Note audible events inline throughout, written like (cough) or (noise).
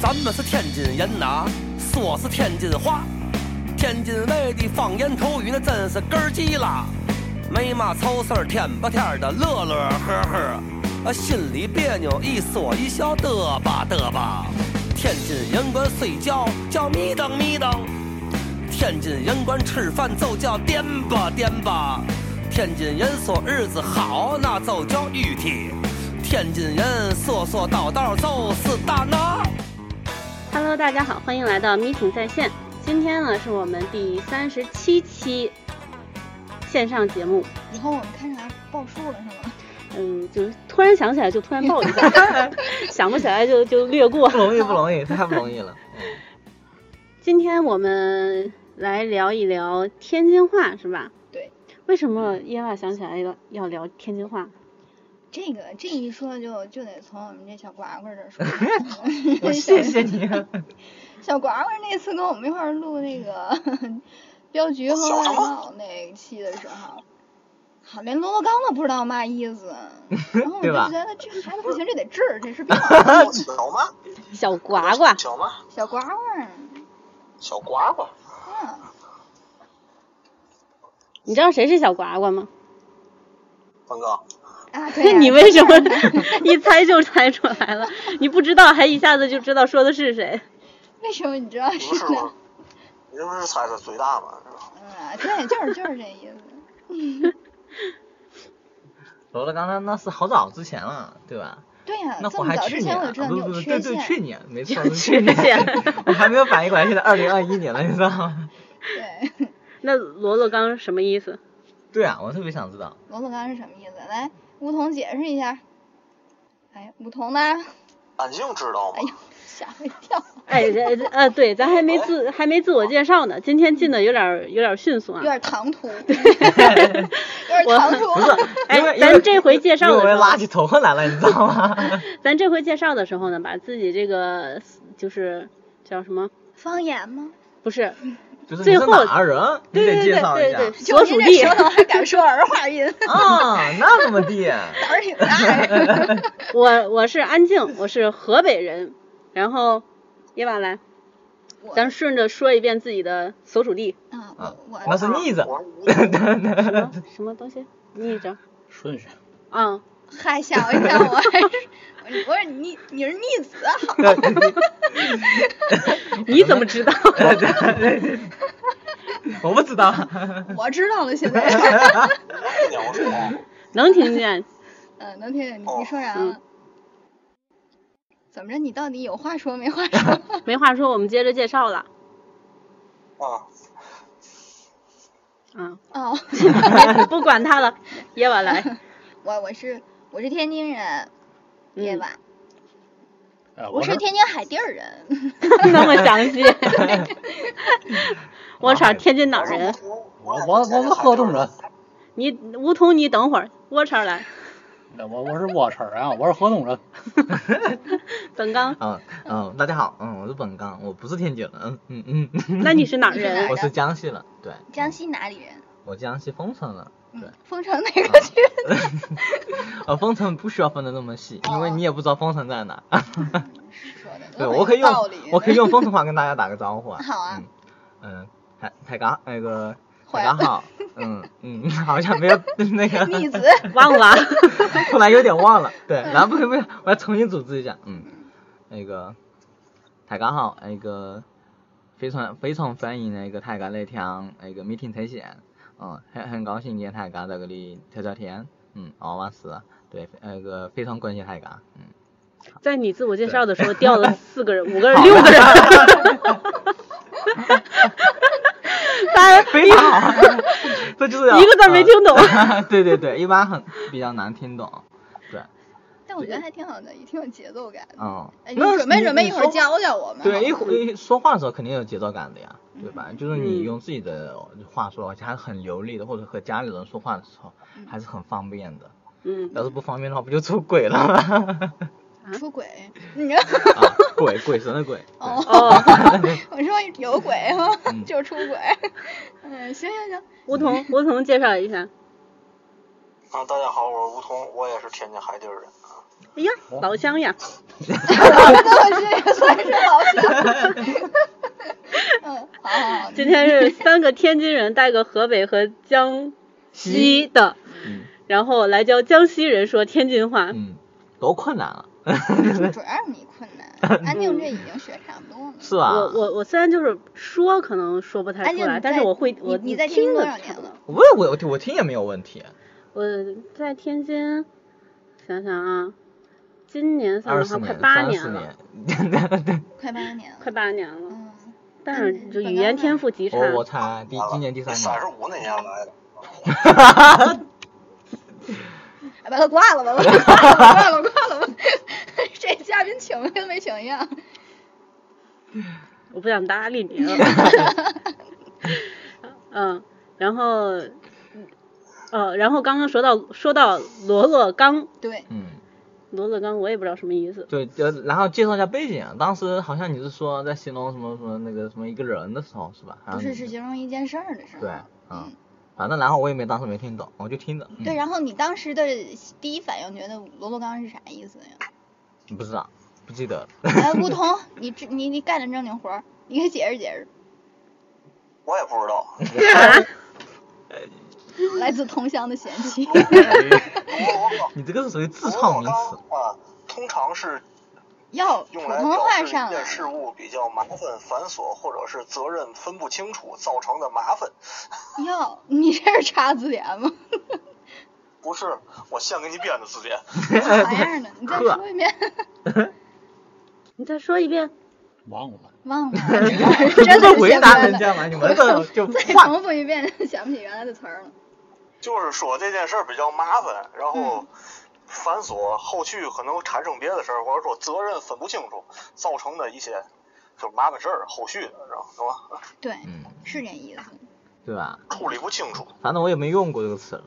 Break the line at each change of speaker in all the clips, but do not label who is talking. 咱们是天津人呐，说是天津话，天津卫的方言口语那真是根儿基啦。没嘛愁事儿，天吧天儿的乐乐呵呵，啊，心里别扭一说一笑得吧得吧。天津人管睡觉叫迷瞪迷瞪，天津人管吃饭就叫颠吧颠吧。天津人说日子好，那就叫玉体。天津人说说道道就是大闹。
Hello，大家好，欢迎来到 Meeting 在线。今天呢，是我们第三十七期线上节目。
然后我们开始来报数了，是吗？ (laughs)
嗯，就是突然想起来就突然报一下， (laughs) 想不起来就就略过。
不容易，不容易，太不容易了。。
今天我们来聊一聊天津话，是吧？
对。
为什么耶娃想起来要要聊天津话？
这个这一说就就得从我们这小瓜瓜这儿说
(laughs) 我谢谢你。啊
(laughs) 小瓜瓜那次跟我们一块儿录那个 (laughs) 镖局和外贸那一期的时候，好连螺螺纲都不知道嘛意
(laughs)
思，然后我
对
就
吧
觉得这孩子不行，这得治，这是病啊。
小吗？
小呱呱，
小吗？
小瓜瓜，
小呱呱，
嗯，
你知道谁是小呱呱吗？
峰哥，
啊，对
(laughs)
那
呀
你为什么 (laughs) 一猜就猜出来了？你不知道还一下子就知道说的是谁？
为什么你知道
你
是
不是
哪
吗？你这不是猜的最大吗？是吧？
嗯，对，就是就是这意思。
罗罗刚才那是好早之前了，对吧？
对呀、
那
这
会
么
还
早
去
之前
年
我就
啊，
知道
不
你
不
有
不，
缺
对对，
陷，
去年没错，
有
是去
缺陷
我还没有反应过来，现在二零二一年了，你知道吗？
对。
那罗罗刚什么意思？
对啊，我特别想知道。
罗子刚是什么意思？来，梧桐解释一下。哎，梧桐呢？ (laughs)
安静知道吗
哎？呦，吓我一跳。
哎，这这呃，对，咱还没自还没自我介绍呢，今天进的有点儿有点儿迅速啊
有。点唐突，有点唐突。
不是，
哎
因为
咱这回介绍的
因为我
时候
拉起头发来了，你知道吗？
咱这回介绍的时候呢，把自己这个就是叫什么？
方言吗？
不是，
就是
最
你
后
是哪儿人？你
对
得
对对
介绍一
对
下
对，
就
所
您
属
这
地
舌。头还敢说儿化音，
啊，那怎么地？
胆儿挺大呀。
(laughs)
我我是安静，我是河北人。然后，叶婉来，
我
咱顺着说一遍自己的所属地，
啊，
啊
我我
那是逆子。
我是
什么
嗯
什么东西？逆
(laughs)
着。
顺序。
啊、
嗨，吓我一跳，我还是我说你你是逆子啊，好
啊你怎么知道？
我不知道。
我知道了，现在
(laughs)
鸟叔，
能听见？
嗯，能听见你
哦
你说啥
嗯
了？怎么着？你到底有话说没话说？
(laughs)
没话说，我们接着介绍了。
啊，
(laughs)
啊，
哦。
不管他了，叶婉来。
我我是我是天津人，对
嗯，
吧？
啊，
我
我
是
是
天津海地儿人， (laughs)
(laughs) 那么详细。我操，天津哪儿人？啊
我我我是河东人，
你梧桐，你等会儿，我这儿来。
那我我是卧车人啊，我是河东
(laughs)
人。啊
本刚，
(laughs) 嗯嗯，大家好，嗯，我是本刚，我不是天津人，嗯嗯
(laughs)
嗯，
那你是哪儿
你是哪
人
儿？
我是江西人，对，
江西哪里人？
我江西丰城人。对
嗯，丰城哪个区？ (laughs)
(laughs) 呃，封城不需要分的那么细，因
哦
为你也不知道封城在哪。
说的
(laughs) 对，
都
我可以
有哦道
用
理，
我可
(laughs)
以用封城话跟大家打个招呼啊。
好啊
嗯。嗯，太太刚那个
坏
大家
了
好，嗯嗯， (laughs) 好像没有那个，
逆子。
忘
(laughs)
了。
(laughs) 突然有点忘了。对，然后不行不行，我要重新组织一下。嗯，那个太刚好，那个非常非常欢迎那个大家来听那个 meeting 推荐。嗯，很很高兴跟大家在这里聊聊天。嗯，哦，我是对，那个非常感谢大家。
(laughs)
嗯。
在你自我介绍的时候掉了四个人、五个人、六个人。 (laughs) 当然，
非常好， (laughs) 这就是要
一个字儿没听懂
呃 (laughs) 对对对，一般很比较难听懂。对，
但我觉得还挺好的，也挺有节奏感的。
嗯，
哎，你
那
准备
你
准备，一会儿。
你说
教教我们。
对，一
好吧
会一说话的时候肯定有节奏感的呀，对吧？就是
嗯
你用自己的话说，而且还很流利的，或者和家里人说话的时候
嗯
还是很方便的。
嗯，
要是不方便的话，不就出轨了吗？ (laughs)
出轨，你知
啊，鬼鬼神的鬼。对
哦，
哦，
我说有鬼哈
嗯，
就是出轨。嗯，行行
(laughs)
行，
吴桐，吴桐介绍一下。
啊，大家好，我是吴桐，我也是天津海地儿人啊。
哎呀，老乡呀，
那我这也算是老乡。 (laughs) 嗯，好好好，
今天是三个天津人带个河北和江西的，
嗯
然后来教江西人说天津话。
嗯，多困难啊！
嗯
主要是你困
(laughs)
难，安静这已经学差不多了。
是吧？
我我我虽然就是说可能说不太
安
出
静
来，
哎你
但是
在
我会
你
我
你在天津
听
多
得
少
出
年
来
了？
我我我我听也没有问题，
我在天津，想想啊，今年算
二
的
十
话快
年、
八
三十
了，
年，对对
快八年了。
快八年了。
嗯，
但
嗯
是就
本
语
来
言
嘛
天赋极差，
哦我我才第今年第三
三十
年，
五那年来的，
哎把他挂了吧，把他挂了，挂了，挂了吧。 (laughs) 这嘉宾请跟没请一样。
我不想搭理你
(laughs)
了。嗯，然后，呃，然后刚刚说到说到罗勒冈，
对，
嗯，
罗勒冈我也不知道什么意思。
对，呃，然后介绍一下背景，啊当时好像你是说在形容什么什么那个什么一个人的时候是吧？
啊
不是是
是
形容一件事儿的时候。
对，嗯
嗯，，
反正然后我也没当时没听懂，我就听着，嗯
对，然后你当时的第一反应觉得罗罗刚是啥意思
(laughs)
呀？
不知道，不记得了， (laughs)
哎，梧桐，你这你你干点正经活儿，你给解释解
我也不知道。
释，来自同乡的嫌
(laughs)
弃。
你这个是属于自
罗
创
勒
名
冈
词，
哦
啊，通常是
要普
用来
通
表
话
示
上
一
来
件事
了，
物比较麻烦、繁琐，或者是责任分不清楚造成的麻烦。
要你这是查字典吗？ (laughs)
不是，我现给你编的字
(laughs)
典。
啥样
(laughs)
的？你再
呵
说一遍， (laughs)
你再说一遍，
忘了。
忘了，
(laughs)
(laughs) 真的是
回
写不
答
来
人
了。
家嘛，你们这就
再 (laughs)
换，
重复一遍，想不起原来的词儿了。
就是说这件事儿比较麻烦，然
嗯
后繁琐，后续可能产生别的事儿，或者说责任分不清楚造成的一些就是麻烦事儿，后续的，然后是吧？
对，
嗯，
是这意思。
对吧？
处理不清楚，
反正我也没用过这个词了。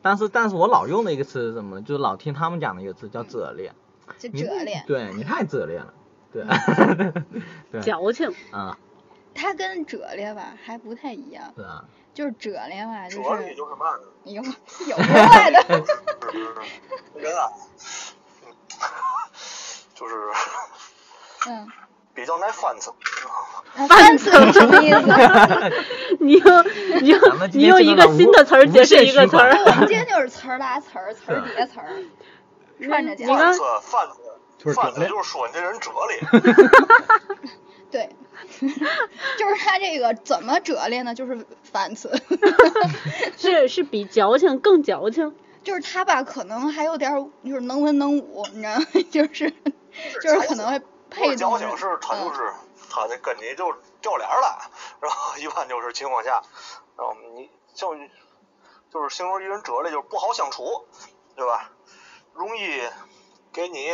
但是，但是我老用的一个词是什么呢？就是老听他们讲的一个词叫“折裂”，
就
你
折裂，
对你太折裂了，对，
嗯
(laughs) 对，
矫情。
啊，
它跟折裂吧还不太一样，
是啊，
就是折裂吧，
嗯
就
哲理
是
就是嘛呢？
有有怪的，
(laughs)
就是人啊，嗯就是
嗯，
比较耐翻腾。
那翻层什么意思？
(laughs)
(laughs) 你用你用
咱们今
你
天
用
进入
一个
了
新
无
的词儿
无
解释
限
一个
循
词
环
儿。
我们今天就是词儿拉词儿，词儿叠词儿，串着
你
讲。
刚
范子，范子，
就是
范
折
子
裂
就是说你这人哲
(laughs)
理，
对， (laughs) 就是他这个怎么折裂呢？就是反词，
(laughs) 是是比矫情更矫情，
就是他吧，可能还有点儿就是能文能武，你知道吗？ (laughs) 就是就是可能会配
交
动
警
着
是他就
嗯
是他那跟你就掉脸儿了，然后一般就是情况下，然后你就就是形容一人哲理就是不好相处，对吧？容易给你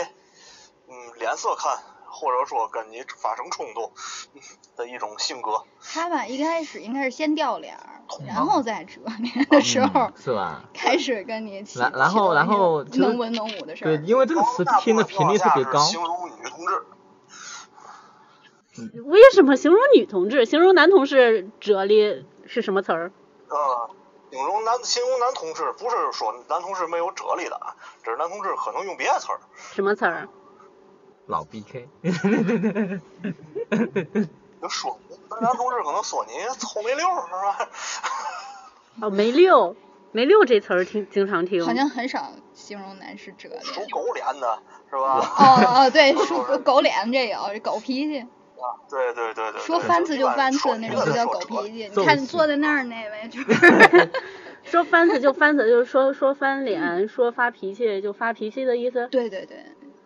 嗯脸色看，或者说跟你发生冲突嗯的一种性格。
他吧，一开始应该是先掉脸儿，然后再折脸的时候
嗯，是吧？
开始跟你起
然然后
起
然后
了一
其
些
实
能文能武的事
对，
儿，
因为这个词听的频率特别高，
形容女同志，
为什么形容女同志、形容男同事哲理是什么词儿？
呃，形容男形容男同志，不是说男同志没有哲理的，啊，只是男同志可能用别的词儿。
什么词儿？
老
(laughs)
BK，
就说男同志可能说你臭没溜儿是吧？
哦，梅六，梅六这词儿听经常听。
好像很少形容男士折
(laughs) 属
脸。
狗脸的是吧？
哦哦，对，说狗狗脸这有狗脾气，
对对对对。
说
对
翻词就翻词那种，就叫狗。
一般说
脾
一个
气。
人说
揍
你看
死
坐在那儿那位，
(laughs)
就是
说翻死就翻死，就是说说翻脸，说发脾气就发脾气的意思
对对对，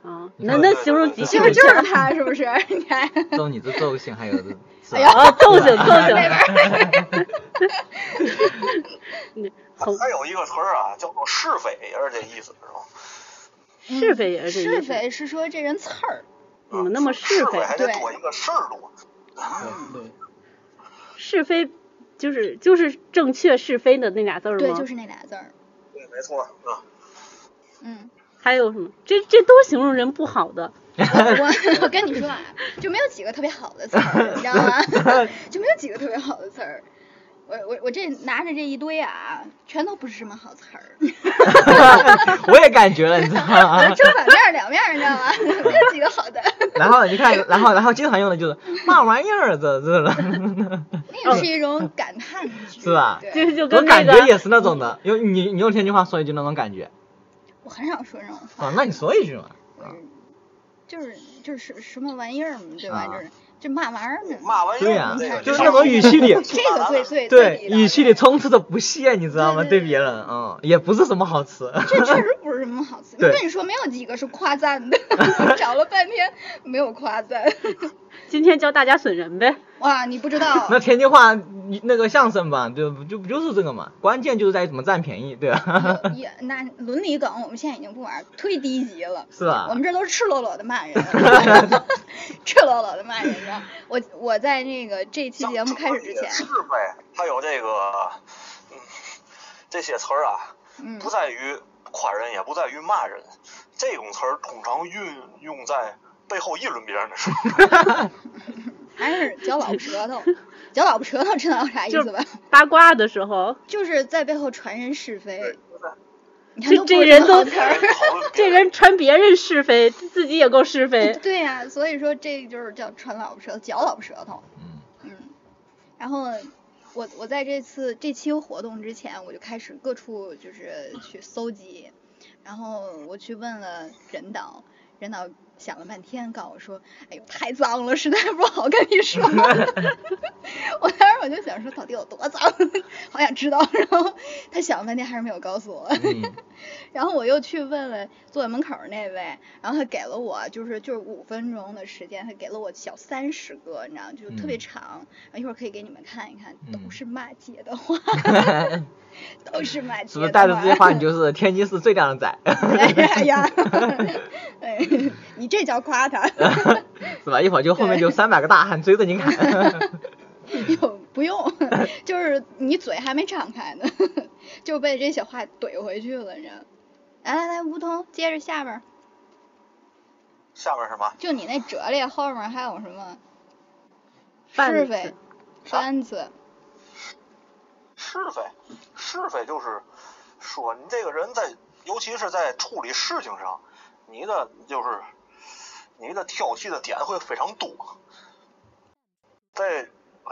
啊。
你
那
看
那
对对
形容
对
极
对
性的
就是就
事
是
儿
他，是不 (laughs) 是？你看，
揍你这揍性还有这，是
哎呀
吧？
啊，揍
(laughs)
醒揍醒，
还有一个词儿啊，叫做是非，也是这意思，是吧？
是非也是这意
嗯是
思
非是说这人刺儿，
怎
嗯
么那么
是
是非？
嗯还得多一个事儿多。
对，
是非就是就是正确是非的那俩字儿吗？
对，就是那俩字儿。
对，没错啊。
嗯，
还有什么？这这都形容人不好的。
我我跟你说啊， (laughs) 就没有几个特别好的词儿，你知道吗？就没有几个特别好的词儿。我我我这拿着这一堆啊，全都不是什么好词儿， (laughs)
(laughs) 我也感觉了，你知道吗？ (laughs)
正反面儿两面儿，你知道吗？ (laughs) 没有几个好的。
然后你看，然后然后经常用的就是嘛玩意儿，这这了，
那也是一种感叹句，
是吧
对，
(laughs) 就就
我
跟那
感觉也
个
是那种的。用你你用天津话说一句那种感觉
我很少说这种话，
啊，那你说一句嘛。
就是就是什么玩意儿嘛，对吧？
啊
就是这嘛玩意儿呢，
嘛玩意儿？
对呀
这个
就是
上
那种
去
语气 (laughs) 里
这个最最
对，
最地道
语气里充斥着不屑，你知道吗？
对对
对别人，嗯，也不是什么好词。 (laughs)
这确实不是什么好词。我
对
跟你说，没有几个是夸赞的， (laughs) 找了半天没有夸赞。 (laughs)
今天教大家损人呗。
哇，你不知道
那天津话那个相声吧，就就不就是这个嘛？关键就是在于怎么占便宜，对吧？ (laughs)
有也那伦理梗，我们现在已经不玩，忒低级了。
是吧
我？们这都是赤裸裸的骂人，赤裸裸的骂人。你知道，我我在那个这期节目开始之前
也，是呗，它有这个，嗯，这些词儿啊，
嗯
不，在于夸人，也不在于骂人，这种词儿通常运用在背后议论别人的时候。
还是嚼老婆舌头，嚼老婆舌头知道啥意
就
思吧？
八卦的时候，
就是在背后传人是非。你看
这
都不
这
是
人
什么
都
好 (laughs) 词儿
讨论别
这人传别人是非，自己也够是
(laughs)
非。
对呀、所以说这就是叫传老婆舌，嚼老婆舌头。
嗯
然后我我在这次这期活动之前，我就开始各处就是去搜集，然后我去问了人导，人导想了半天，告诉我说：“哎呦，太脏了，实在不好跟你说。”我当时我就想说，到底有多脏，好想知道。然后他想了半天还是没有告诉我。
嗯，
然后我又去问了坐在门口儿那位，然后他给了我就是就是五分钟的时间，他给了我小三十个，你知道，就特别
嗯
长。然后一会儿可以给你们看一看，都
嗯
是骂街的话，
(laughs)
都是骂街的
是不
话。
是带着这些话，你就是天津市最靓的仔，
(laughs) 哎呀， (laughs) 哎，你这叫夸他，
(laughs)
(laughs)
是吧？一会儿就后面就三百个大汉追着你
(laughs)
赶。
哟，不用，就是你嘴还没张开呢， (laughs) 就被这些话怼回去了，你知道。来来来，梧桐，接着下边儿，
下面是什么？
就你那折裂后面儿还有什么？
半
是
死
非，番子，
是非，是非就是说你这个人在，尤其是在处理事情上，你的就是你的挑剔的点会非常多，在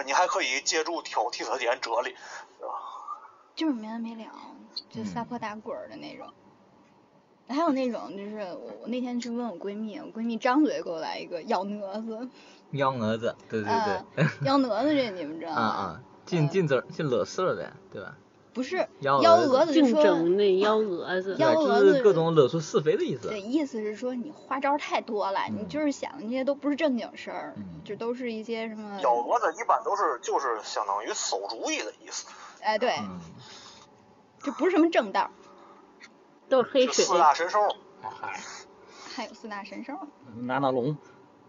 你还可以借助挑剔的点哲理，
就是没完没了，就撒
嗯
泼打滚儿的那种。还有那种就是我我那天去问我闺蜜，我闺蜜张嘴给我来一个幺蛾子，
幺蛾子，对对对，
幺蛾子这你们知道
(laughs) 啊
吗？
啊，
嗯
进进这进惹事儿的，对吧？
不是
幺蛾子
蛾子，就
竞
说
争那幺蛾子
对，
幺蛾
就
子
是各种惹出是非的意思
对，。意思是说你花招儿太多了，你
嗯
就是想的那些都不是正经事儿，
嗯
就都是一些什
嗯
么
咬蛾子一般都是就是相当于馊主意的意思，
哎对，
嗯，
就不是什么正道儿。
都是黑
就
水。
四大神兽。
嗨，
还有四大神兽儿，
嗯拿拿龙，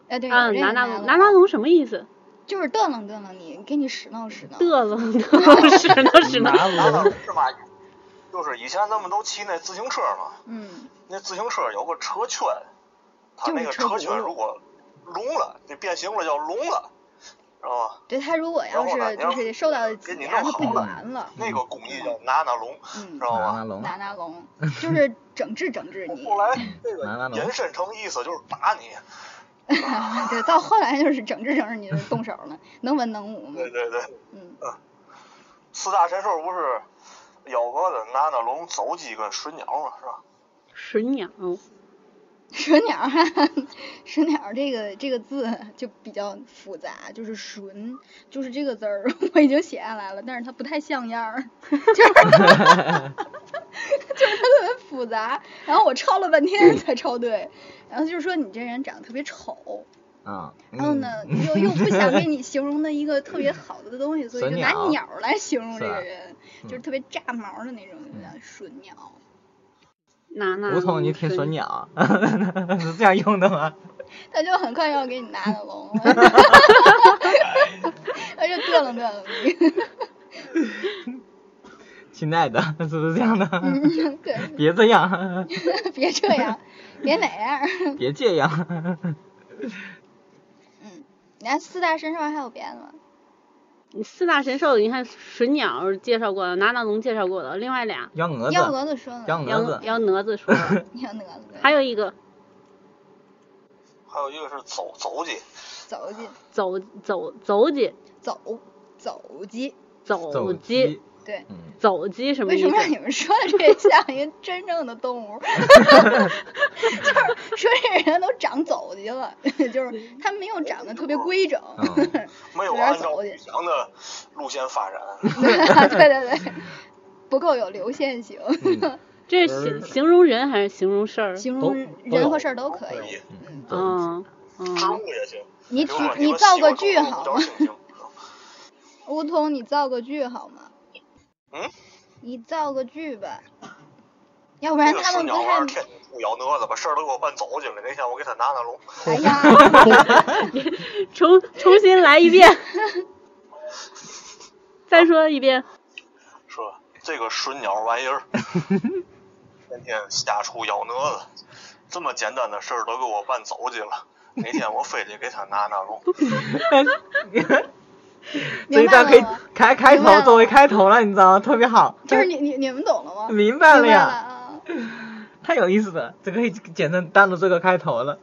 哎对，
啊，
有这个
拿拿
了
龙拿拿龙什么意思？
就是嘚楞嘚楞你，给你使弄使弄。
嘚
(laughs)
了，嘚了，是呢是呢。
拿
拿到
龙，
是吧？就是以前咱们都骑那自行车嘛，
嗯，
那自行车有个车圈，它那个
就是车
车
轱
圈
辘
如果隆了，就变形了，叫隆了，知道吗？
对他如果要
然后
是
呢你
就
要
是受到的挤
给你
压，他
弄
不
好了
管了，
那个工艺叫拿拿龙，
嗯
知，道
拿拿
吗？
龙，
拿拿
(laughs)
龙就是整治整治你，
后来这
拿拿
个
龙
延伸成意思就是打你，
(laughs) 对，到后来就是整治整治你就动手了，能文能武嘛
对，对对，
嗯，
四大神兽不是咬蛾子、拿拿龙、走鸡跟水鸟嘛，是吧？
水鸟，
水鸟儿， (laughs) 水鸟儿这个这个字就比较复杂，就是纯，就是这个字儿 (laughs) 我已经写下来了，但是它不太像样儿， (laughs) 就是就是它特别复杂，然后我抄了半天才抄对，然后就是说你这人长得特别丑，
啊，
然后呢，又又不想给
(laughs)
你形容的一个特别好的东西，所以就拿
损鸟
鸟儿来形容这个
是吧
人，
嗯
就是特别炸毛的那种，就叫损鸟。
拿拿
嗯梧
龙。
桐你挺损鸟，啊
嗯
(laughs) 是这样用的吗？
他就很快要给你拿了龙
(laughs)
了，他就嘚楞嘚楞你，
亲爱的，是不是这样的？
嗯对，
(laughs) 别这样， (laughs)
别这样，别哪样。
别啊这样。
嗯你看四大神兽还有别的吗？
四大神兽，你看水鸟介绍过了，拿当龙介绍过了，另外俩
(laughs) 幺蛾
幺
子，
蛾子说呢，
幺蛾
幺
子，
幺蛾子说
(laughs)
了，
幺蛾子，
还有一个
还有一个是走走鸡，
走进
走走走鸡
走走鸡，
走
走
鸡
鸡，
对。
嗯，
走鸡什么
为
意
什
思
么？让你们说这像一个真正的动物？ (laughs) 就是说这人都长走鸡了，就是他没有长得特别规整。 (laughs)
嗯
没有
有点
按照
走
宇翔的路线发展。
对对对，不够有流线型，
嗯
嗯
这是形形容人还是形容事儿？
形
都
容
都
人和
有
事儿都可
可
以。
(laughs) 以，
嗯，
嗯
植
嗯，
物也行。
你
比
举
如说
你
们
造
喜
个
欢
句
狗狗
好
叫
吗？
猩猩
梧桐，你造个句好吗？
嗯？
你造个句吧，要不
这
然
个
他
水
们不
鸟玩意儿
太……
啊天天不摇蛾子，把事儿都给我办走进来。那天我给他拿拿龙，
哎
(laughs)
呀，
嗯 (laughs) 重重新来一遍，再说一遍，
说这个水鸟玩意儿，天天瞎出咬蛾子，这么简单的事儿都给我办走进了。那天我非得给他拿拿龙，
这
明
一
白
段可以
了吗？
开开
明白
头
了
作为开头了，你知道吗？特别好，
就是你你你们懂了吗？明
明白了
了
呀，
啊！
太有意思了，这可以简称单独做个开头了。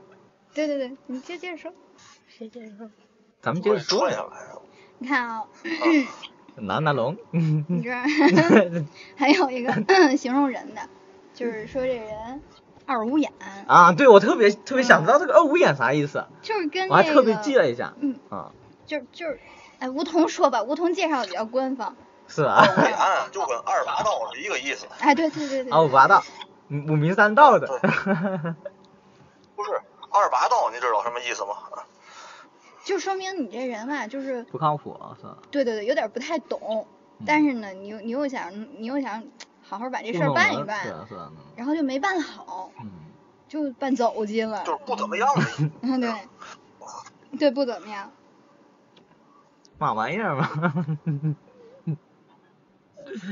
(laughs)
对对对，你接接着说，谁接着说？
咱们接
我
着
给
说
串下
呀，
来了。
你看啊，(laughs)
嗯
拿拿龙，
你这儿
(laughs)
还有一个 (clears throat) 形容人的，就是说这人二五眼，
嗯啊，对我特别特别想知道这个哦二五眼啥意思，啊
就是跟
我还
嗯那
特别
个
记了一下，
嗯，
啊，
就就是，哎，梧桐说吧，梧桐介绍比较官方。
是吧？
哦
脸哎就跟二八道是一个意思。
哎，对对对对，
啊，五八道，嗯五明三道的，
不是二八道，你知道什么意思吗？
就说明你这人吧，就是
不靠谱啊是吧？
对对对，有点不太懂，
嗯
但是呢，你又你又想你又想好好把这事
糊
儿
弄
办
人
一
是
办，
啊是啊，
然后就没办好，
嗯，
就办走进了
就。是不怎么样的意思。
嗯，对，对，不怎么样。
嘛玩意儿嘛，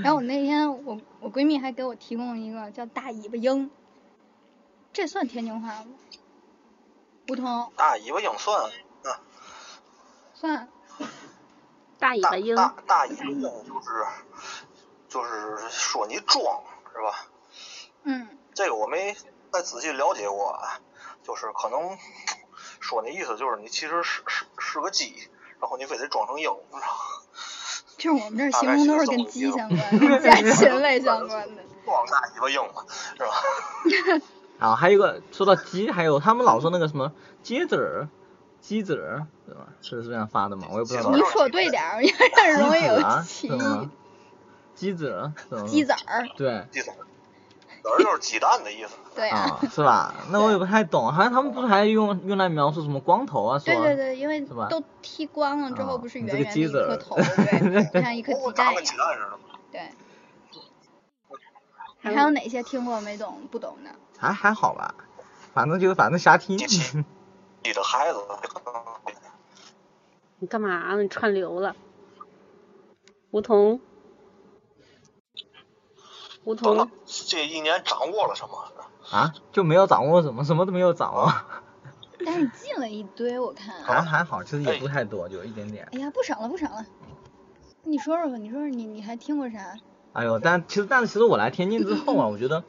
然后我那天我我闺蜜还给我提供了一个叫大尾巴鹰，这算天津话吗？梧桐
大尾巴鹰算嗯
算
大尾
大
巴鹰，
大大尾巴鹰就是就是说你装是吧？
嗯
这个我没再仔细了解过啊，就是可能说那意思就是你其实是是是个鸡，然后你非得装成鹰，是吧
就是我们这儿
大
形
概
容
是
都是
这
跟
么一
鸡
个
相关、跟家禽类相关
(laughs)
的。
装大尾巴鹰嘛，是吧？
啊，还有一个说到鸡，还有他们老说那个什么鸡子儿，鸡子儿，对吧？是是这样发的吗？我也不知道，
你说对点儿，要是容易有
鸡
歧
子儿是吗？鸡子儿是吗？
鸡子儿，
对
鸡子儿，子儿就是鸡蛋的意思。
对
啊
啊，，
是吧？那我也不太懂，啊好像他们不是还用用来描述什么光头啊，说
对对对，因为
是吧
都剃光了之后，
啊
不是
你
圆
这个
圆的
鸡
一
子儿
颗头，对，就像一颗
(laughs) 不
鸡
过
蛋
长
一
跟鸡
样，
蛋似的嘛。
对。
还
还
有
有哪些听过没懂不懂的？
还还好吧，反正就反正瞎听
第。七，你的孩子可能
你干嘛啊呢？你串流了，梧桐，梧桐，
这一年掌握了什么？
啊，就没有掌握什么，什么都没有掌握，
但是记了一堆，我
(laughs)
看。
好像还好，其实也不太多，就一点点。
哎呀，不少了，不少了。你说说吧，你说说你你还听过啥？
哎呦，但其实但是其实我来天津之后啊，我觉得，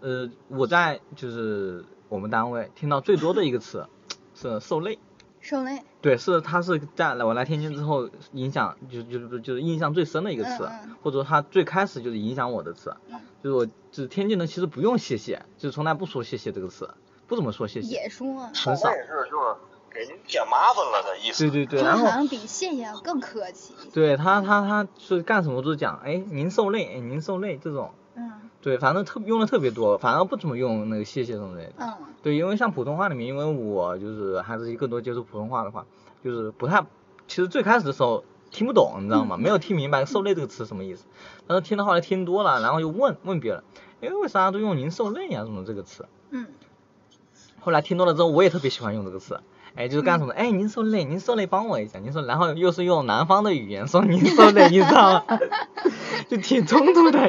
呃，我在就是我们单位听到最多的一个词是受累。
受累。
对，是它是在我来天津之后影响，就就就是印象最深的一个词，
嗯嗯
或者说它最开始就是影响我的词，
嗯
就是我就是天津人其实不用谢谢，就是从来不说谢谢这个词，不怎么说谢谢，
也说，
受
很少。
累是就是给您添麻烦了的意思。
对对对，
这
然后
好像比谢谢要更客气。
对他他他是干什么都讲，哎，您受累，哎，您受累这种，
嗯
对，反正特用的特别多，反而不怎么用那个谢谢什么类的。
嗯
对，因为像普通话里面，因为我就是还是更多接触普通话的话，就是不太，其实最开始的时候听不懂，你知道吗？没有听明白“受累”这个词什么意思。但是听到后来听多了，然后又问问别人，哎，为啥都用“您受累”呀、什么这个词？
嗯，
后来听多了之后，我也特别喜欢用这个词。哎，就是干什么？哎，您受累，您受累，帮我一下。您说，然后又是用南方的语言说您受累，你知道吗？ (laughs) 就挺冲突的，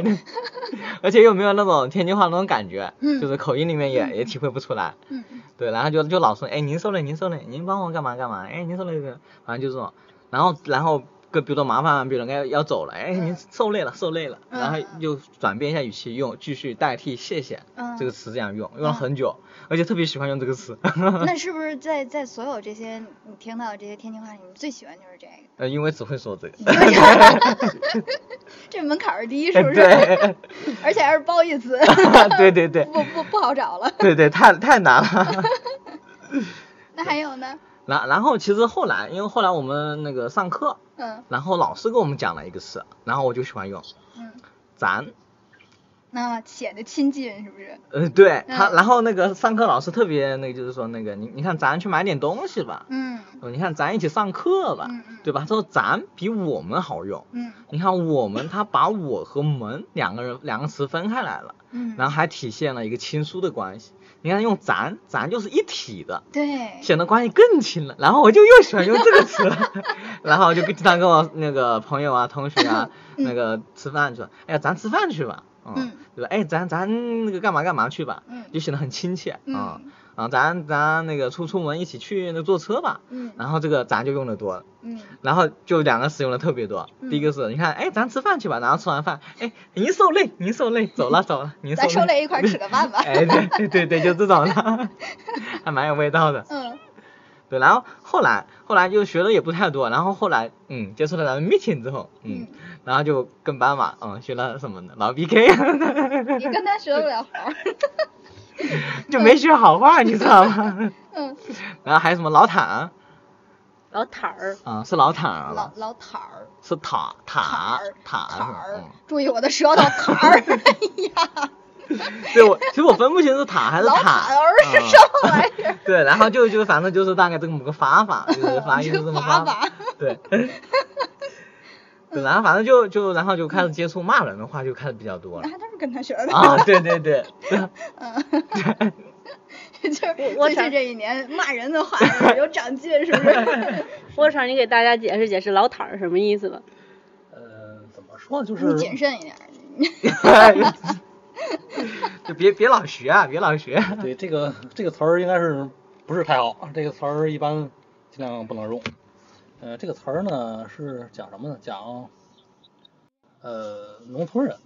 (laughs) 而且又没有那种天津话那种感觉，
嗯
就是口音里面也也体会不出来。
嗯，
对，然后就就老说，哎，您受累，您受累，您帮我干嘛干嘛，哎，您受累，反正就这种，然后然后给比如说麻烦，比如说该要走了，哎，
嗯
您受累了，受累了，然后
嗯
又转变一下语气用，继续代替谢谢
嗯
这个词这样用，用了
嗯
很久，而且特别喜欢用这个词， (laughs)
那是不是在在所有这些你听到的这些天津话里，你最喜欢就是这个？ (laughs)
呃，因为只会说这个，
这门槛儿低是
(laughs)
不是？
哎对，
而且还是褒义词，
对 (laughs) 对对
不不不好找了。
对对，太太难了。 (laughs)
那还有呢？
然然后其实后来，因为后来我们那个上课，
嗯
然后老师给我们讲了一个词，然后我就喜欢用
嗯，
咱，
那显得亲近是不是？
呃，对他，
嗯
然后那个上课老师特别那个就是说那个你你看咱去买点东西吧，
嗯
呃你看咱一起上课吧，
嗯嗯
对吧？他说咱比我们好用。
嗯
你看我们，他把我和们两个人两个词分开来了，
嗯，
然后还体现了一个亲疏的关系。你看用咱，咱就是一体的，
对，
显得关系更亲了。然后我就又喜欢用这个词了， (laughs) 然后我就经常跟我那个朋友啊、同学啊，那个吃饭去了，哎呀，咱吃饭去吧，嗯
嗯，
对吧？哎，咱咱那个干嘛干嘛去吧，
嗯
就显得很亲切啊
嗯
啊，咱咱那个出出门一起去那坐车吧，
嗯
然后这个咱就用的多了。
嗯
然后就两个词用的特别多，
嗯
第一个是你看，哎，咱吃饭去吧，然后吃完饭，哎，您受累，您受累，走了走了，您
咱
受
收累一块儿吃个饭吧。
(laughs) 哎，对对对对，就这种的， (laughs) 还蛮有味道的。
嗯
对，然后后来后来就学的也不太多，然后后来嗯接触了咱们 meeting 之后，嗯，然后就跟班嘛，嗯，学了什么呢？老 (laughs) BK
你跟他学不了活儿。
就没学好话，你知道吗？
嗯，
(laughs) 然后还有什么老坦
老坦儿，
啊，是老坦 (laughs) 儿
老
吧？
老坦儿
是塔塔
儿
塔是
坦
吧
儿
嗯，
注意我的舌头坦
(laughs)
儿。哎呀，
对我，其实我分不清是塔还是
老
塔
坦儿是
嗯
什么玩意儿？
(laughs) 对，然后就就反正就是大概这么个发法，就是发音
这
就是这
(laughs)
么
法
法。
法。
对。 (laughs) 对，然后反正就就然后就开始接触骂人的话就开始比较
(laughs)
多了
那都是跟他学的。
啊，对对对， (laughs)
嗯， (laughs) 就是
我
最
想
近这一年骂人的话有有长进，是不是？
(laughs)
郭厂，你给大家解释解释老坦儿什么意思吧？
呃，怎么说就是
你谨慎一点儿。
就别别老学啊，别老学。
对这个这个词儿应该是不是太好，这个词儿一般尽量不能用。呃，这个词儿呢是讲什么呢？讲呃农村人，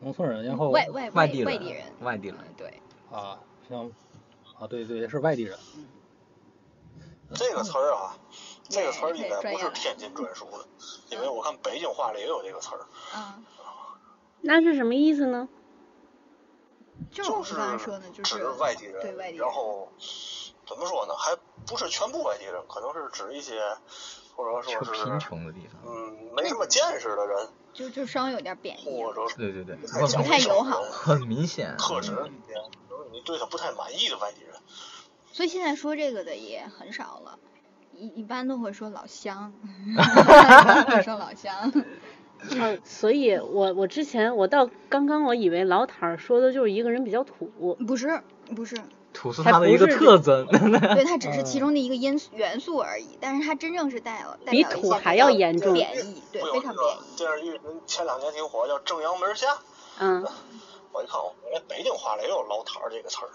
农村人，然后
外外
外
外
地人
外地人，
外地人
嗯对，
啊像啊对对是外地人，
这个词儿啊，这个词儿应
对
该
专业嗯
不是
了
天津专属的，因为我看北京话里也有这个词儿。
啊，
那是什么意思呢？
就是我们刚才说的，就
指
是
外地人，
对外地人
然，后怎么说呢？还不是全部外地人，可能是指一些，或者说
就是贫穷的地方，
嗯没什么见识的人，
就就稍微有点贬义
或
了。
者是
对对对，
太
不
讲
很
太
究
友好嗯
的人
很明显，
特质里面，就是你对他不太满意的外地人。
所以现在说这个的也很少了。一一般都会说
(laughs)
老乡，会说老乡，
啊，所以我我之前我到刚刚我以为老坦儿说的就是一个人比较土，
不是
(laughs)
不是，
土是
还
它的
不
一个
是嗯 (laughs)
特征，
对，它只是其中的一个因素元素而已，但是它真正是代表代
比
表了一
土
些
还
比
要
较
严重
贬义，对
不，有
非
那
常
个
贬义。
电视剧嗯前两年挺火，叫《正阳门下》。
嗯，
我一看，原来北京话里也有“老坛儿”这个词儿。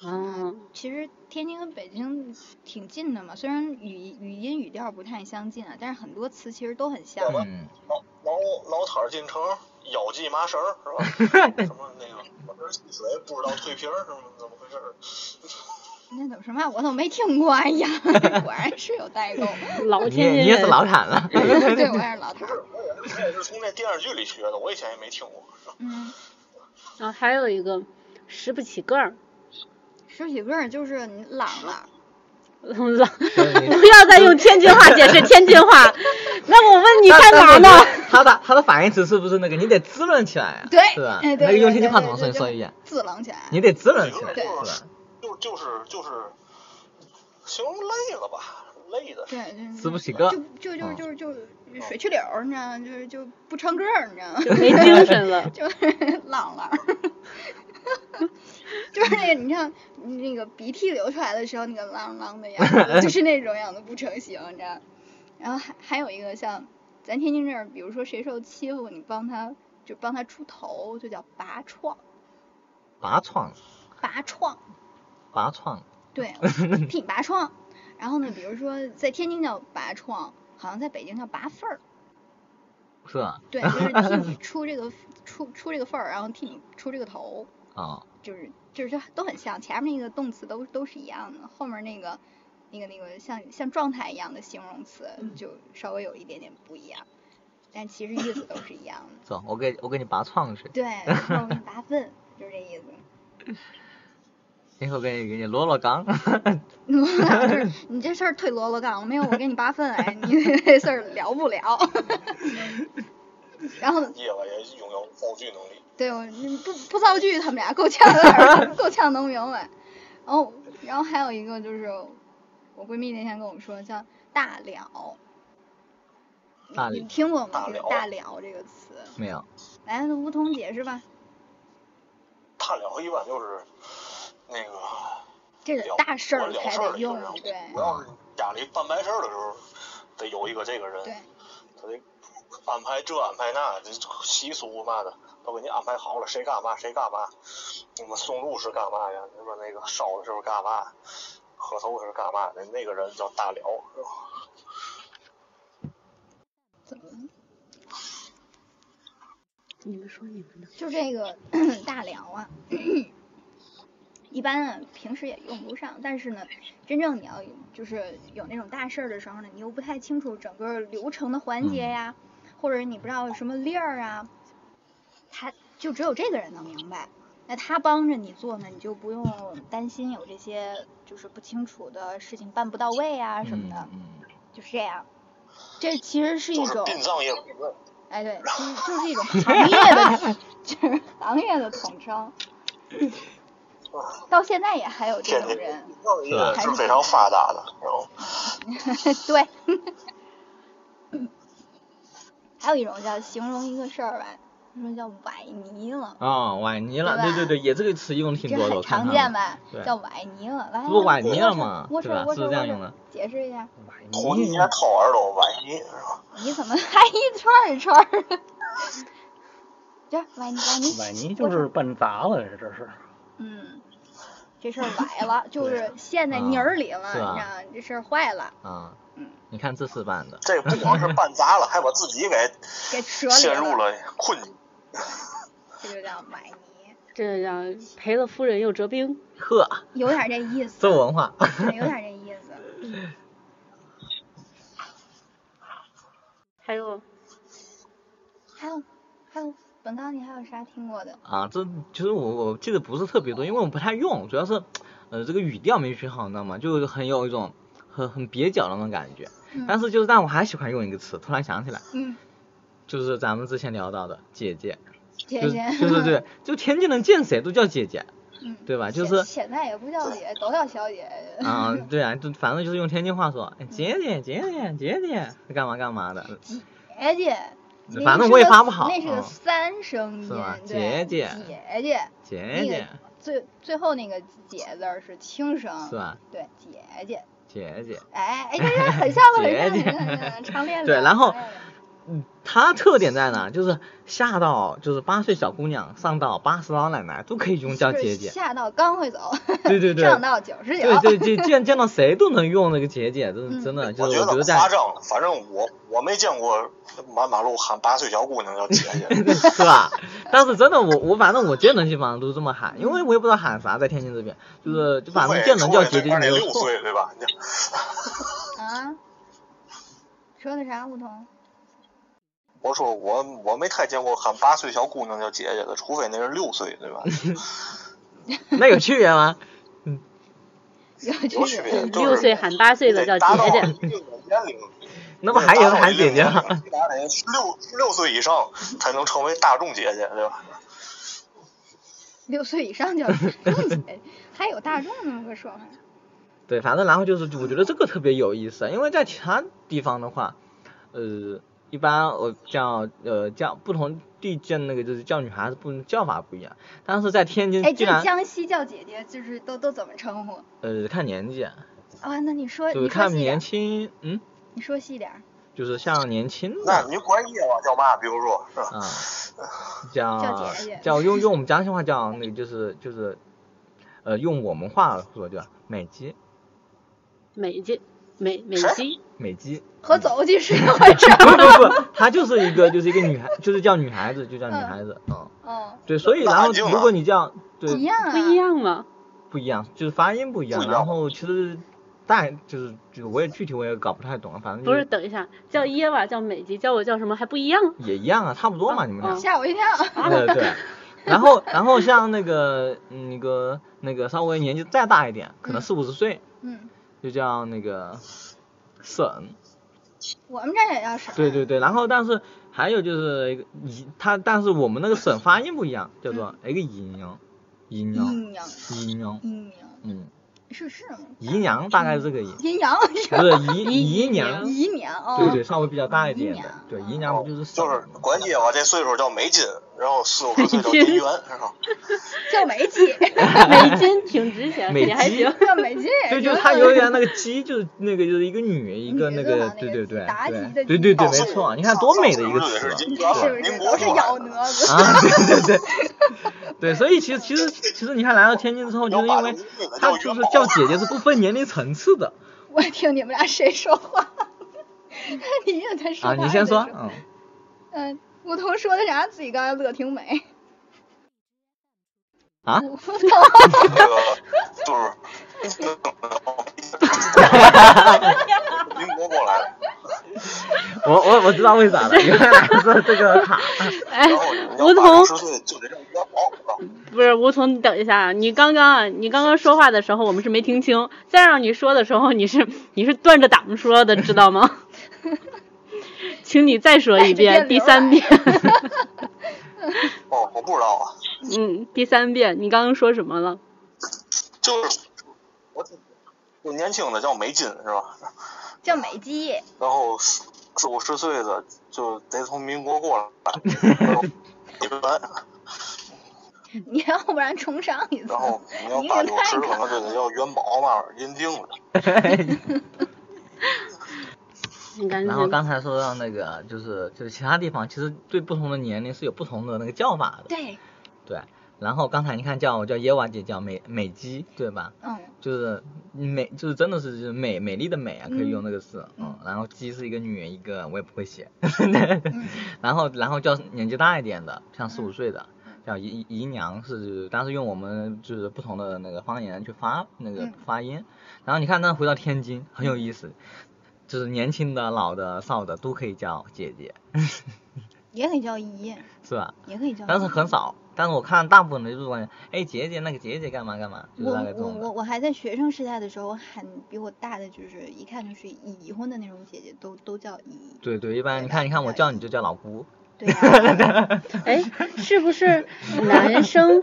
啊，
其实天津跟北京挺近的嘛，虽然语语音语调不太相近啊，但是很多词其实都很像。
嗯，
老老老坛儿进城，腰系麻绳儿是
(laughs)
吧？
嗯
什么那个我这儿汽水不知道退瓶儿是吗？怎么回事儿？
那怎么什么我怎么没听过？哎呀， (laughs) 果然是有代
(laughs)
沟。
老
你也
天津人，
你也是老坦了， (laughs)
对，我也是老头
不是
儿。，
我也我也是从那电视剧里学的，我以前也没听过。
嗯，
然后啊还有一个拾不起个儿，
十几个儿就是你朗了，
老
对你
不要再用天津话解释天津
(laughs)
话。那我问你干嘛呢？
他的他的反义词是不是那个你得滋润起来啊？
(laughs) 对
是吧？
哎
那
对
个用
对
天津
对
话
对
怎么
对
说？你
对
说一遍，
自朗起来。
啊你得滋润起来，
对
是吧？
就就是就是，形容累了吧，累的。
对，就是
滋不起个儿
就就就
嗯
就就是水去溜儿，你知道吗？就是就不成个儿，你知道吗？
就没精神了。
(laughs)
(laughs)
就是浪浪儿， (laughs) 就是那个你看那个鼻涕流出来的时候那个浪浪的样子， (laughs) 就是那种样子不成形，你知道。然后还还有一个像咱天津这儿，比如说谁受欺负，你帮他就帮他出头，就叫拔创，
拔创，
拔创，
拔创，
对，替你拔创。然后呢，比如说在天津叫拔创，好像在北京叫拔份儿，
是吧？
对，就是替你出这个出出这个份儿，然后替你出这个头，
啊，
就是就是都很像，前面那个动词都都是一样的，后面那个那个那个像像状态一样的形容词就稍微有一点点不一样，但其实意思都是一样的。
走，我给我给你拔创去，
对，然后你拔粪就是这意思。
一会儿给你给你罗罗缸，
(laughs) 就是你这事儿退罗罗杠，没有我给你扒粪哎， (laughs) 你这事儿聊不了。 (laughs) 然后
叶子也拥有造句能力，
对我不不造句，他们俩够呛有点儿够呛能明白。然后然后还有一个就是我闺蜜那天跟我说叫大了，你
大
你
了
听过吗
大？
这个
了
大了这个词，
没有，
来梧桐解释吧。
大了一般就是那个
这得
了
大事
我
儿
了
才
事
得
儿的一个
用
人，，
对
我要是家里办白事儿的时候，得有一个这个人，
对，
他得安排这安排那，这习俗嘛的都给你安排好了，谁干嘛谁干嘛，我们送路是干嘛呀？什么那个烧的时候干嘛，磕头是干嘛的？那个人叫大了，是吧？
怎么了？
你们说你们的，
就这个 (clears throat) 大梁啊， (clears throat) 一般啊平时也用不上，但是呢，真正你要就是有那种大事儿的时候呢，你又不太清楚整个流程的环节呀，或者你不知道有什么粒儿啊，他就只有这个人能明白。那他帮着你做呢，你就不用担心有这些就是不清楚的事情办不到位啊什么
嗯
的，
嗯，
就是这样。这其实是一
就是
种
殡葬业不问，
哎，对，其实就是一种行业的，就是行业的统称。到现在也还有这
天
种
津
人，
殡葬业
是
是
吧
非常发达的，然后
嗯
(laughs) 对。还有一种叫形容一个事儿吧，什么叫崴泥了，
啊，崴泥了，
对
对
吧
对对，也这个词用的挺
这
多的，
很
我看
常
看
见
啊，
吧
对？
叫崴泥了，来，
是不是崴泥了
吗
嘛？？
我
对吧？
我
是不是这样用的？
解释一下，
头一年掏耳朵崴泥，是吧？
你怎么 (laughs) 还一圈儿一圈儿的？ (laughs) 这崴泥崴泥，
崴泥就是办砸了，这这是。
嗯，这事儿崴
(laughs)
了，就是陷在泥儿里了，你
啊是
知道
吧
吗？这事儿坏了，
啊
嗯，
你看这是办的，
这不光是办砸了，还把自己给
给折里
陷入了困境。
啊
这就叫崴泥，
这叫赔了夫人又折兵。
呵，
有点这意思，
(laughs) 这文化，
对有点这意思。
还有
还有还有，本刚你还有啥听过的？
(laughs) 啊，这其实我我记得不是特别多，因为我不太用，主要是，呃，这个语调没学好，你知道吗？就很有一种很很蹩脚的那种感觉。
嗯
但是就是，但我还喜欢用一个词，突然想起来，
嗯，
就是咱们之前聊到的姐姐，
姐姐，
就是就是 (laughs) 对，就天津人见谁都叫姐姐，
(laughs) 嗯，
对吧？就
现
是
现在也不叫姐，都叫小姐。
啊、 (laughs) 对啊，就反正就是用天津话说，哎姐姐姐姐姐姐干嘛干嘛的，
姐姐，那
反正
是
我也
个
发不好
那是个
嗯
三声音，
是吧
对
姐姐
姐姐，
姐姐
最最后那个姐字儿是轻声，
是吧？
对，姐姐。
姐姐。
哎，哎，这这很像了，很像了，很像了很像了，哎常练
对
了
然后
常练了
嗯，它特点在哪？就是下到就是八岁小姑娘，上到八十老奶奶都可以用叫
就是
姐姐。
下到刚会走，
对对对
上到九十九，
对对对，见见到谁都能用那个姐姐，真
嗯
的真的
我
就是
觉
我觉
得
得在
夸张了，反正我我没见过满马路喊八岁小姑娘叫姐姐。
(laughs) 是吧？但是真的我我反正我见人基本上都这么喊，因为我也不知道喊啥，在天津这边就是就反正见人叫姐姐就
二
没
点
有
六
错。
岁对吧？你
啊，说的啥？梧桐？
我说我我没太见过喊八岁小姑娘叫姐姐的，除非那是六岁对吧？
那啊有区别吗？
有
有区别，就是
六岁喊八岁的叫姐姐，
姐姐。
那不还有人喊姐姐吗？
六六岁以上才能成为大众姐姐，对吧？
六岁以上叫大众姐姐，还有大众那么个说法。
对，反正然后就是我觉得这个特别有意思，因为在其他地方的话，呃，一般我叫呃叫不同地叫那个就是叫女孩子不叫法不一样，但是在天津
哎，
嗯居
就是
然
江西叫姐姐，就是都都怎么称呼？
呃看年纪，
啊，那你说，
就是
你啊说
看
细点
年
儿，
轻，嗯，
你说细点儿，
就是像年轻
那
的
你管夜晚叫嘛？比如说，是吧？
啊，叫
姐姐
叫用用我们江西话叫那个就是就是，呃用我们话说叫美姬，
美姐美美姬，
美姬。 (laughs)
和走鸡是一回事
不
儿。
不不，她就是一个就是一个女孩，就是叫女孩子，就叫女孩子，嗯，
(laughs) 嗯，
对，所以
那
然后
安静了
如果你这样，
不一
对，
样啊，
不一样吗？
不一样，就是发音不一样，
不一样
然后其实大就是就我也具体我也搞不太懂，反正就
不是，等一下，叫耶娃，叫美姬，叫我叫什么还不一样？
也一样啊，差不多嘛，你们俩
嗯，
吓我一跳。
(laughs) 对对。然后，然后像那个嗯那个那个稍微年纪再大一点，可能四五十岁，
嗯，
就叫那个色恩。
我们这儿也要省。
对对对，然后但是还有就是一个以它，但是我们那个省发音不一样，叫做
嗯
一个阴阳，阴阳，
阴阳，
阴阳，
阴阳
嗯，
是是吗？
姨娘大概是这个意，
阴阳，
(laughs) 不是姨
姨
姨
姨
娘，
姨娘哦。
对对，稍微比较大一点
姨
的
娘，
对姨娘哦就是省
就，是管姐我这岁数叫梅金，然后四五十岁叫
梅金
金元，是吧？
叫美姬，
(laughs)
美金挺值钱，
美
也还
姬
行。
叫美姬。
对，就是它有点那个鸡，就是那个就是一个女一个那个，对对对
妲己的
对
鸡
对对对，
哦是
没错，你看多美的一个
上次
词
是，金
是不
元，
是
民
都
国
是
出来
咬
的
蛾子？
啊， (laughs) 对对对，对，所以其实其实其实你看来到天津之后，就是因为他就是叫姐姐是不分年龄层次的
(laughs) 我听你们俩谁说话？ (laughs) 你也在说
啊，
话。
你先说
在，
嗯，
嗯，捕头说的啥？自己刚才乐挺
(laughs)
美。
啊
捕
(laughs)
头，
那个就是民国过来的，
我我我知道为啥了，原来是这个卡， (laughs)
哎 (laughs)
然后，
吴
你
桐
要八，十岁就得让我跑，
不是吴桐，你等一下啊！你刚刚啊，你刚刚说话的时候我们是没听清，再让你说的时候你是你是断着档说的，知道吗？ (laughs) 请你再说一
哎
遍，
这电
第
流
三遍，
哦，我不知道啊，
嗯，第三遍，你刚刚说什么了？
就是我我年轻的叫梅金是吧？
叫美姬。
然后四四五十岁的就得从民国过来，然后你们
你要不然重上一次
然。后你要
你
八
也
九
太
十，可
卡
能就得要元宝嘛，银锭了。
你赶紧
然后刚才说到那个就是就是其他地方其实对不同的年龄是有不同的那个叫法的，
对，
对，然后刚才你看叫我叫耶娃姐叫美美姬对吧？
嗯，
就是美，就是真的是就是美美丽的美啊，可以用那个字，
嗯
嗯，然后鸡是一个女人一个，我也不会写， (laughs)
嗯
然后然后叫年纪大一点的，像四五
嗯
岁的，叫姨姨娘是，但是用我们就是不同的那个方言去发那个
嗯
发音，然后你看那回到天津很有意思，就是年轻的、老的、少的都可以叫姐姐，
也可以叫姨，
是吧？
也可以叫姨。
但是很少，但是我看大部分的就是管，哎姐姐那个姐姐干嘛干嘛，就是
我
大概这
我
种
我
的，
我还在学生时代的时候，我喊比我大的就是一看就是已婚的那种姐姐，都都叫姨。
对对，一般
对
你
吧
看你看我
对
叫你就叫老姑。
对
(laughs)
啊，
哎，是不是男生，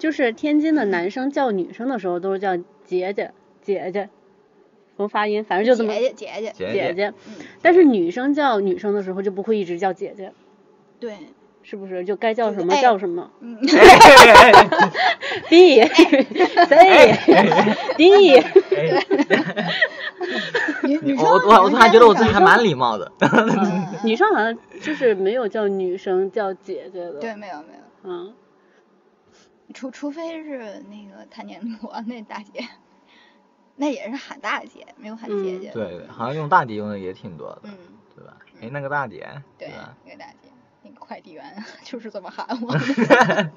就是天津的男生叫女生的时候都是叫姐姐、姐姐，从发音，反正就这么
姐姐姐姐， (laughs)
姐
姐姐
嗯。
但是女生叫女生的时候就不会一直叫姐姐，
对，
是不是？就该叫
就是
什么
哎
叫什么。
嗯，
哎
B
哎
(laughs)
哎
C
(laughs)
D，
女女
我
生
我我我突然觉得我自己还蛮
理。
礼貌的，
嗯
女生好像就是没有叫女生叫姐姐的。
对，，没有没有，
嗯，
除除非是那个谭建国 (laughs) 那大姐，那也是喊大姐，没有喊姐
嗯
姐。
对，好像用大姐用的也挺多的，
嗯，
对吧？哎，那个大姐，
对
吧？，
那个大姐，那个快递员 (laughs) 就是这么喊我的。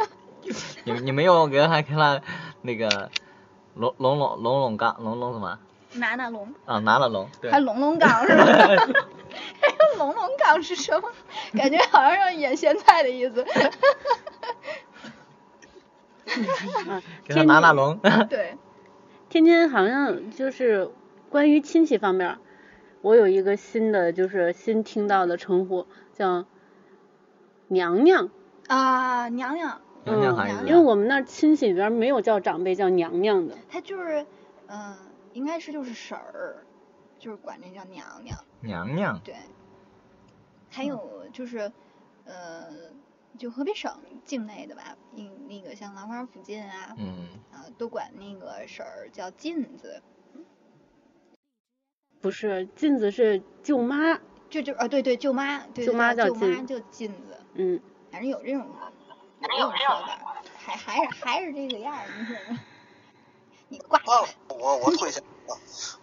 (laughs) 你你没有给他给他那个龙龙龙龙龙刚龙龙什么
拿那龙，
啊？拿了龙，对
还，龙龙岗是吧？ (laughs) 还有龙龙岗是什么？感觉好像要演咸菜的意思。 (laughs)
给他拿了龙，
对，
天津好像就是关于亲戚方面儿，我有一个新的，就是新听到的称呼叫娘娘，
啊，娘娘，
娘娘
嗯
还是
因为我们那儿亲戚里边儿没有叫长辈叫娘娘的，
她就是，嗯、应该是就是婶儿，就是管这叫娘娘。
娘娘，
对，还有就是，呃，就河北省境内的吧，嗯，那个像廊坊附近啊，
嗯，
啊，都管那个婶儿叫妗子，
不是妗子是舅妈，
就就啊，对对，舅妈，对
舅
对
妈
对
叫
舅妈
妗
叫妗子，
嗯，
反正有这种，有这种说法，还还是还是这个样儿，你说，你挂
算了，我我退下，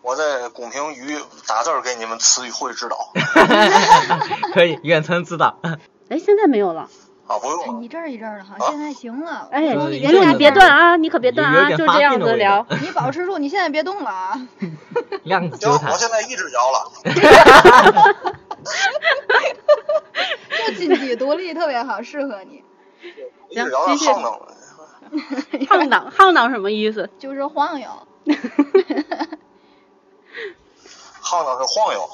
我在拱平鱼打字儿给你们词汇指导
可以远程指导。
哎，现在没有了。
啊，不用
哎
了。
一阵儿一阵儿的哈，
啊
现在行了。
哎，
我说
你
你别
这个
你
打
别
字
断
儿，
啊，你可别断
有有
啊，
点
就
发
这样
病的
子
味
聊
(laughs) 道。
你保持住，你现在别动了 (laughs) 啊。
量子
行，
纠
(laughs)
缠
我，现在一直摇了。
就紧急独立特别好，适合你。
一直摇了，
继续
晃荡。
晃荡晃荡什么意
(laughs)
思？
就是晃悠，
晃荡是晃悠，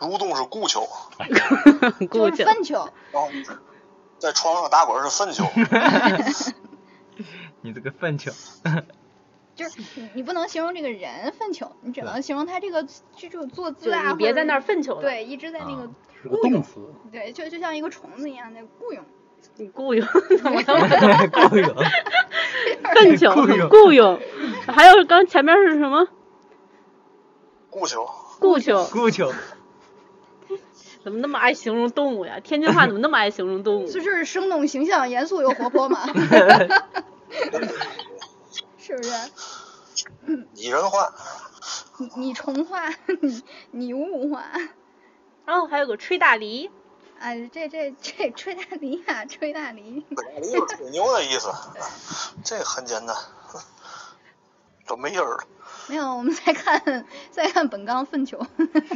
蠕动是固球，
过
就是
去
粪球。
然后在床上打滚是粪球。
你这个粪球， (laughs)
就是你你不能形容这个人粪球，你只
对
能形容他这个这种坐姿
就
啊，
你别
或者
在那儿粪球了，
对，一直在那个、
啊
是个动词，
对，
(laughs)
就就像一个虫子一样在雇佣。
你雇佣怎么能
够 (laughs) 有，
粪球
(laughs) 雇佣
雇佣？还有刚前面是什么
固球，
雇球？
够球，
怎么那么爱形容动物呀？天津话怎么那么爱形容动物？
所以 (laughs) 就是生动形象、严肃又活泼
(laughs)
嘛，是不是？
拟人化，
你你虫化， (laughs) 你你物化，
然后还有个吹大梨， (laughs)
啊，这这这吹大梨呀、吹大梨，
本来就是吹牛的意思，这个很简单。怎么没音儿了？
没有，我们再看再看本刚粪球， (laughs)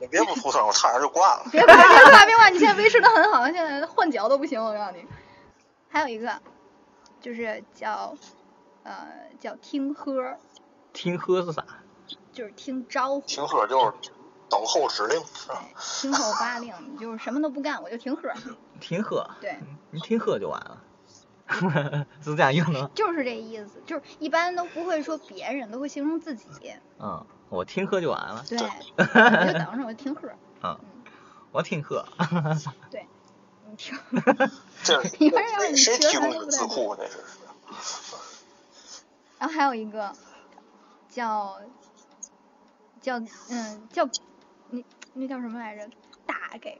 你别不出声，我差点就挂了。
(laughs) 别别别挂别挂，你现在维持的很好，现在换脚都不行，我告诉你。还有一个就是叫呃叫听喝，
听喝是啥？
就是听招呼，哎
停喝就是等候指令，是吧？
听候发令，你就是什么都不干，我就听喝。
听喝，
对，
你听喝就完了，是这样用的吗？
就是这意思，就是一般都不会说别人，都会形容自己。
嗯，我听喝就完了，
对，我就等着，我就听喝，
我听喝，
你听。 (laughs)
这
你为啥
谁
你
谁
觉得
提供
他都
这个
不
字
太对
库？这是
然后还有一个叫叫嗯叫那那叫什么来着？大概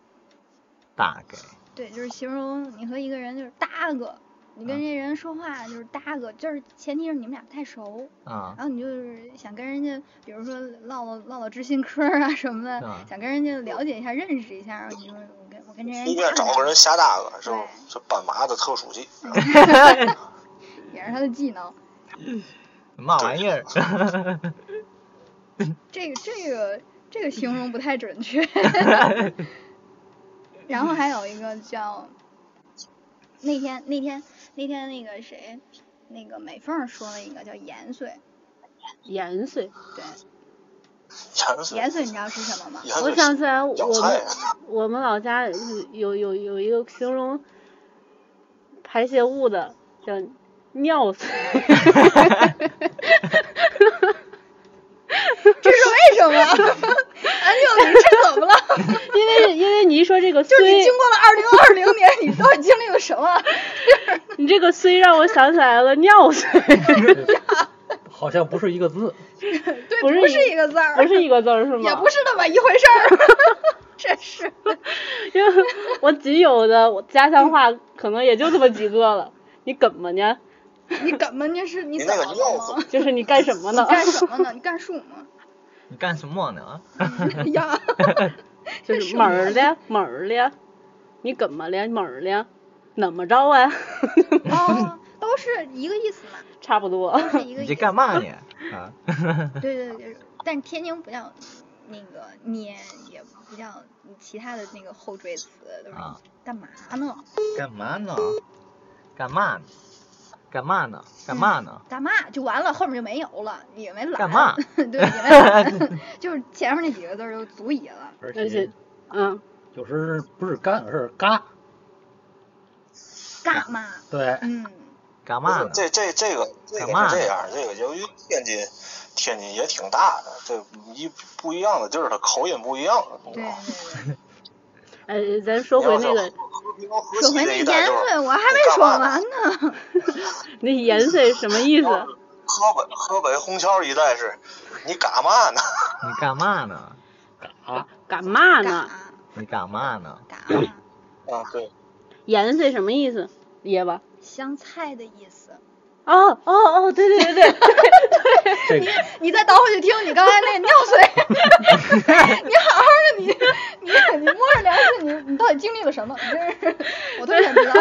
大概
对，就是形容你和一个人就是搭个，你跟
嗯
这人说话就是搭个，就是前提是你们俩不太熟，
啊
然，后你就是想跟人家，比如说唠唠唠唠知心嗑儿啊什么的，
嗯
想跟人家了解一下、认识一下，然后你说我跟我跟这人
随便
搭
找个人瞎搭个，是吧
对
这斑马的特殊技。
也是他的技能。
嘛玩意儿？
这个这个这个形容不太准
(laughs)
确。然后还有一个叫那天那天那天那个谁，那个美凤说了一个叫盐碎，
盐水。
对，
盐水，
盐碎你知道是什么吗？
盐
我
水
想起来，我
养菜啊
们我们老家有有有一个形容排泄物的叫尿水，
这是为什么？ (laughs) 安静，你这 (laughs) 怎么了？
(laughs)
(laughs)
因为因为你一说这个
就是你
虽
经，过了二零二零年，你到底经历了什么？ (laughs)
你这个虽让我想起来了尿水，
好像不是一个字。
对，
不是
(laughs) 不
一
是一个字儿，
不是一个字儿是吗？
也不是那么一回事儿， (laughs) 真是。
(laughs) 因为我仅有的我家乡话可能也就这么几个了。你梗吗呢？
你怎么你是你
你
怎
那
么
个
了
尿
吗？
就是你干什么
你
呢？
干什么呢？你干树
(laughs)
吗？哎
你干什么呢？
呀，
就是门儿了，门儿了，你怎么了？门儿了，怎么着啊？ (laughs)
哦，都是一个意思嘛，
差不
(laughs)
多。
都是一个
你
意
这
思。
干嘛呢？啊，
对对对，但是天津不叫那个捏，也不叫其他的那个后缀词，都是
啊
干嘛呢？
干嘛呢？干嘛呢？干嘛呢？干嘛呢？
干嘛就完了，后面就没有了， (laughs) 也没懒。
干嘛
对，也没
(laughs)
懒，就是前面那几个字儿就足以了。
而
而且
且，
嗯，
有时不是干，而是嘎。
干嘛？
对，
嗯，
干嘛呢？
这这这个这个
干嘛呢
是这样，这个由于天津天津也挺大的，这一不一样的地儿，它口音不一样。
对
(laughs) 哎，
对对。
咱说回那
你要
个
是和平和
说
西
回
这
那
一带
盐
就是
水，我还没说完呢。
那盐水什么意思？
河北河北虹桥一带是，你干嘛呢？ (laughs)
你干嘛呢？
嘎，
干嘛
干
(laughs) 呢？
嘛？
你干嘛呢？
干
嗯
嘛？
啊，对，
盐水什么意思？爷吧，
香菜的意思。
哦哦哦，对对对对对
这个
你再倒回去听你刚才那尿
(laughs)
水，你好好的你你你摸着良心，你你到底经历了什么？ (laughs) 你真是，我特别想知
(laughs)
道。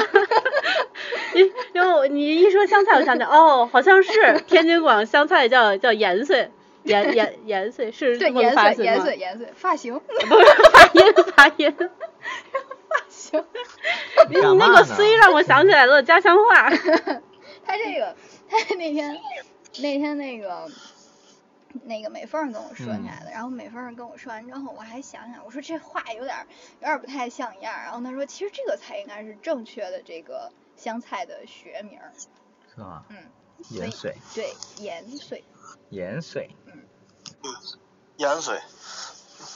对，因因为我你一说香菜，我想起来哦，好像是天津广香菜叫叫盐碎，盐盐盐碎是
对，
这么个发
盐
音
水盐
吗
水盐水，发型
(laughs) 不是发音发音，
发型。
你那个虽让我想起来 (laughs) 了家乡话，
他这个，他那天那天那个那个美凤儿跟我说起来的，然后美凤儿跟我说完之后，我还想想，我说这话有点儿有点儿不太像样儿，然后他说其实这个才应该是正确的这个香菜的学名儿，
是吗？
嗯，所以
盐水，
对盐水，
盐水，
盐水，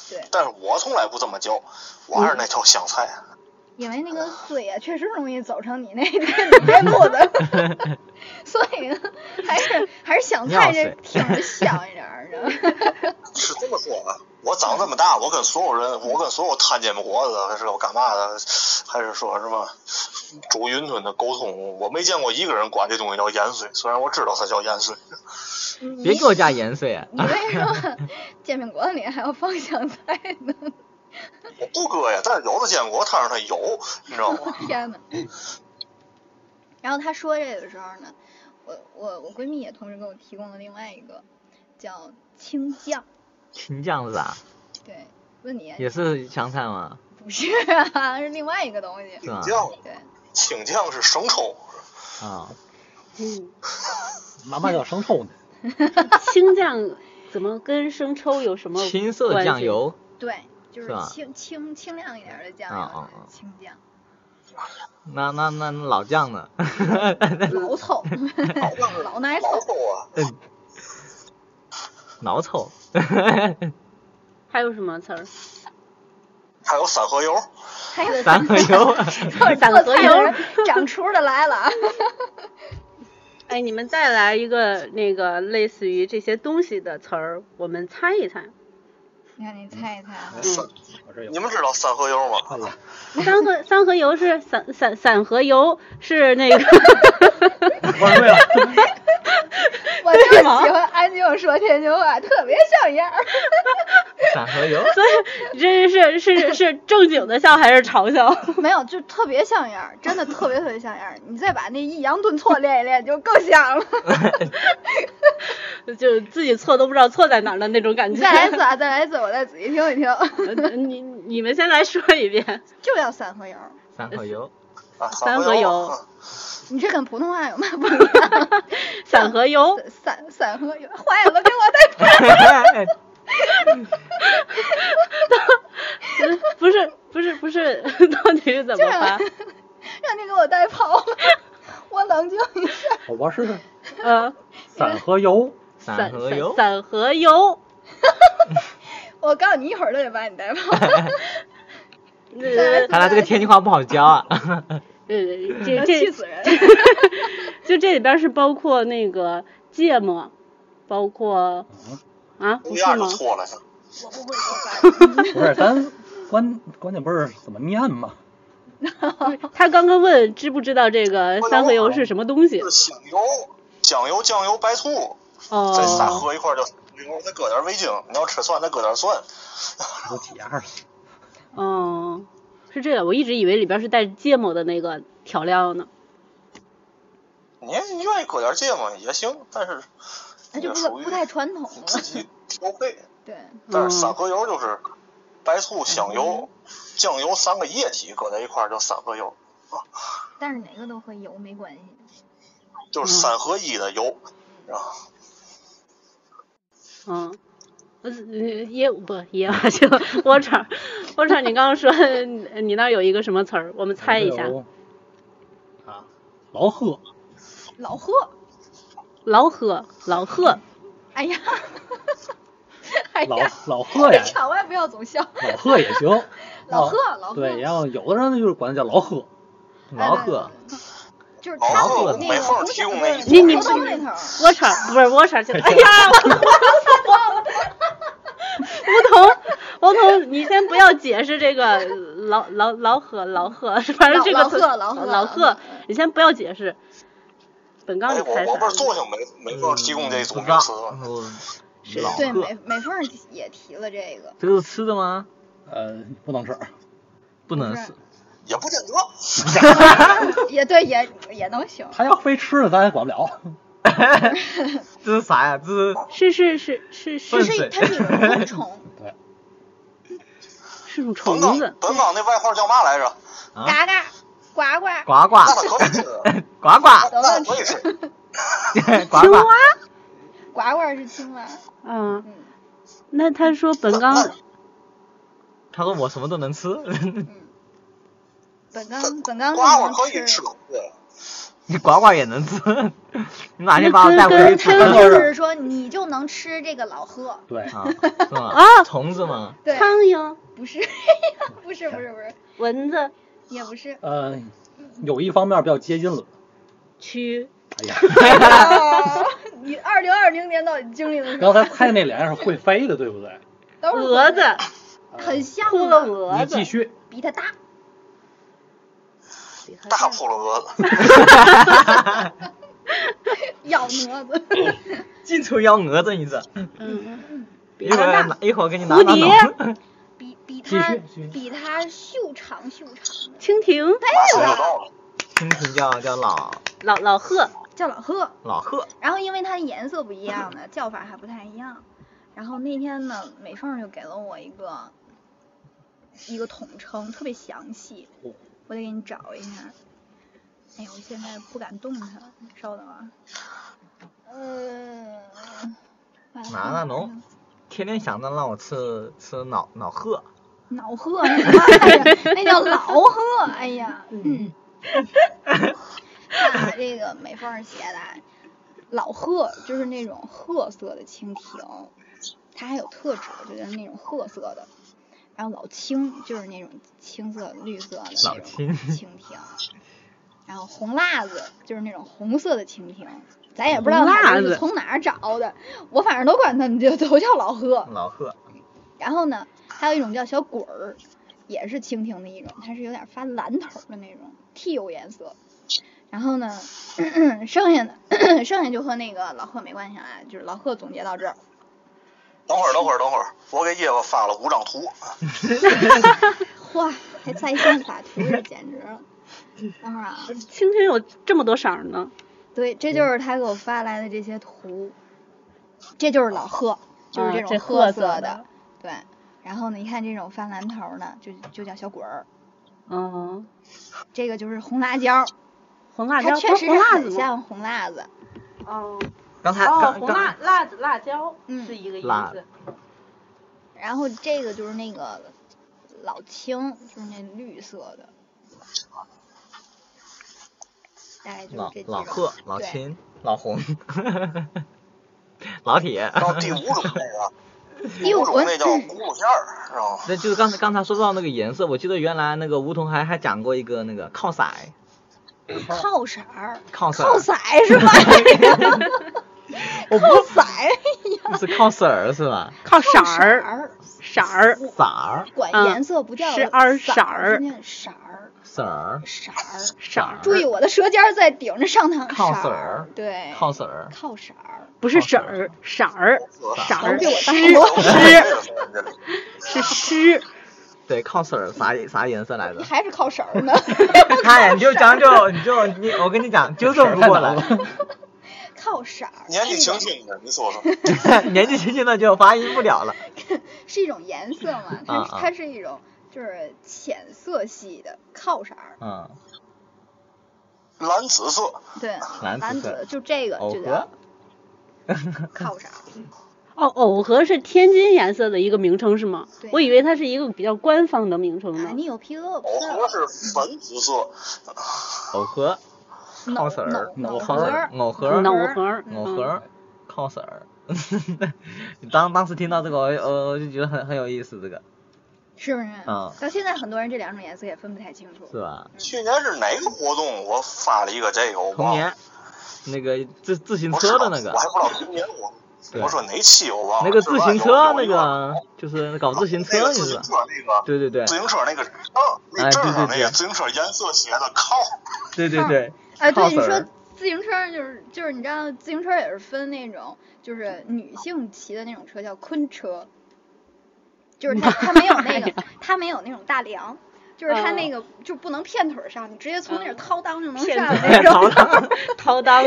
对，
但是我从来不这么叫，我还是
嗯
那叫香菜。啊
因为那个嘴啊确实容易走成你那你那路子， (laughs) 所以呢还是还是香菜这
尿水
挺着香一点儿的，
是这么说啊，我长这么大，我跟所有人，我跟所有摊煎饼果子还是我干嘛的，还是说什么煮云吞的沟通，我没见过一个人管这东西叫盐水，虽然我知道它叫盐水。
别给我加盐
(laughs)
水啊！ (laughs)
你为什么煎饼果子里还要放香菜呢？ (laughs)
我不搁呀，但是有的煎饼果摊上它有，你知道吗？
天呐。然后他说这个的时候呢，我我我闺蜜也同时给我提供了另外一个叫青酱，
秦酱是啥？
对，问你
也是香菜吗？
不是啊， (laughs) 是另外一个东西，
是吗？
酱
对，
青酱是生抽，
啊，
嗯，
妈妈叫生抽呢，
青酱怎么跟生抽有什么关系？
青色酱油，
对，就是
是吧
清清清亮一点的酱
啊
油
啊啊，
清
(laughs)
酱，
那那那那老酱呢？ (laughs)
老丑，老奶
老
丑，
抽啊，
老 (laughs) 抽，
还有什么词儿？
还有三合油，
还有
三合 (laughs) 油，
散
做
合
菜的
油
人。长出的来 (laughs) 了啊，
哎，你们再来一个那个类似于这些东西的词儿，我们猜一猜。
你看你猜一猜啊，
我这有
你们知道三合油吗？
看了，
三 (laughs) 合三合油是散散散合油是那个
玩
(laughs)
啊 (laughs)
对了，
(laughs) 我就喜欢安静说天津话，特别像样儿。
散合油，
你 (laughs) 这是是是是正经的笑还是嘲笑？
(laughs) 没有，就特别像样儿，真的特别特别像样 (laughs) 儿。你再把那抑扬顿挫练一练，就更像 (laughs) 了。
就自己错都不知道错在哪儿的那种感
你
觉。
再来一次啊，再来一次，我再仔细听一 (laughs) 听。
呃你你们先来说一
(laughs)
遍，
就要三合油儿，
散合油，
啊，
三合
合
油
啊
你这跟普通话有 (laughs) 嘛不一样？
散合
(laughs)
油。
三三合油，坏了，给我再
嗯不是不是不是，到底是 (laughs) 怎么发？
(laughs) 让你给我带跑了，我冷静一下。
我试试
呃，
散合油，
散
散
合
散
油，
散合油。
我告诉你，一会儿就得把你带跑。
(laughs) 呃
(laughs) 看来这个天津话不好教啊。
呃，这
气
这
死 (laughs) 人！
(laughs) 就这里边是包括那个芥末，包括啊，不
一
是
下
吗
就？错了，
我不会说法
不是咱关关键不是怎么念嘛，
他刚刚问知不知道这个
我
三合油是什么东西
是？香油、酱油、酱油、白醋，这仨
哦，
合一块儿就，你再搁点味精，你要吃蒜再搁点蒜。
有几样儿？
哦，是这样，我一直以为里边是带芥末的那个调料呢。
你愿意搁点芥末也行，但是
那就
也
不
属于
不太嗯传统了
自。己调配。
对，
(laughs) 但是散合油就是白醋、
嗯
香油、酱油三个液体搁在一块儿叫散合油，
但是哪个都会油没关系。
就是
嗯
三合一的油。然后
嗯，呃也不也 (laughs) 就我场我场，你刚刚说你你那儿有一个什么词儿，我们猜一下
我，这有啊，老贺，
老贺，
老贺老贺，
哎呀，哎
老
呀，
老贺呀，
场外不要总笑。
老贺也行，
(laughs) 老贺
啊
老贺哎
对，然后有的人就是管他叫老贺，
老贺，
就是
老
他
贺
们那
没
个
缝儿
红
提
绳
供
子
那一
你你
头
不
兜那头儿，
我场不是我场去了，哎呀，我吴桐吴桐，你先不要解释这个老老老贺老贺，反正这个
老老
词
贺老贺
老贺，你先不要解释，本纲
哎，
里
我
排
我不
啥
是作性没没法提供这组
嗯不知
名
道嗯
词了。
我
是
老
对
哥
美美凤儿也提了这个，
这个是吃的吗？
哎
呃，不能吃，
不能
不是
吃，
也不见得。
也对，也也能行。
他要非吃呢，咱也管不了。
(laughs) 这是啥呀？这是
是是是是
不
是
它
是
是
水
它是一种昆虫，
(laughs)
是种虫
本港
子，
本港那外号叫嘛来着？
啊
嘎嘎呱呱，
呱呱
那它可以吃，
(laughs) 呱
(laughs)
呱
得
那
问
它可以吃
题。。
呱
青
呱
蛙。
呱呱是青蛙，
嗯，
嗯
那他说本纲
他说我什么都能吃，
嗯。本刚本刚
瓜
更
瓜
能
可以
吃
吃，，对，
你呱呱也能吃，你哪天把我带
那
回去吃
跟
(laughs)
那
跟
就
跟
是说你就能吃这个老鹤，
对，，
啊？是吗？
啊
虫子吗？
对，
苍蝇、
不是，不是不是不是，
蚊子、
也不是
(laughs) 呃，有一方面比较接近了。
蛆，
哎呀，
(laughs) 啊你二零二零年到底经历了什
刚
么？
才猜那俩是会飞的，对不对？
等会儿
蛾子、
呃
很像
扑
嘛
棱蛾
你
子
继，续，
比它大，
大扑
(laughs)
棱蛾子，
啊
咬蛾子，
(laughs)
净出幺蛾子，你这
嗯，
一会儿拿一会儿给你拿
蝴
拿
蝶
脑。
比比
继
它
续继续
比它袖长袖长的，
蜻蜓、
马上就到了。
蜻蜓叫叫老
老老鹤、
叫老鹤。
老鹤，
然后因为它的颜色不一样呢，叫法还不太一样。然后那天呢，美凤就给了我一个一个统称，特别详细，我得给你找一下。哎呀，我现在不敢动它，稍等啊。嗯、呃，
拿那侬天天想着让我吃吃老老鹤，
老鹤，哎呀那叫老鹤，哎呀，
(laughs)
嗯，看这个美凤儿写的，老鹤就是那种褐色的蜻蜓，它还有特质，就是那种褐色的，然后老青就是那种青色、绿色的那
老
种
青
蜻蜓，然后红辣子就是那种红色的蜻蜓，咱也不知道
红
它
辣
是
子
从哪儿找的，我反正都管它们就都叫老鹤。
老鹤
然后呢，还有一种叫小滚儿，也是蜻蜓的一种，它是有点发蓝头的那种剃油颜色。然后呢， (clears throat) 剩下的剩下就和那个老贺没关系啊，就是老贺总结到这儿，
等会儿，等会儿，等会儿，我给叶子发了五张图，
哇，还在线法图这简直了。等会儿啊，
蜻蜓有这么多色儿呢，
对，这就是他给我发来的这些图，这就是老贺，就是
啊
嗯种
这
褐
褐色
色的，
的
对。然后呢，你看这种发蓝头的，就就叫小滚儿，
嗯，
这个就是红辣椒，
红辣
它
椒
确
不
实
是
是
红辣子
很
吗？
像红辣子，
哦
刚才
哦，
刚
红
刚
辣辣子辣椒
嗯
是一个意
辣
思，
然后这个就是那个老青，就是那绿色的，大概就是
老
这几
老
种
鹤老
对
青老红 (laughs) 老铁，
到第五种那个，
第五
种
个
那叫咕噜仙儿，知道吗？
那就是刚才刚才说到那个颜色，我记得原来那个梧桐还还讲过一个那个靠色儿，
靠色儿，
靠色儿，
靠色儿
(laughs)
是吧？
我
靠
不
色儿，
是靠色儿是
(laughs)
吧？
靠色
靠色
儿
儿，
色儿，
色儿
管
嗯
颜色不叫
十二
色
色
儿，
儿
是念色儿，
色儿
色儿。
色儿
注意我的舌尖儿在顶着上膛，
靠
色
色
儿
儿，
对，
靠色儿，
靠色儿，
不是色儿色儿色儿
被我当
湿
过
湿
这里
是湿，
对靠色儿啥啥颜色来着？ (laughs)
还是靠色儿呢？
看你就将就你就你我跟你讲纠正不过来，
靠色儿，
年
是
纪
一
轻
种
轻的，你说说，
(laughs) 年纪轻轻的就发音不了了。
是一种颜色嘛，它
啊
是
啊
它是一种就是浅色系的靠色儿，
嗯，
蓝紫色，
对，
蓝紫
蓝
色
紫就这个
耦
就
合
叫靠色儿，
(laughs)
嗯
哦，藕荷是天津颜色的一个名称是吗
对？
我以为它是一个比较官方的名称
啊，
呢。
你有 pick up
藕荷是粉紫色，
耦合靠色儿
脑
藕
盒
盒
儿
儿，
耦合
脑
儿
盒儿，
耦
嗯
合儿靠色儿。 (laughs) 你当当时听到这个，我我我就觉得很很有意思，这个
是不是？
嗯
到现在很多人这两种颜色也分不太清楚。
是吧？
去年是哪个活动？我发了一个这个，我
童
忘了
年。那个自自行
我知
车
道
的那个
我，还不知道童年我。
对
我说哪期我忘了。
那个
是
自
吧
行
有
车
有
那
一
个就是搞自行
那
车，
个
你
自
知
行
道？
车那个，
对对对
自行车那个证儿，那
哎
证
对
儿上
对
那个
对
自行车颜色写的靠，
对对对，
哎，
靠
对，你
色
说
儿
自行车儿就是就是你知道，自行车儿也是分那种，就是女性骑的那种车叫昆车，就是
(laughs)
它它没有
哎
那个它没有那种大梁，就是它那个就不能片腿儿上，你直接从那儿
嗯
掏裆就能
骗
上
子 (laughs)
那 (laughs)
(laughs)
种，
嗯掏 (laughs) 裆，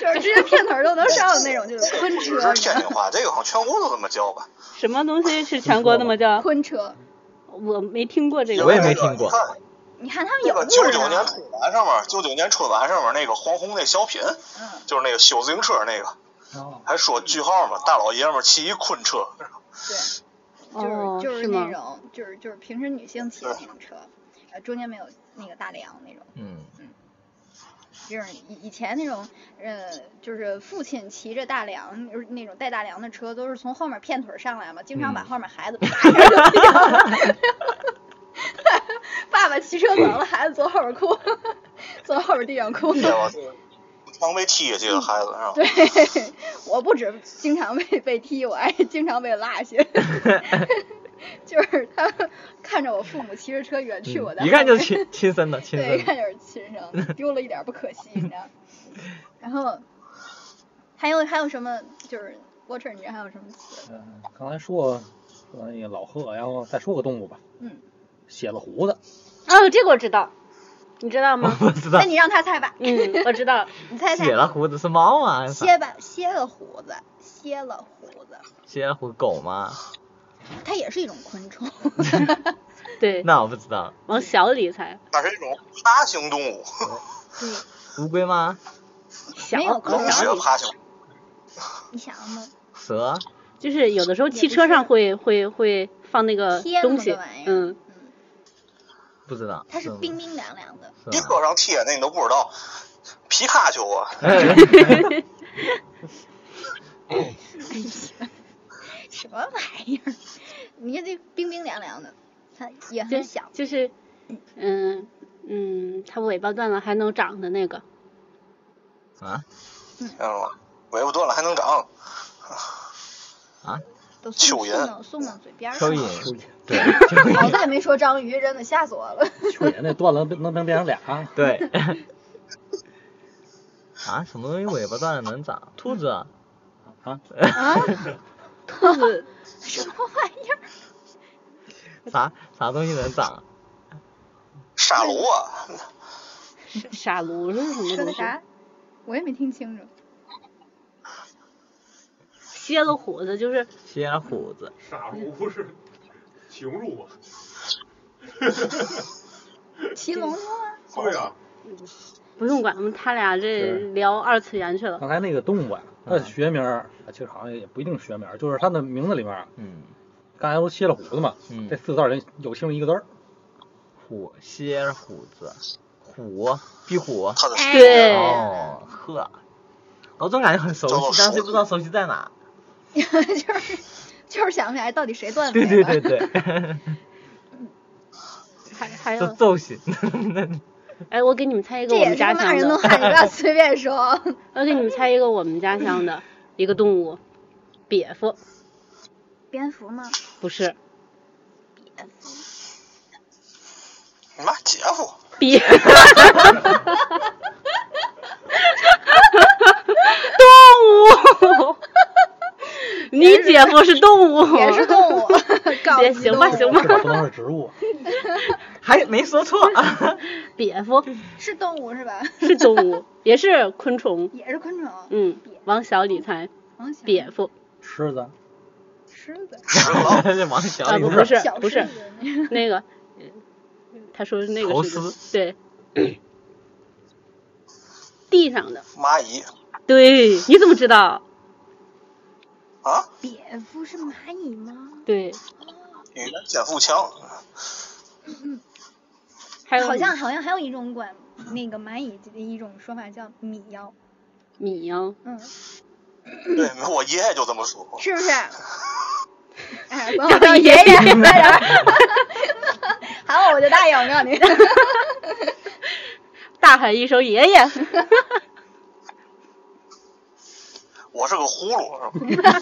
就是直接片腿儿都能上的那种，就是昆
这
车
是，天津话，这个好像全国都这么教吧？
什么东西是全国那么叫？
昆车。
我没听过这个。
我也没听
你
过
看
你看他们
那
有
个
故
九
事
九年
啊，
春晚上面，九九年春晚上面那个黄宏那小品，
嗯，
就是那个修自行车那个，
哦，
还说句号嘛，大老爷们儿骑一昆车，
嗯对。
哦，
就是就是
是
那
吗？
种就是就是平时女性骑的那种车，呃，中间没有那个大梁那种，
嗯，
就是以以前那种呃，就是父亲骑着大梁，就是那种带大梁的车，都是从后面片腿上来嘛，经常把
嗯
后面孩子啪一下就掉了。 (laughs) 爸爸骑车走了，孩子坐后边哭，坐后边地上哭。
对吧？常被踢下去的孩子啊是吧？
对， (laughs) 我不止经常被被踢，我还经常被落
(laughs)
下。 (laughs) 就是他们看着我父母骑着车远去我的，
嗯一
(laughs)
看就是亲亲生的，亲
对，一
生的
看。就是亲生，丢了一点儿不可惜，你知道。然后还有还有什么？就是 water，你这还有什么词？
嗯，刚才说说那个老鹤，然后再说个动物吧，
嗯，
蝎子胡子，
哦，这个我知道，你知道
我
吗？
不知道
那，你让他猜吧，
(laughs) 嗯，我知 (laughs) 道。
哎你猜猜
写。了胡子是猫吗？还是啥
歇吧，歇了胡子，歇了胡子，
(laughs) 写了胡子狗吗？
它也是一种昆虫。
(laughs) 对，
那我不知道，
往小里猜，
那是一种爬行动物，
乌龟吗？
小
没有
往
冷
小
血
里，
爬行。
你想吗？
蛇？
就是有的时候汽车上会会会放那个
贴那么
呃东
个
西
玩意，儿
嗯，
嗯，
不知道。
它是
吗
冰。冰凉凉的。
是吗
你车上贴那你都不知道，皮卡丘啊，
什么玩意儿？你看这冰冰凉凉的，它也
就
很小。
就是，嗯嗯，它尾巴断了还能长的那
(laughs)
个， (laughs)
啊
知道吗？尾巴断了还能长，
啊！
都送
蚯蚓
送到送到嘴边儿
蚯
上了。
蚓，对，蚯
(laughs)
好
蚓，
在没说章鱼，真的吓死我 (laughs) 了。
蚯蚓那断了能能变成俩，
对。 (laughs) 啊，什么东西尾巴断了能长？兔子啊，
啊，
兔子
什么玩意儿？
啥啥东西能长？
沙罗啊，
傻傻芦是什么
说的
东西？
啥？我也没听清楚。
歇了胡子就是
蝎了虎子，
傻如不是情入啊？
骑龙珠啊？
对啊，
不用管他们，他俩这
是
聊二次元去了。
刚才那个动物啊，它的
嗯
学名儿啊，其实好像也不一定学名儿，就是它的名字里面儿，
嗯，
刚才都蝎了胡子嘛，
嗯
这四个字儿里有其中一个字儿，
虎蝎了虎子，虎壁虎，
它的
哎
对
哦，呵，我总感觉很熟
叫做
悉，但是
熟
不知道熟悉在哪。
(laughs) 就是就是想不起来到底谁断
对
尾
对
了。
对对，
还还
这
有，
揍 (laughs) 死！
哎，我给你们猜一个
这
我
也
们
是
家
骂
乡
人的
的，
话，你不要随便说。
(laughs) 我给你们猜一个我们家乡的一个动物，瘪蝠，
蝙蝠
(laughs)
吗？
不是
你妈姐夫，
瘪， (laughs) 动物，你姐夫是动物，
也是
(laughs)
动物，搞
别
基
行
动
吧
物
行吧
至
(laughs)
少不能是植物，
(laughs) 还没说错，
瘪蝠
是动物是吧？
是动物，也是昆虫，
也是昆虫。
嗯，往小里猜，
王小
瘪蝠
(laughs) 狮子，
狮子，
(laughs) 往小
啊，
里
不
头
不是
小
不是
狮子
(laughs)
那个
那个，他说那
头
个是个
丝
对，地上的，
蚂蚁
对，你怎么知道？
啊，
蝙蝠是蚂蚁吗？
对，
语言天
(laughs)
赋强，
还有
好像好像还有一种管那个蚂蚁的一种说法叫米妖，
米呀，
嗯，
对我爷爷就这么说。
是不
(laughs)
是？哎，管
叫
我
(laughs)
叫
爷
爷爷，
爷
快点儿 (laughs) 喊我我就答应，我告诉你。
(laughs) 大喊一声爷爷，
我是个葫芦，是吧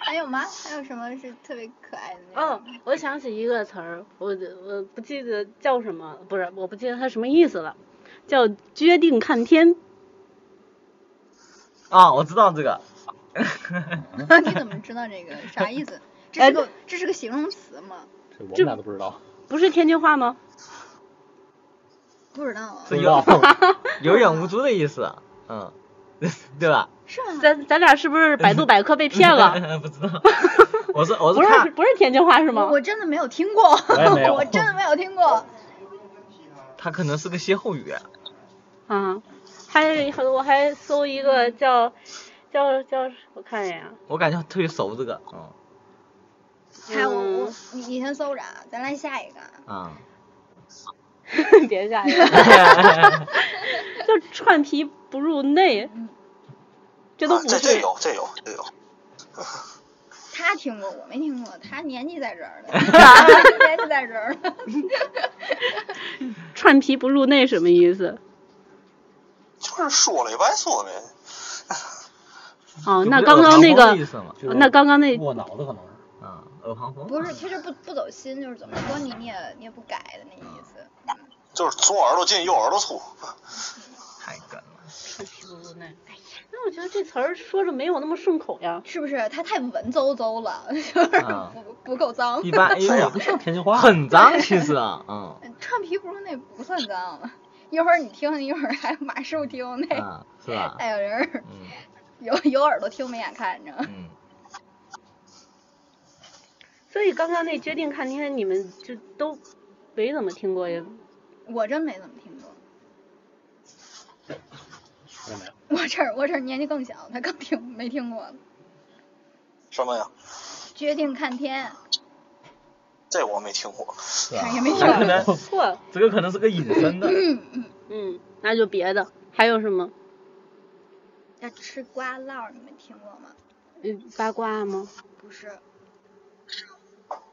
还有吗？还有什么是特别可爱的那
哦
种？，
我想起一个词儿，我我不记得叫什么，不是，我不记得它什么意思了。叫《决定看天》。
啊，我知道这
(laughs)
个。
你怎么知道这个？啥
(laughs)
意思？这是个这是个形容词吗？
这我们俩都不知道，
不是天津话吗？
不知道啊，
不知道。
有眼无珠的意思，嗯， (laughs) 对吧？
是吗？
(laughs) 咱咱俩是不是百度百科被骗了？
(laughs) 不知道，我是我
不
是
是
看，
不是天津话是吗？
我真的没有听过，
我也没有
(laughs) 我真的没有听过。
它可能是个歇后语，
啊，还还我还搜一个叫叫叫，我看一眼啊， (laughs)
我感觉特别熟这个，嗯
哎，我我
嗯
你你先搜着啊，咱来下一个啊。
啊，
别
(laughs)
吓人，哦就串皮不入内，这都
啊
不
这这
是。
有这有这有，
他听过，我没听过。他年纪在这儿
(laughs)
呢，他年纪在这儿呢。
串皮不入内什么意思？
就是说了一半说呗。
哦，那
就
刚刚那
耳旁风的
个哦
意，思嘛，
就是
那刚刚那
过脑子可能是。
嗯，耳旁风， (laughs)
不是，他这不不走心，就是怎么说你你也你也不改的那意思。
啊
就是左耳朵进右耳朵出，
太梗了，
串皮不入内。哎那我觉得这词儿说着没有那么顺口呀。
是不是他太文绉绉了，就是
啊
不不够脏
一？般一
哎呀，
般
不像天津话，
很脏其实啊，嗯
穿皮不是那不算脏，啊一会儿你听，一会儿还马师傅听那
啊，是吧？
带有人儿
嗯
有有耳朵听没眼看着。
嗯，
所以刚刚那决定看天，你们就都没怎么听过呀？
我真没怎么听过，
我也没有
我这儿我这儿年纪更小，他更听没听过。
什么呀？
决定看天，
这我没听过。
是吧？
也没
这可能
不错，
这个可能是个隐身的，
嗯，那就别的，还有什么？
要吃瓜烙，你们听过吗？
嗯，八卦吗？
不是，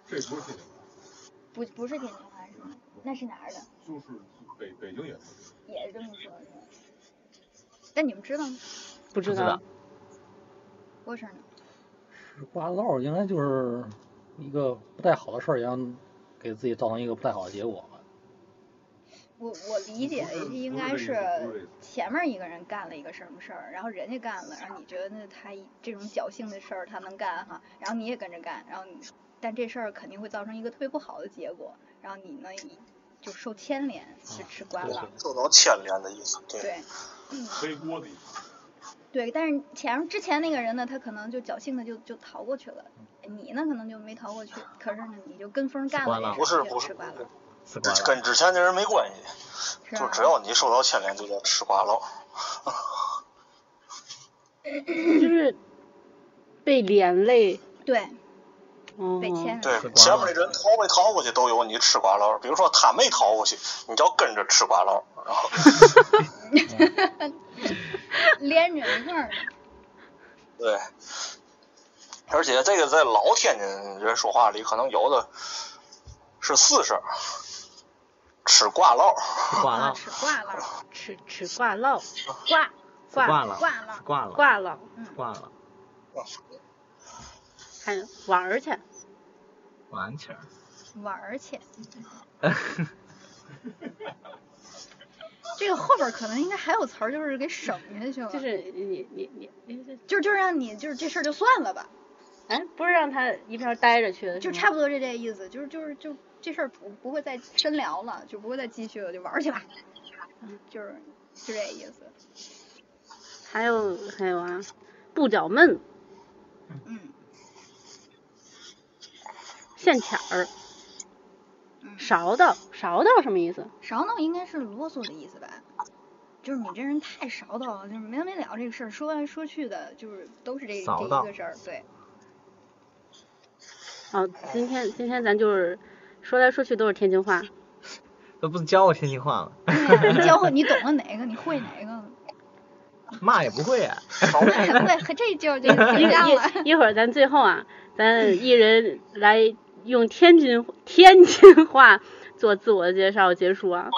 这不是天津话，
不不是天津话是吗？那是哪儿的？
就是北北京也是。
也是这么说的。但你们知道吗？
不知
不知道
道。
过事儿呢？
挂烙应该就是一个不太好的事儿，然后给自己造成一个不太好的结果吧。
我我理解
不是
应
不是
该
这意思
是
不是这意思
前面一个人干了一个什么事儿，然后人家干了，然后你觉得那他一这种侥幸的事儿他能干哈，然后你也跟着干，然后你但这事儿肯定会造成一个特别不好的结果，然后你呢一就受牵连，是
啊
吃瓜
对
了。
受到牵连的意思，对， (laughs)
对
黑锅的意思。
对，但是前面之前那个人呢，他可能就侥幸的就就逃过去了，
嗯
你呢可能就没逃过去，可是呢你就跟风干
瓜
了这
了
事儿，
不是
就
不
吃
是
瓜了，
吃瓜
这
了，
跟之前那人没关系，
是
啊
就
吧
只要你受到牵连，就叫吃瓜烙。
就是被连累，
对
哦，
被牵连。
对
吃，瓜
前面
烙
那人逃没逃过去都有你吃瓜烙。比如说他没逃过去，你就要跟着吃瓜烙。然后，
连着一块儿的。
对，而且这个在老天津人说话里，可能有的是四声，吃瓜 (laughs) 烙。
吃瓜
啊，
了，
吃挂了，
吃吃挂烙，
挂
挂
挂
了，
挂了
挂了，
挂烙，
挂了，
看玩儿去，
完气儿。
玩儿去。这个后边儿可能应该还有词儿，就是给省下去了，
就是你你你你，
就就让你就是这事儿就算了吧，
哎，不是让他一边儿待着去的，
就差不多这这意思，就是就是就这事儿不不会再深聊了，就不会再继续了，就玩儿去吧，嗯就是就这意思。
多。还有还有啊，不搅闷，
嗯
现钱儿，
嗯，
勺到勺到什么意思？
勺闹应该是啰嗦的意思吧？就是你这人太勺叨了，就是没完没了这个事儿，说来说去的，就是都是这这
勺
一
叨
个事儿，
(laughs)
对。
哦，今天今天咱就是说来说去都是天津话，
(laughs) 这不是教我天津话吗？
对呀，你教会你懂了哪个，你会哪个，
骂也不会啊。
对，和这就
(laughs)
这个
一
形象了。
一一会儿咱最后啊，咱一人来用天津天津话做自我介绍结束啊。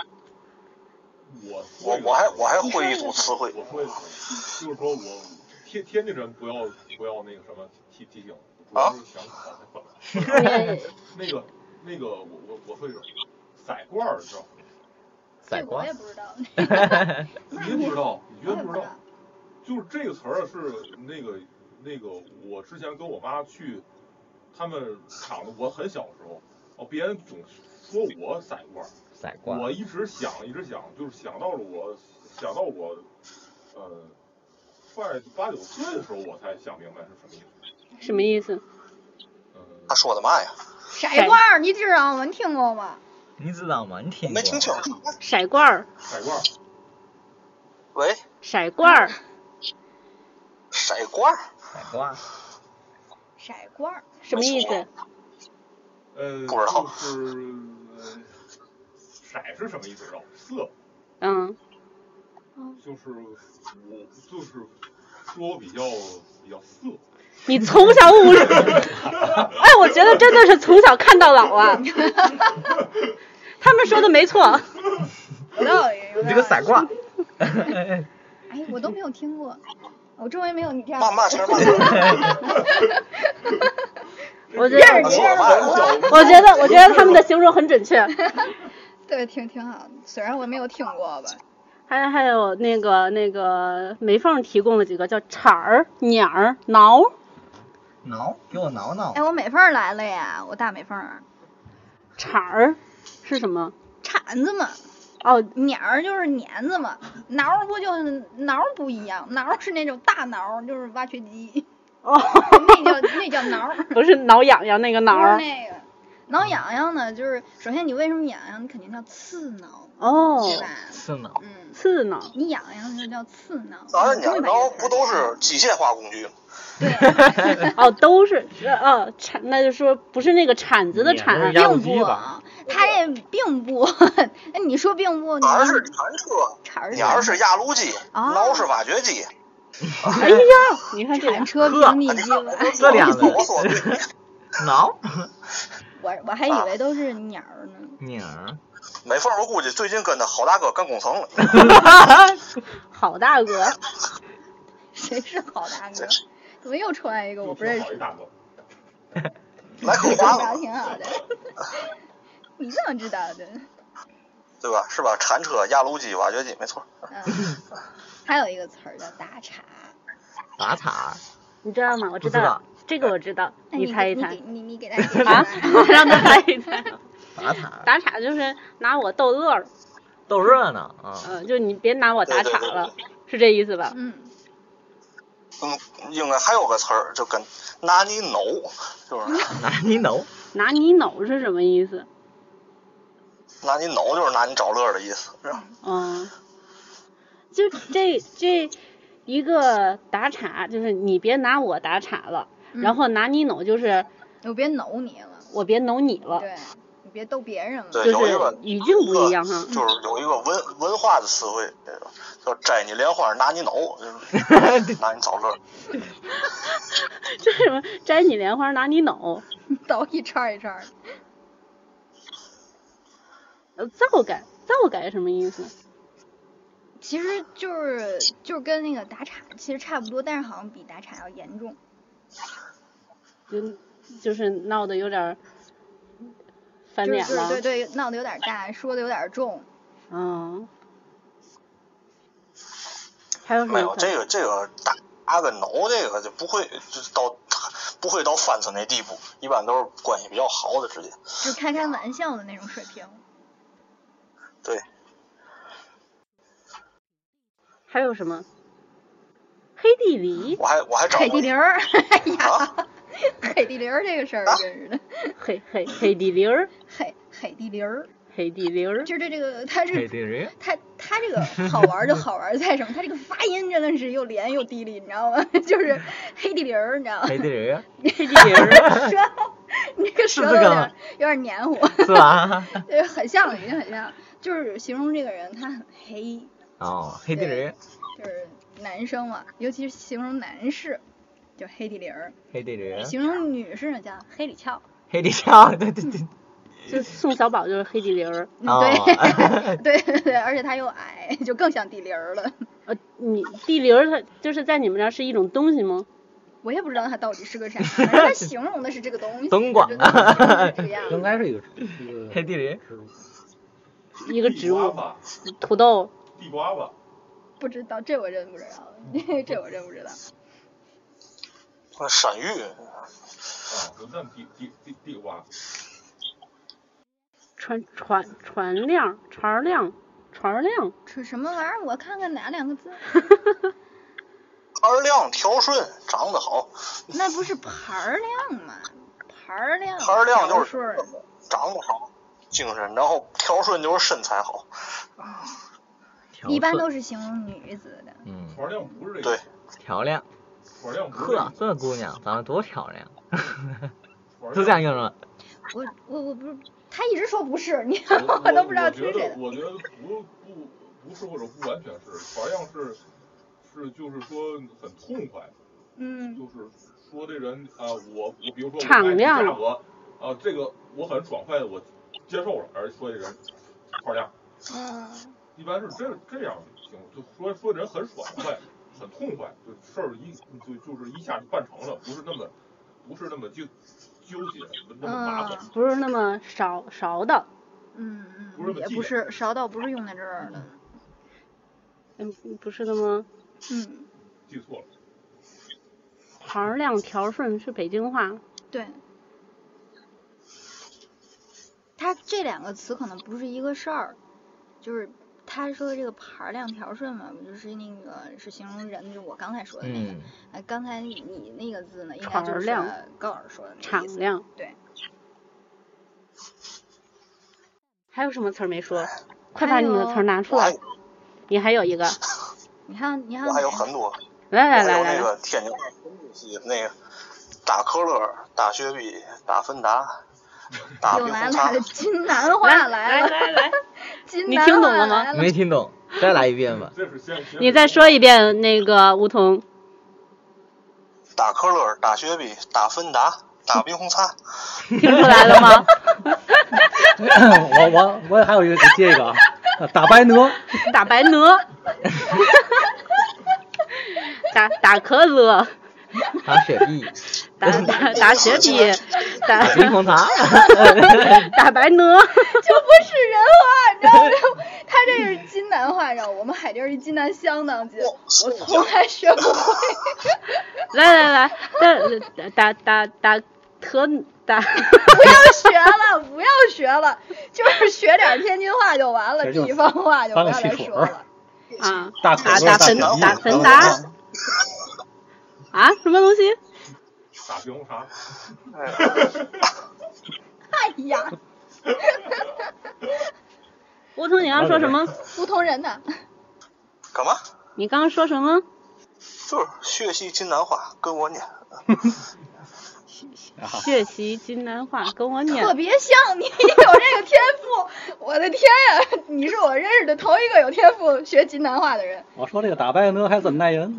我
我我还我还
你
会
说
一
这
组
个
词汇，
我说一次，就是说我天天津人不要不要那个什么提提醒，我
啊
是想反反
你
那个那个我我我会是，色罐儿你知道吗？
宰
(laughs) 这我
瓜
也，不知
(laughs)
道，
您不知道，你
我
绝
也
对
不
不
知
知
道
道。。就是这个词儿是那个那个，我之前跟我妈去他们厂子，我很小时候，哦，别人总说我宰官儿，
宰瓜，
我一直想一直想，就是想到了我想到我，呃，快八九岁的时候，我才想明白是什么意思。呃
什么意思？
他说的嘛呀？
傻
谁
瓜儿，你知道吗？你听过
(laughs)
吗？
(laughs) 你知道吗？你听
我没听清
过。
楚。
骰罐儿，
改罐儿，
喂，
骰罐儿，
色官儿
宰瓜，
傻瓜儿，
什么意思？
呃，
不知道
就是呃色是什么意思？知道色
嗯，
就是我就是说我比较比较色，
你从小五十，哎，我觉得真的是从小看到老啊。他们说的没错，
有道理，有道理。
这个傻瓜，
哎，我都没有听过，我周围没有你这样。
骂骂声骂声。
(laughs)
我觉
这样
得
你这，样好了。
我觉得，我觉得他们的形容很准确。
对，挺挺好。虽然我没有听过吧，
还有还有那个那个梅凤提供了几个叫铲儿、捻儿、挠儿、
挠，给我挠挠
哎，。我美凤儿来了呀，我大美凤儿，
铲儿是什么？
铲子嘛，
哦，
捻儿就是碾子嘛，挠儿不就是挠儿不一样，挠儿是那种大挠儿，就是挖掘机， (laughs)
哦，
那叫那叫挠儿，
不是挠痒痒那个 (laughs) 挠
不是
儿。
那个。挠痒痒呢，就是首先你为什么痒痒，你肯定叫刺挠，
哦，
对吧？
是挠，
嗯，
刺挠。
你痒痒就叫刺挠。
咱
你
俩
不会把
刀
这个
不都
(laughs)
是机械化工具吗？
哦，都是，呃哦，铲，那就说不是那个铲子的
碾
铲啊
子，压路
并
机
不
吧，
他这并不。 (laughs) 那你说并不？你
哪儿是铲车，
铲儿
鸟儿是压路机，
啊
挠是挖掘机。
哎
(laughs)
呀，你看这
铲
俩，
车
呵
平地
你
鸡
看
吧
我？
这俩字
我说对，
挠，
我我还以为都是鸟儿呢。 (laughs)
拧儿，
美凤儿，我估计最近跟他好大哥干工程了。
好大哥，
谁是好大哥？怎么又出来一个我不认
就
识？
挺好一大哥。
来口
你怎
花
么着
了，
挺好的。你怎么知道的？
对吧？是吧？铲车、压路机、挖掘机，没错。
嗯，还有一个词儿叫打岔。
打岔儿，
你知道吗？我知
不知道
道，这个我知道，
那
你猜一
给
猜
哎你给你
(laughs)
你给大家
啊？让
(laughs)
他猜一猜，
打岔儿，
打岔就是拿我逗乐儿，
逗热闹啊。
嗯，就你别拿我打岔
对对
了
对，
是这意思吧？
嗯，
嗯，应该还有个词儿，就跟拿你挠，就是
拿你
(laughs)
挠，
拿你脑是什么意思？
拿你挠，就是拿你找乐儿的意思，是吧？
嗯，就这这一个打岔，就是你别拿我打岔了，
嗯
然后拿你脑就是
我别挠你了，
我别挠你了。
对你别逗别人了。
对
就
有一
是
个
语境不一样哈。
就是有一个文文化的词汇，这个叫摘你莲花，拿你挠，就是
(laughs)
拿你找乐儿。
(laughs) 这是什么摘你莲花拿你脑，
倒一串儿一串儿。
呃，造改造改什么意思？
其实就是就是跟那个打岔其实差不多，但是好像比打岔要严重。
就就是闹得有点儿翻
就
脸
是
了。
对对对，闹得有点大，说的有点重。
嗯。啊还有什
没有
么词？
这个这个打打跟挠这个就不会就是到不会到翻车那地步，一般都是关系比较好的直接。
就开开玩笑的那种水平。
对，
还有什么？黑地梨，
我还我还找
海
过
地灵儿，哎呀
啊，
海地灵儿这个事儿
啊
真是的，
黑黑黑地梨儿，
海海地灵儿，
黑地梨儿，
就是这这个它
嘿
是
对人，
它它这个好玩儿就好玩儿在什么？它这个发音真的是又连又地理，你知道吗？ (laughs) 就是黑地灵儿，你知道吗
嘿？对人，
黑地梨儿，
舌，你这个舌头
这
有
个
点
吗
有点黏糊，
是吧？
对， (laughs) 很像，已经很像，就是形容这个人他很黑，
哦，嘿对人，
就是男生嘛，尤其是形容男士，就黑地灵儿；
嘿对人，
形容女士呢叫黑里
(laughs)
翘。
嘿对笑，对对对，
就宋小宝就是黑地梨儿。
嗯
哦
对 (laughs)
(laughs)
对对对，而且他又矮， (laughs) 就更像地灵儿了。
呃，你地梨儿它就是在你们那儿是一种东西吗？
我也不知道他到底是个啥，反正他形容的是
(laughs)
这个东西，
冬瓜
这个东西是这个样
应
子。
(laughs)
该是一个一个
嘿对人，
植物，
一个植
地
物，
瓜吧，
土豆。
地瓜吧，
不知道这我真不知道，
嗯
(laughs) 这我真不知
(laughs)
道。
那闪玉，
啊，文旦地地地地瓜，
船船船亮船亮船亮，
这什么玩意儿？我看看哪两个
(laughs)
字？
二亮调顺，长得好，
那不是盘儿亮吗？盘儿亮，
盘儿亮就是
顺儿
长得好，精神，然后调顺就是身材好。
调
(laughs) 一般
顺
都是形容女子的。
嗯，
团亮不是这个，
漂亮，
团亮不是
呵，这姑娘长得多漂亮， (laughs)
团
是这
亮。
样形容的。
我我我不是，他一直说不是， (laughs)
(laughs)
你
我
我都不知道
我
听
觉
谁的。
得我觉得不不不是或者不完全是，团亮是是就是说很痛快，
嗯，
就是说这人啊，我我比如说我
敞
按
亮
价格啊，这个我很爽快的我接受了，而说这人团亮，
嗯，
一般是这这样形容，就说说人很爽快，很痛快，就事儿一就就是一下就办成了，不是那么不是那么纠纠结，那么麻烦。
不是那么勺勺的，
嗯
不
嗯，
是个
也
伎
不
俩
是，勺到不是用在这儿的。
嗯，不是那么
嗯，
记错了，
盘亮条顺是北京话，
对。他这两个词可能不是一个事儿，就是他说这个盘儿亮条顺嘛，就是那个是形容人，就是我刚才说的那个。
嗯，
哎，刚才你你那个字呢，应该
船
就是
亮
高老师说的那个
敞
意思。
亮。
对，
还有什么词儿没说？快把你的词儿拿出
我还
来。你还有一个，
你看，你看，
我还有很多，
来来
还
来
有
来
那
来，
个天津话分母系那个打可乐、打雪碧、打
(laughs)
芬达、打
又
冰
来了
红茶
来了，金南话来
来
了，
来来，
(laughs) 金
你
南
听懂
话
了吗
来了
没听懂，再来一遍吧。
这是先先
你再说一遍那个梧桐，
打可乐、打雪碧、打芬达、打冰红茶。
听出来了吗？
(laughs)
(laughs)
我我我还有一个接一个啊，打白鹅，
打白
(laughs)
鹅，打打可乐，
打雪碧，
打打打雪
(laughs)
碧，打
打冰红茶，
(laughs) 打白鹅，
就不是人话，你知道吗？他这是金南话，你知道吗我们海淀是金南相当近，我从来 (laughs) 学不会。
来来来，再打打打特打，
不要学了，不要学了，就是学点天津话就完了，
其实就是
地方话就不要
翻个
再
汽水
说
儿
了。
啊
大可
啊打
乐，大
芬
雪碧
打芬达啊，什么东西？
打冰红茶，
哎呀，
梧桐，你刚刚说什么？
不同人呐，
干嘛？
你刚刚说什么？
就是学习金南话，跟我念。
学习金南话，跟我
特
念。
别像你有这个天赋，我的天呀，你是我认识的头一个有天赋学济南话的人。
我说这个打白鹅还怎耐人？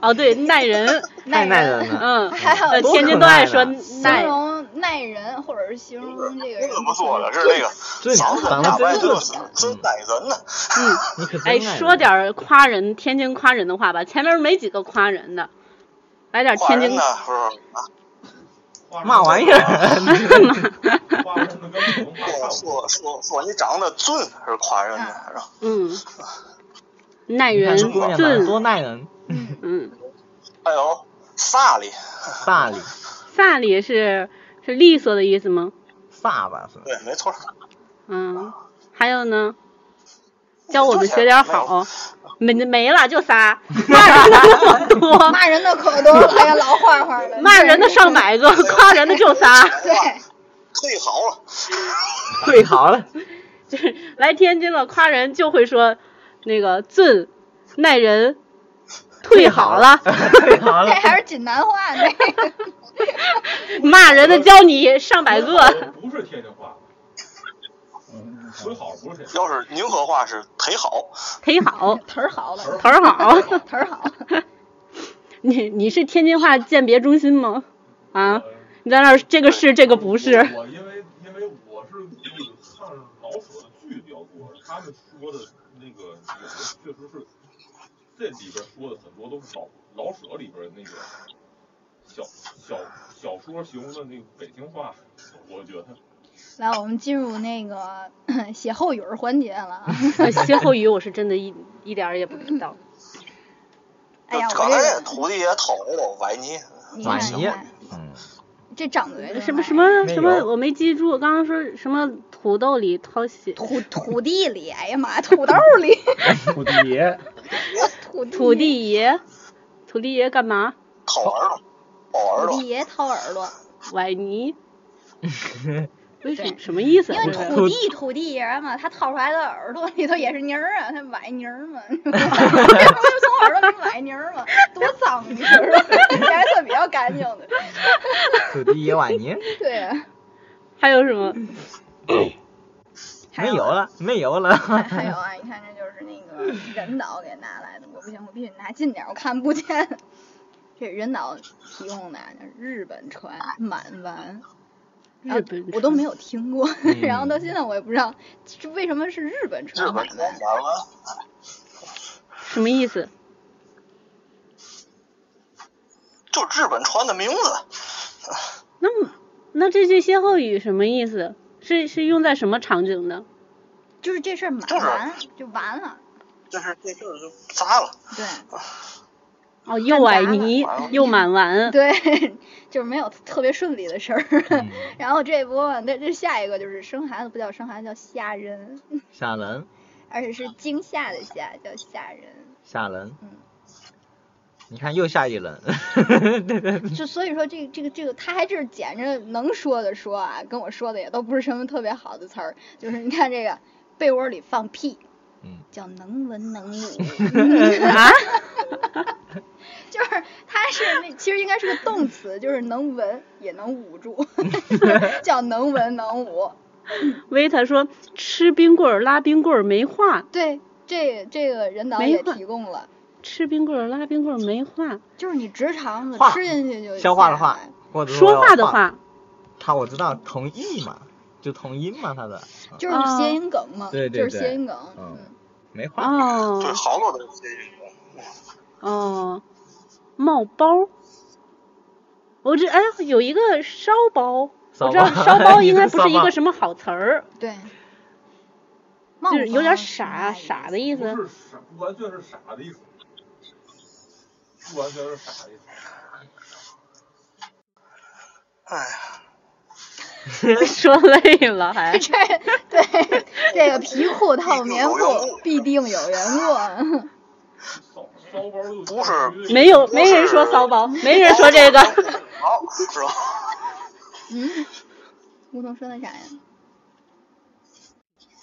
哦，对，耐人，
太耐人了。
嗯，
还好嗯
呃，
多
天津
可
都爱
耐
说
了
形
耐，
容耐人，或者是形容这个
这
人
个不错了，这是那个
对，
嗓子
长
大
得
白
真
嘚
的
瑟，真逮人呢。
嗯，
你可真
哎，
耐人
说点儿夸人，天津夸人的话吧，前面没几个夸人的，来点儿
夸
天
人
津
呢，不是啊，
嘛玩
(laughs)
意儿？
花生跟普通话差不
说
多。
说说你长得俊是夸人的，然后
嗯，耐
你
人
看这姑娘长得多
俊，
耐人，
嗯，
还有哎萨里，
飒里
飒里是是利索的意思吗？
飒
(laughs)
吧是？
对，没错。
嗯，还有呢，教我们学点儿好，没没了就仨，骂人的那么多，
(laughs) 骂人的可多了，哎呀，老话话了。
骂人的上百个，夸人的就仨，
对，
退好了，
退好 (laughs) 了，
就是来天津了夸人就会说那个俊，耐人，退好
(laughs)
了。
退好
这 (laughs)
了，
还是济南话呢。
(laughs) 骂人的教你上百个，
不是天津话，
嗯
说好不是天津话，
要是宁河话是忒好，
忒好，
(laughs) 词儿好了，
头哦儿 (laughs) 好。
词儿好。
你你是天津话鉴别中心吗？啊，
呃
你在那儿这个 (laughs) 是这个不是？
(laughs)
我因为因为我是那个看老舍的剧比较多，他们说的那个有的确实是这里边说的很多都是老老舍里边那个小小小说形容的那个北京话，我觉得
(laughs) 来，我们进入那个 (coughs) 歇后语儿环节了。啊。
呃歇后语我是真的一一点儿也不知道。
(laughs) 哎呀，
可
我
能这
这
土地也讨这种崴泥，
你
崴
看你
泥
看，
嗯， (laughs)
这长得就
什么
崴
什么
没
什么，
有
我没记住。刚刚说什么土豆里掏血，
土土地里，哎呀妈呀，土豆里，
土地爷，
土地
土地爷，土地爷干嘛？
掏耳朵，抱耳
土
朵
地，爷掏耳朵，
崴泥？为什
对
么什么意思
因
啊？
为
这是
土地土地爷嘛，他掏出来的耳朵里头也是泥儿啊，他崴泥儿嘛，不是从耳朵里崴泥儿嘛，多脏，你说说，你 (laughs) 还特比较干净的，
土地爷瓦尼
对啊呀，
还有什么？
还
没有了，没有了，
还还有啊，你看这就是那个人导给拿来的，我不行，我必须拿近点儿，我看不见。这人导提供的啊就是日本船满丸，然后
日本
啊我都没
有。
有听过，
嗯
然后到现在我也不知道是为什么是日本
日
船
本
满
人
丸，
完了，
什么意思？
就日本船的名字，
那那这句歇后语什么意思？是是用在什么场景的？
就是这事儿满
就是
完就完了，
就是这事儿就砸了，
对。
哦，又崴
干砸
泥
了，
又满
(laughs)
完。
对，就是没有特别顺利的事儿。
嗯
(laughs) 然后这一波嘛，这这下一个就是生孩子不叫生孩子叫吓人，
(laughs) 吓人，
而且是惊吓的吓，叫吓人。
吓人
嗯。
你看又吓一人，
就所以说这个这个这个，他还这捡着能说的说啊，跟我说的也都不是什么特别好的词儿。就是你看这个被窝里放屁，
嗯，
(laughs) 叫能文能武，
(laughs)
啊？
(laughs) 就是它是那其实应该是个动词，就是能文也能捂住， (laughs) 叫能文能武。
维塔说吃冰棍儿拉冰棍儿没话，
对，这这个人导
没
也
换
提供了。
吃冰棍儿拉冰棍儿没话，
就是你直肠子
话
吃进去就
(laughs) 消化的话
下来，
或者
说话的
话，
话，
他我知道同意嘛，就同音嘛，他的嗯
就是
啊
谐音梗嘛，
对对
就是
对
谐音梗。嗯，
嗯没话，
对，
哦
好多都是这句。
哦，冒包儿。我这哎，有一个烧包，
烧
我知道
包
烧包
(laughs) 你
应该
是
不是一
烧包
个什么好词儿，
对。冒
就是有
泡
点
啥
傻啊傻
意思
的意
不
思。
是傻，不完全是傻的意思，不完全是傻的意思。
哎呀，
说累了
(laughs)
还
这对这个皮裤套棉
有缘
裤
故
必定有缘故。
骚骚包都
不是
没有没人说骚
(laughs)
包，没人说这个。
好是吧？ (laughs)
嗯，吴桐说的啥呀？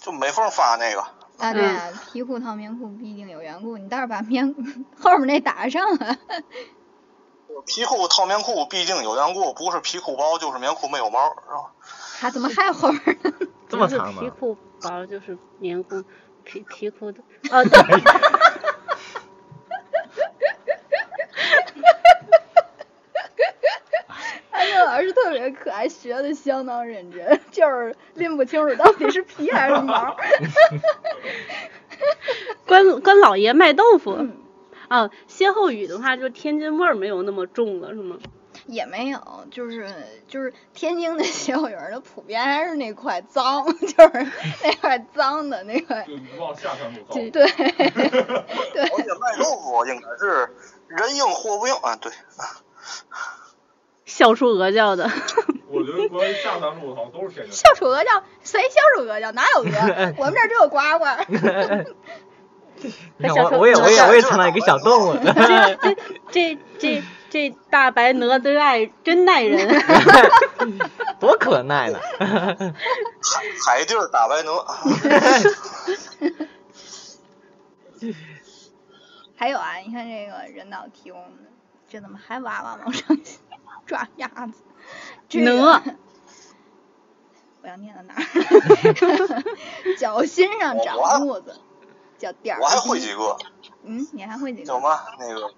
就美缝发那个，
啊对
嗯
啊，皮裤套棉裤必定有缘故。你倒是把棉 (laughs) 后面那打上啊。 (laughs)
皮裤套棉裤必定有缘故，不是皮裤包就是棉裤没有毛，是吧？
还怎么还有后面呢？
这么
不是
长吗
皮？裤包就是棉裤，皮皮裤
(laughs)
的。哦，对
哎呀，老师特别可爱，学的相当认真，就是拎不清楚到底是皮还是毛。
关关老爷卖豆腐。啊，歇后语的话，就天津味儿没有那么重了，是吗？
(laughs) 也没有，就是就是天津的歇后语儿，它普遍还是那块脏， (laughs) 就是那块脏的那块，
就你往下看不
对
走，
对 (laughs)
而且卖豆腐应该是人硬货不硬啊，对，
笑出鹅叫 (laughs) 的。
(laughs) 我觉得关于下三路好像都是天津。
消暑鹅叫谁消暑鹅叫？哪有鹅？我们这儿只有呱
(laughs)
呱。
你看
小时候
我我也我也我
就
也
是
成了一个
(laughs)
小动物了，
这这这这大白鹅真爱真耐人，
(laughs) 多可爱呢！ (laughs)
海地儿大白 (laughs) 鹅，
还有啊，你看这个人脑提供的，这怎么还娃 (laughs) 娃往上抓鸭子？这个
鹅
(laughs) 我要念到哪儿？ (laughs) 脚心上长痦子，叫点儿。
我还会几个，
嗯，你还会几
叫
个？
嘛那个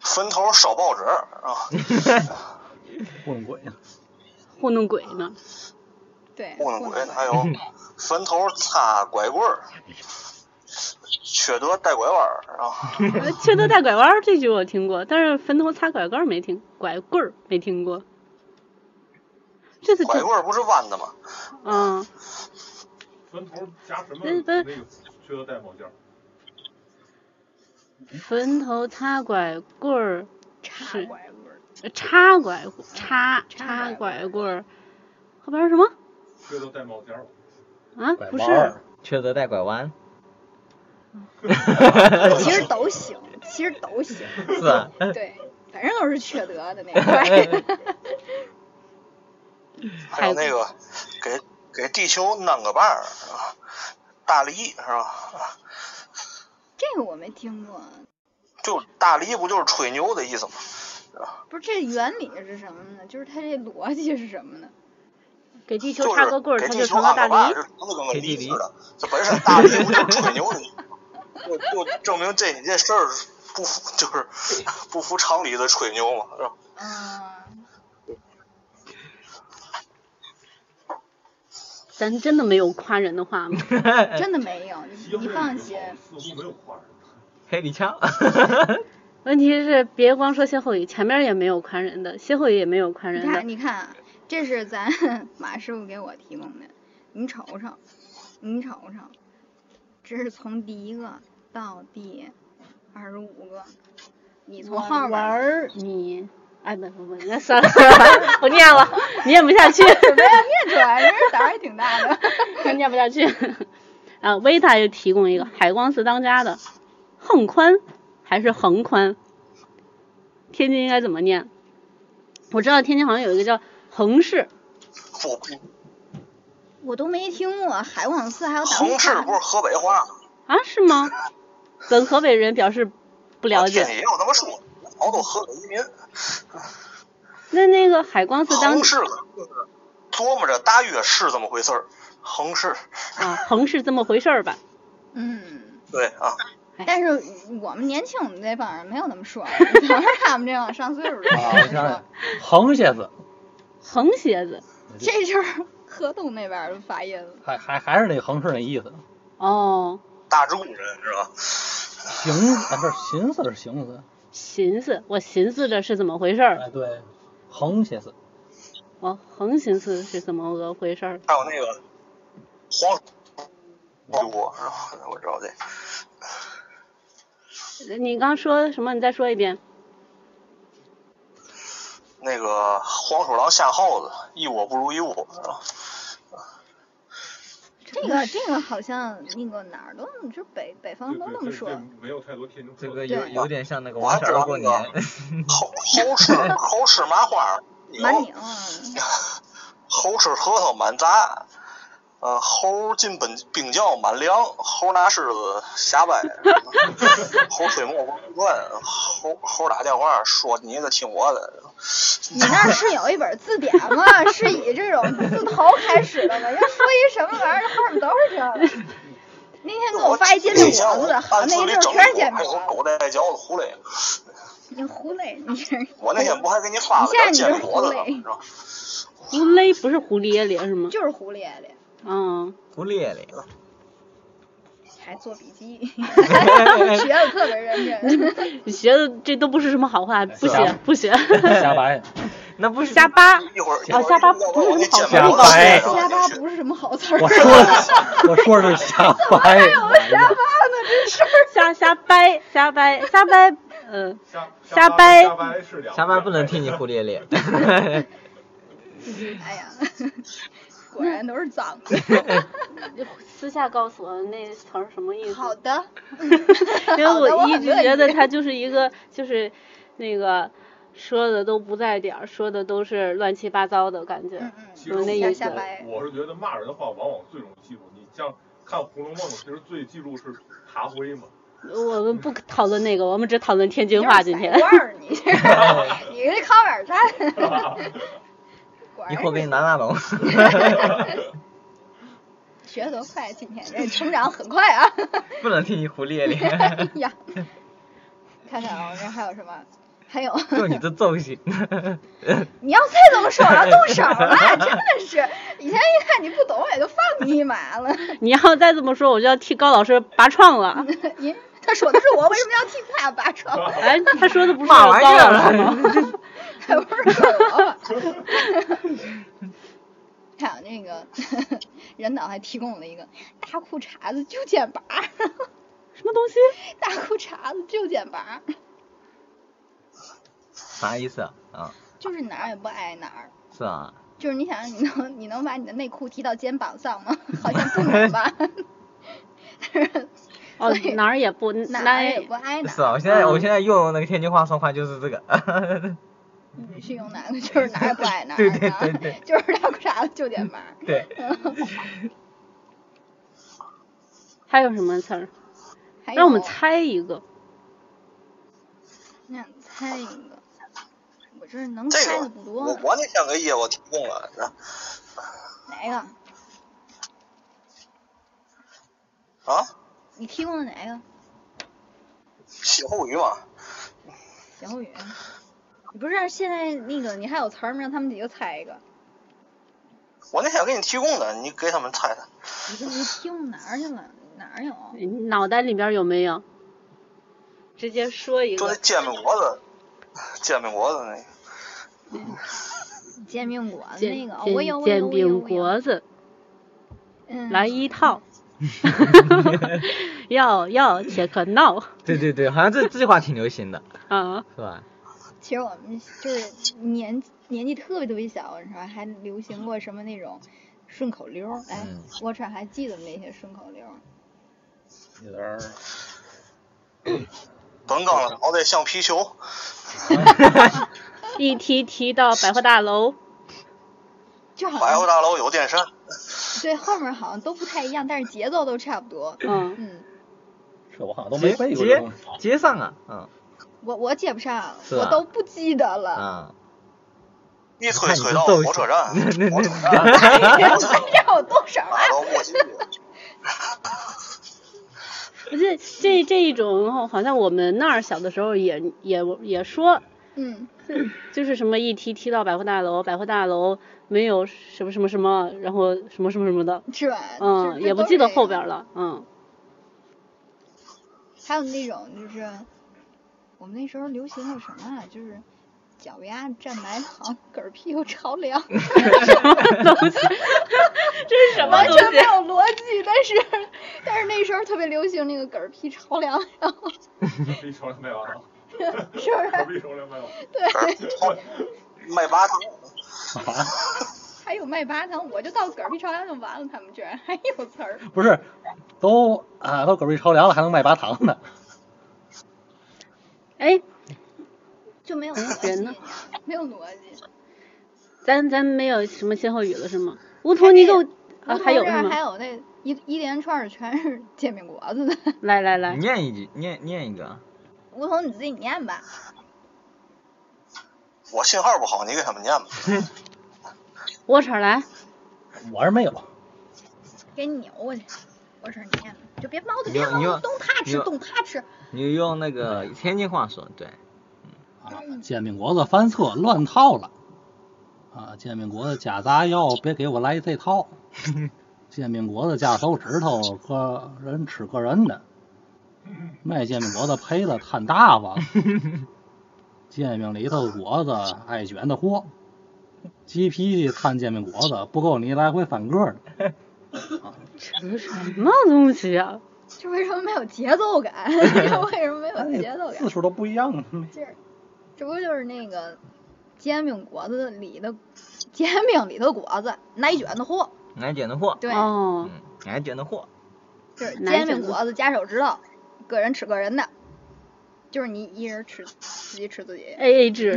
坟头烧报纸啊，
混鬼，
糊弄鬼呢。
对，
糊弄
不
鬼，
能
还有坟头擦拐棍儿，缺德带拐弯儿啊，
呃缺德带拐弯儿这句我听过，但是坟头擦拐棍儿没听，拐棍儿没听过。这次
拐
真
棍儿不是弯的吗？
嗯，
坟头夹什么
那
那
不是
个缺德带帽件儿？
坟头擦拐棍儿，
插
是
拐棍儿，
呃插拐棍插
插
插
拐
拐棍儿，后边是什么
缺德带帽尖儿，
啊？
拐
不
弯儿
是，
缺德带拐弯，
嗯
(laughs)
其实都行，其实都行，
是吧？
对，反正都是缺德的那块儿。 (laughs)
还有那个给给地球弄个伴儿，是吧大梨是吧？啊
这个我没听过，
就大梨不就是吹牛的意思吗？
不是这原理是什么呢？就是它这逻辑是什么呢？
给地球
就
插个
是
棍儿，
给
它
地
就
球
成了
按
大
个伴儿，
梨
就。成了跟个
给地
梨
梨
似的。
(laughs)
这本身大梨不就是吹牛的意思吗？ (laughs) 就就证明这你这事儿不符，就是 (laughs) 不符常理的吹牛嘛，是吧？
啊，
咱真的没有夸人的
(laughs)
话吗？
真的没有，你
西
你
红
放心。
柿似乎没有夸人。
(laughs) 黑李枪，
问题是别光说歇后语，前面也没有夸人的，歇后语也没有夸
(laughs) 你
人
看，
的。
你看啊，这是咱 (laughs) 马师傅给我提供的，你瞅瞅，你瞅瞅，这是从第一个到第二十五个，你从后面
玩
儿 (laughs)
儿你，哎不不不，那算了， (laughs) 我念了，念不下 (laughs) 去，
准备要念出来，这胆儿哎也挺大的。 (laughs)
念不下去。 (laughs) 啊，维塔又提供一个海光寺当家的，横宽还是横宽？天津应该怎么念？我知道天津好像有一个叫横市，
不不，
我都没听过海网寺还有打
横翅
虎
不是河北话吗？
啊，是吗？本河北人表示不了解
天津。也有那么说，好多河北移民。
那那个海光寺当
横市琢磨着大约是这么回事儿，横市
啊，横是这么回事儿吧？
嗯，
对啊，
但是我们年轻我们这帮人没有那么说，你瞧瞧他们这帮上岁数的
啊，我
人
想想
说，，
横蝎子，
横蝎子，
这就是河东那边儿的发音了。
还还还是那横是那意思，
哦，
大职工人是吧？
形啊不是形似是形似，
寻思，我寻思着是怎么回事儿，
哎对，横蝎子，
我横寻思是怎么个回事儿。
还有那个黄水锅是吧？我知道这
你刚说什么？你再说一遍。
那个黄鼠狼下耗子，一窝不如一窝是吧？
这个这个好像那个哪儿都那么，就北北
对
方都
对
那哦么
这
说
这。没有太多天津
(laughs)
特
这
色。
个有
对
有点像那个
我还
王
知
小二
道
过
那个
年， (laughs)
猴
(laughs)
猴吃猴吃麻花，
蛮
牛
拧，啊
猴吃核桃满砸，呃，猴进本冰窖满凉，猴拿狮子瞎掰， (laughs) 猴吹磨光乱，猴猴打电话说你的听我的，
你那儿是有一本字典吗？是以这种字头开始的吗？要说一什么玩意儿，后面都是这样的。那天给我发一煎饼果子，好，
暗
那
自
一
里
溜
整
全是
理
煎
我
饼
我
果子。
狗带嚼子胡嘞。
你胡嘞，你这人
我那天不还给你发了点煎饼果子呢，是吧？
狐狸不是狐狸咧是吗？
就是胡咧咧，
嗯，
不列咧。
还做笔记，
(laughs)
哎
学的特别认真。
你学的这都不是什么好话，不学不学。
瞎掰，
那不是
瞎扒，
一会儿
哦下巴不是很好
下
下掰
瞎巴不是什么好词儿。
哎
啊
我说的我说的是瞎掰，
(laughs) 瞎瞎掰，瞎掰，瞎掰，嗯、
瞎
瞎掰
掰瞎掰是两
瞎掰不能替你胡列咧。
哎
(laughs)
呀，果然都是脏的。
私下告诉我那词儿什么意思。
好的，
(laughs) 因为
好的
我一
很
直
乐
觉
意
得他就是一个就是那个说的都不在点儿，说的都是乱七八糟的感觉。
嗯嗯
其实
有那
我
意
下
思
下。掰
我是觉得骂人的话往往最容易记住。你像看《红楼梦》，其实最记住是爬灰嘛。 (laughs)
我们不讨论那个，我们只讨论天津话。今天
你这是散腕儿你这，
(laughs)
你这靠边站。果
(laughs) 一会儿
然
给你拿拿龙。
学得多快，今天这成长很快啊！ (laughs)
不能替你胡咧咧。
哎呀，看看啊，我这还有什么？还有，
(laughs) (laughs) 就你这揍性。
你要再这么说，我要动手了，真的是。以前一看你不懂，也就放你一马了。 (laughs)
你要再这么说，我就要替高老师拔创了。
您他说的是我，为什么要替他
(laughs)
拔窗？
哎，他说的不是
嘛
高
玩意
老
(laughs)
儿
师吗？
还不是说我？还有那个人导还提供了一个大裤衩子就剪拔儿，
(laughs) 什么东
(laughs)
西？
大裤衩子就剪拔儿，
啥意思啊？啊，
就是哪儿也不挨哪儿。
是啊，
就是你想，你能你能把你的内裤提到肩膀上吗？好像不能吧。 (laughs)
哦
所以，
哪儿也不哎哪
哪儿
儿
也
也
不挨哪嗯
是
儿。
啊，我现在我现在用那个天津话说话就是这个， (laughs)
你是用哪个？就是哪儿也不挨哪儿。
对对对对
啊就是大裤衩子就剪拔儿。
对，
还有什么词儿？
还有
让我们猜一个。
你想猜一个，我这能
这
猜
个
的不多
我
呢。
我那天给业务提供了，然
哪一个？
后啊，
你提供的哪一个？
歇后语嘛，
小雨。你不是现在那个你还有词儿吗？让他们几个猜一个。
我那天给你提供的，你给他们猜猜。
你这你提供哪儿去了？哪儿有？
你脑袋里边有没有？直接说一
就那
个。
煎饼果子，煎饼果子那个，
煎饼果子那
煎
个，哦我有
煎煎
我有我有
饼
我有。
果子，
嗯，
来一套。要要且可闹
对对对，好像这这句话挺流行的，
啊！
是吧？
其实我们就是年年纪特别特别小的时候，还流行过什么那种顺口溜儿。哎
嗯，
我这还记得那些顺口溜儿。
有点儿
短杠
嗯
的脑袋像皮球，
一提提到百货大楼，
就
哎
好
百货
像
大楼有电扇，
对后面好像都不太一样，但是节奏都差不多。
嗯，
嗯，
这我好像都没
街
背过这
街
东西。
街上啊，嗯
我我接不上，
是
我
吧
都不记得 (laughs) 了。
啊， (laughs)
一
我
推
看你
推
是
到
揍
火车站，
那 (laughs) 那
火车站，
这有多少啊
打？到墨西哥。
不是这这一种，好像我们那儿小的时候也也也说，
嗯，
就是什么一提提到百货大楼，百货大楼没有什么什么什么，然后什么什么什么的，
是吧？
嗯，
这
也
这
不
都
记得
是
后
这
边
样
儿了，嗯，
还有那种就是，我们那时候流行过什么啊？就是脚丫站白糖，嗝屁股朝
(laughs)
凉，
嗯
(laughs)
这是什么
完
东
全没
西？
有逻辑。但是但是那时候特别流行那个嗝屁朝凉，然后
一手两百万，啊
是不
隔
是
壁一手两百万，
卖八糖，
还有卖八糖？我就到嗝屁朝凉就完了，他们居然还有词儿。
不是，都啊都嗝屁朝凉了，还能卖拔糖呢。
哎，
就没有
嗯
逻
人
辑
呢，
没有逻辑。
咱咱没有什么歇后语了是吗？无头你给我啊，还有
这
是
儿还
吗？
有那一一连串儿全是煎饼果子的。
(laughs) 来来
你
来，
念一句，念念一个，啊
梧桐你自己念吧，
我信号不好，你给他们念吧。
我婶儿来，
啊我是没有，
给你扭过去。我说你念吧，就别猫的，
你
别
用
猫
你
的，
用
动它
你
吃，
用
动它吃。
你就用那个
嗯
天津话说，对，
啊，
嗯
煎饼果子翻车乱套了。啊，煎饼果子加炸药，别给我来这 (laughs) 套。煎饼果子加手指头，个人吃个人 (laughs) 的。卖煎饼果子赔了摊大 (laughs) 发了。煎饼里头果子爱卷的货，急脾气摊煎饼果子不够你来回翻个呢。
这什么东西啊？
这为什么没有节奏感？ (laughs)
(laughs)
这为什么没有节奏
哎字
感？
数都不一样啊。
这不就是那个煎饼果子里的煎饼里的果子，奶卷的货。
俺卷的货，
对，
哦，
嗯，俺卷的货，
就是
奶
煎
卷
饼
的
果子夹手指头，个人吃个人的，就是你一人吃自己吃自己。
A A 制，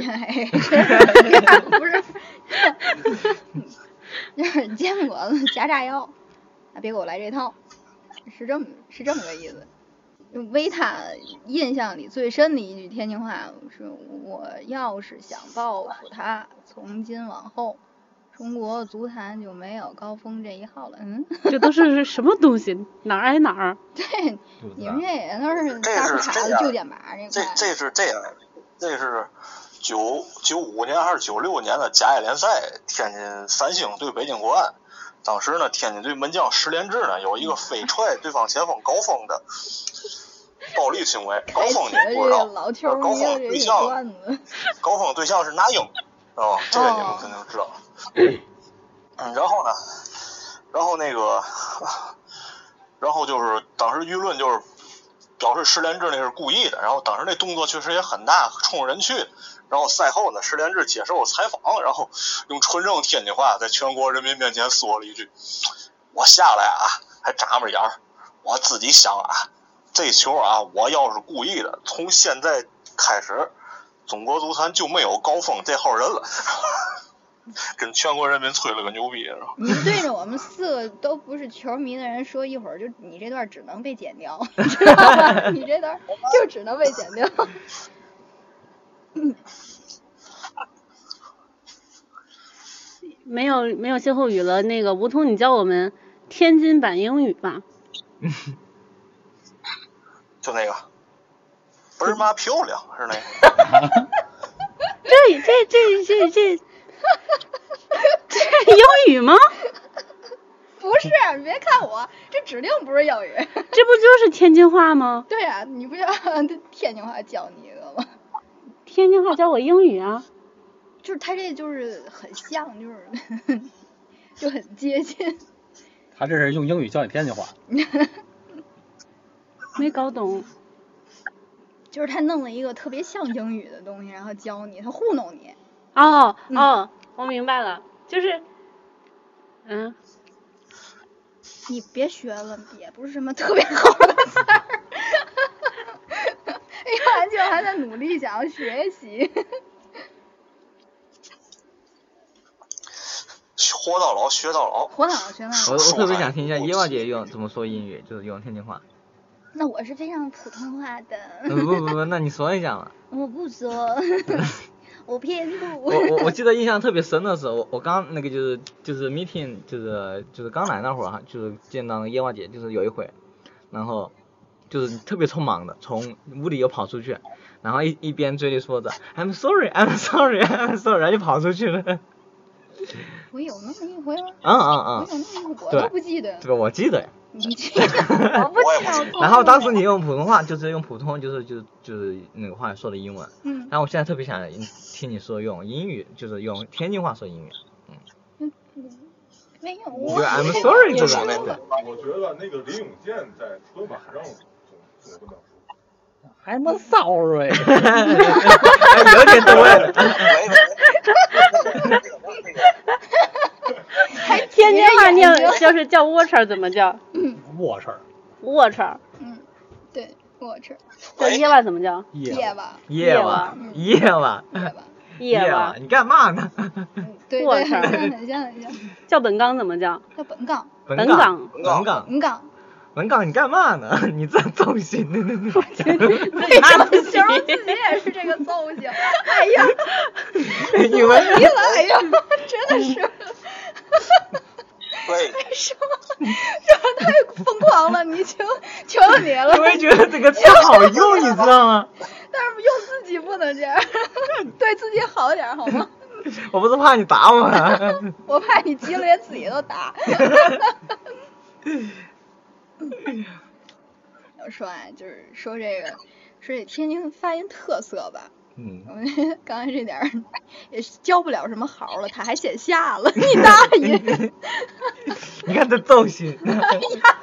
(laughs) 不是，就是煎饼果子夹炸药，啊，别给我来这套，是这么是这么个意思。维塔印象里最深的一句天津话是：“我要是想报复他，从今往后，中国足坛就没有高峰这一号了。”嗯，
这都是什么东西？哪儿挨哪儿？
对，
是不是
你
啊
们这也都是
这
大裤
是
衩
这
子
样
就点拔这
这
块。
这是这样，这是九九五年还是九六年的甲乙联赛，天津三星对北京国安。当时呢，天津队门将石连志呢有一个飞踹对方前锋高峰的暴力行为，高
开
峰
启哎了
你不
这个
知道，
老球
高
迷
峰
的
对
这
象
个段子。
(laughs) 高峰对象是那英，哦，这个你们肯定知道。嗯，然后呢，然后那个，然后就是当时舆论就是表示石连志那是故意的，然后当时那动作确实也很大，冲着人去。然后赛后呢，石连志接受采访，然后用纯正天津话在全国人民面前说了一句：“我下来啊，还眨巴眼儿，我自己想啊，这球啊，我要是故意的，从现在开始，中国足坛就没有高峰这号人了。” (laughs) 跟全国人民吹了个牛逼，然后
你对着我们四个都不是球迷的人说一会儿，就你这段只能被剪掉，知道吧？ (laughs) 你这段就只能被剪掉。 (laughs)
没有没有歇后语了，那个吴桐，你教我们天津版英语吧。
就那个倍儿妈漂亮是那个， (laughs)
这这这这这这英语吗？
不是，你别看我，这指定不是英语。
这不就是天津话吗？
(laughs) 对呀、你不要 (laughs) 天津话教你一个吗？
天津话教我英语啊？
就是他这就是很像，就是 (laughs) 就很接近。
(laughs) 他这是用英语教你天津话，
没搞懂。
就是他弄了一个特别像英语的东西，然后教你，他糊弄你。
哦
嗯
哦，我明白了，就是，嗯，
你别学了，也不是什么特别好的词儿。 (laughs) 哎呀，就还在努力想要学习。
活到老学到老。
(laughs) 活到老学到
我
老，
我
说
特别
吧
想听一下
我
野马姐用怎么说英语，就是用天津话。
(laughs) 那我是非常普通话的，
呃不不不，那你说一下嘛。
我不 (laughs) 说，我偏不
我。我我记得印象特别深的是，我我刚那个就是就是 meeting 就是就是刚来那会儿哈，就是见到那夜娃姐，就是有一回，然后就是特别匆忙的从屋里又跑出去，然后一一边嘴里说着 I'm sorry I'm sorry I'm sorry，然后就跑出去了。嗯
我有那么一回吗？我
嗯
有那
嗯，
么一回，我
对
都不记得
这。个我记得呀。
你这个，我不
我也
记
不记
得。
得
然后当时你用普通话，就是用普通就是就是就是那个话说的英文，
嗯，
然后我现在特别想听你说用英语，就是用天津话说英语， (laughs)
没有
就
我
是 I'm sorry
就
这
说
种
那
对。
啊我觉得那个李永健在春晚上总总不能输。
还么啊 sorry， (laughs)
哎有点多呀。
喂喂，
(laughs) 还
天津话
你
念就是叫 water 怎么叫
我事儿，
water？
嗯，对，我吃
叫
喂
夜晚怎么叫
夜吧，
夜晚，夜晚，
夜
(laughs)
夜
吧，
啊晚？
晚，你干嘛呢？
嗯，对
我
对，
吃
很像很像很像。 (laughs)
叫本岗怎么 (laughs) 叫？
叫本岗，
文
本
岗，
岗。
文岗，
本岗，
文岗，你干嘛呢？ (laughs) 你这造型，那那那，
对
我
哎不
形容
起，
自己也是这个造型。 (laughs) 哎呀，
你们
哎呀，哎呀，真的是。
喂，
什么？这太疯狂了！你求求求你了
你！会觉得这个词好用，你知道吗？
但是用自己不能这 (laughs) 样，对自己好点儿好吗？
我不是怕你打我啊， (laughs)
我怕你急了连自己都打。我说啊，就是说这个，说这天津发音特色吧，
嗯
我，们 (laughs) 刚才这点儿也是教不了什么好了，他还显下了，你大
(laughs)
爷！
你看这造型，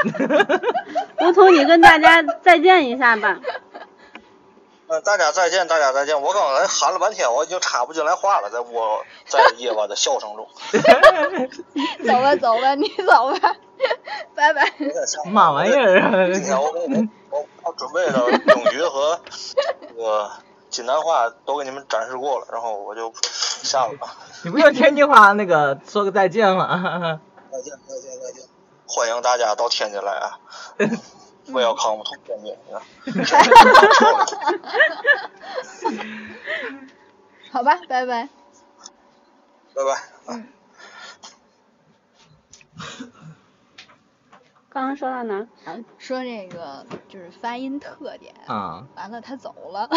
(laughs) 吴桐，你跟大家再见一下吧。
呃，大家再见，大家再见。我刚才喊了半天，我已经插不进来话了，在我在夜晚的笑
(laughs)
声中。
走吧走吧，你走吧，拜拜。
嘛玩意儿
今天
啊？
我我我我准备的英语和这个济南话都给你们展示过了，然后我就下了吧。
你不用天津话那个说个再见吗？
再见，再见，再见。欢迎大家到天津来啊！我要康复天津啊！
好吧，拜拜。
拜拜。
刚刚说到哪儿？
说这个就是发音特点，
(laughs) 啊，
完了他走了，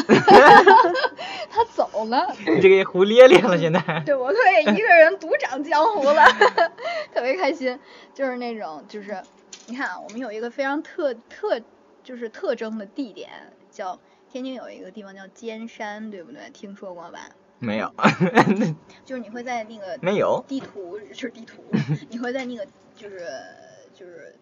(laughs) 他走了，
你这个胡咧咧了，
(laughs)
现在。
对我可以一个人独掌江湖了， (laughs) 特别开心。就是那种，就是你看啊，我们有一个非常特特，就是特征的地点，叫天津有一个地方叫尖山，对不对？听说过吧？
没有，
就是你会在那个
没有，
地图就是地
(laughs)
图，你会在那个就是就是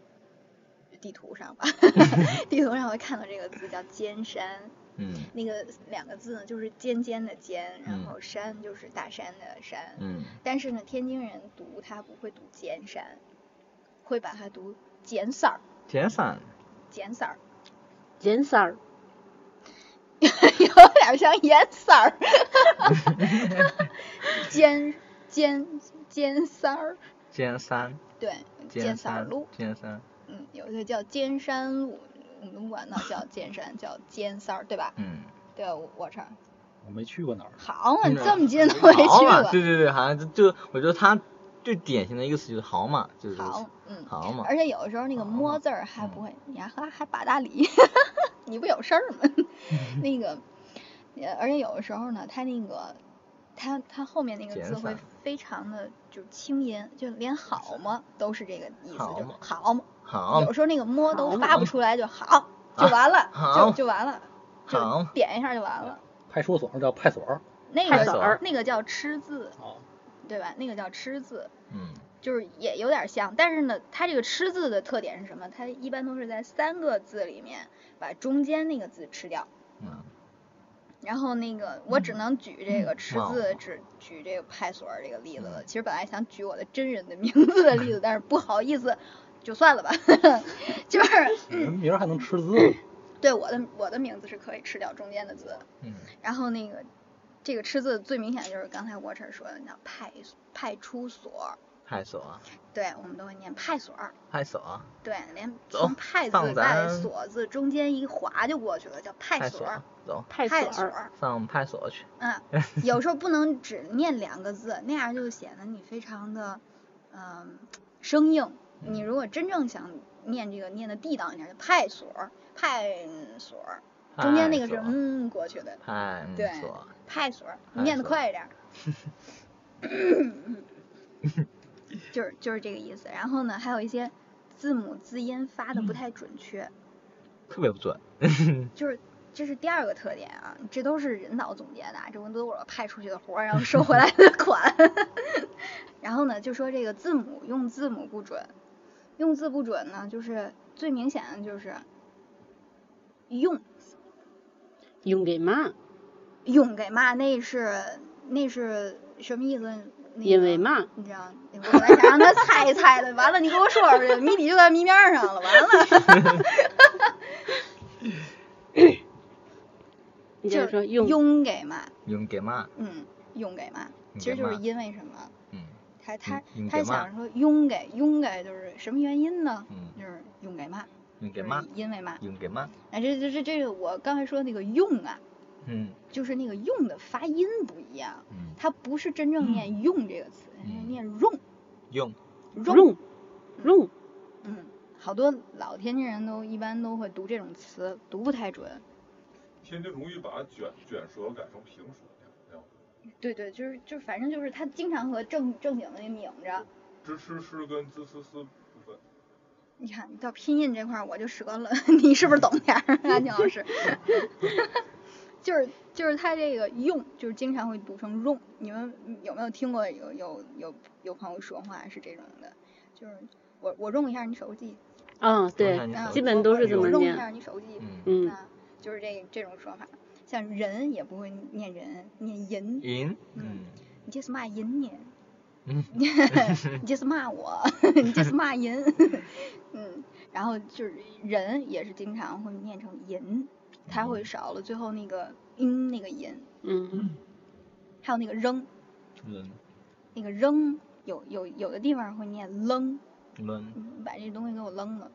地图上吧， (laughs) 地图上会看到这个字叫尖山，
嗯
那个两个字呢就是尖尖的尖，然
嗯
后山就是大山的山，
嗯，
但是呢，天津人读它不会读尖山，会把它读减色儿，
解散，
减色儿， (laughs)
简色儿，
有点像颜色
(laughs)
儿，尖尖尖色儿，
尖山，
对，尖
尖
色儿
山
路，，
尖山，
嗯，有一个叫尖山路，我们管它
(laughs)
叫尖山，叫尖色儿，对吧？
嗯，
(laughs) 对，我我这儿
我没去过哪儿，
好嘛，
嗯
这么近都没去
好嘛，
过，
对对对，好像就就我觉得它最典型的一个词就是好嘛，就是
好，嗯。
好嘛，啊
而且有的时候那个摸字儿还不会，
嗯
你还还还把大理， (laughs) 你不有事儿吗？
(laughs)
那个，呃，而且有的时候呢，它那个，它它后面那个
减
字会
散
非常的就轻音，就连好嘛都是这个意思，
好
就
嘛
好嘛。
好啊
有时候那个摸都
好
发不出来，就好就完了，
好
就就完了，
好
就点一下就完了。
派出所叫派出所，
那
派
出所
个那个叫吃字，
啊，
对吧？那个叫吃字。
嗯，
就是也有点像，但是呢，它这个吃字的特点是什么？它一般都是在三个字里面把中间那个字吃掉。
嗯，
然后那个我只能举这个吃字，
嗯
只举这个派出所这个例子了。
嗯
其实本来想举我的真人的名字的例子，但是不好意思，就算了吧。 (laughs) 就是
你们名儿还能吃字，
对我的我的名字是可以吃掉中间的字的。
嗯，
然后那个这个吃字最明显的就是刚才我这说的那派派出所，
派出所，
对我们都会念派出所。
派出所，
对，连
走
从派
上
字带
咱
锁字中间一划就过去了，叫派
派
锁
出
儿
所，走，
派
派
出所儿，
儿。
上派出所去， (laughs)
嗯，有时候不能只念两个字，那样就显得你非常的，嗯、生硬。你如果真正想念这个念的地道一点，就派锁儿，派锁儿，中间那个是
派出所
嗯过去的，
派
对
出所，
派锁儿，你
派
念的
锁
快一点儿。
(laughs)
就是就是这个意思。然后呢，还有一些字母字音发的不
嗯
太准确。
特别不准，
就是这是第二个特点啊，这都是人脑总结的啊，这都是我派出去的活儿，然后收回来的款。 (laughs) 然后呢，就说这个字母用字母不准，用字不准呢，就是最明显的就是用
用给嘛？
用给嘛，那是那是什么意思？那
因为
个
嘛？
你知道，我本来想让他猜一猜的，完了你给我说出去，谜底就在谜面儿上了，完了。
你 (laughs) 就是说用
用给嘛，
用给嘛，
嗯，用给嘛，
用
其实
给
就是
嘛
因为什么？
嗯
他他
用
他
给嘛
想说用给用给就是什么原因呢？
嗯，
就是用给嘛，
用给
就
嗯
是
嘛，
因为嘛。
用给嘛，
哎，这这这这个我刚才说那个用啊，
嗯
就是那个用的发音不一样，
嗯，
它不是真正念用这个词，它是
嗯
念用
用
用用
嗯，好多老天津人都一般都会读这种词，读不太准。
天津容易把卷卷舌改成平舌那样，
对对，就是就反正就是他经常和正正经的那拧着。
支吃诗跟滋思思不分。
你看到拼音这块儿我就折了， (laughs) 你是不是懂点儿，安静老师？ (laughs) 就是就是他这个用，就是经常会读成用。你们有没有听过有有有有朋友说话是这种的？就是我我用一下你手机，
啊，
看
对，
你
啊
手
基
机
本都是这
我
么
用一
念
下你手机，
嗯，
嗯，
啊，就是这这种说法。像人也不会念人，念银，
银，
嗯
嗯
你这是骂银你。
嗯，
(laughs) 你这是骂我， (laughs) 你这是骂人， (laughs) 嗯，然后就是人也是经常会念成银，它
嗯
会少了最后那个音那个银，
嗯，
还有那个扔，
轮
那个扔有有有的地方会念扔，
轮，
你把这东西给我扔了，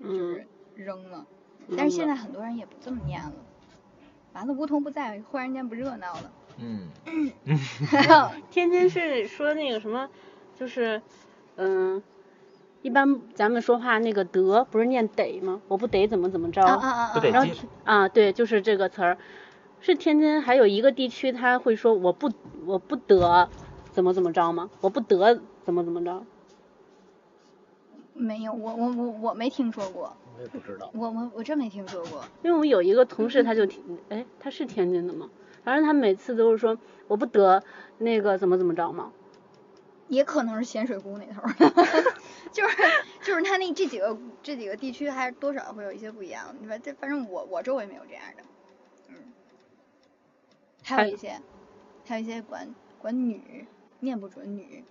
就
嗯
是扔了，但是现在很多人也不这么念了，完了无童不在，忽然间不热闹了，
嗯，
(laughs) 天津是说那个什么，就是，嗯，一般咱们说话那个得不是念得吗？我不得怎么怎么着？
啊啊啊
不得
啊！
劲，
啊，对，就是这个词儿。是天津还有一个地区，他会说我不我不得怎么怎么着吗？我不得怎么怎么着？
没有，我我我我没听说过，
我也不知道。
我我我真没听说过，
因为我们有一个同事，他就天哎，他是天津的吗？反正他每次都是说我不得那个怎么怎么着嘛，
也可能是咸水姑那头儿， (laughs) 就是就是他那这几个这几个地区还多少会有一些不一样，对吧？这反正我我周围没有这样的，嗯，还有一些还有一些管管女念不准女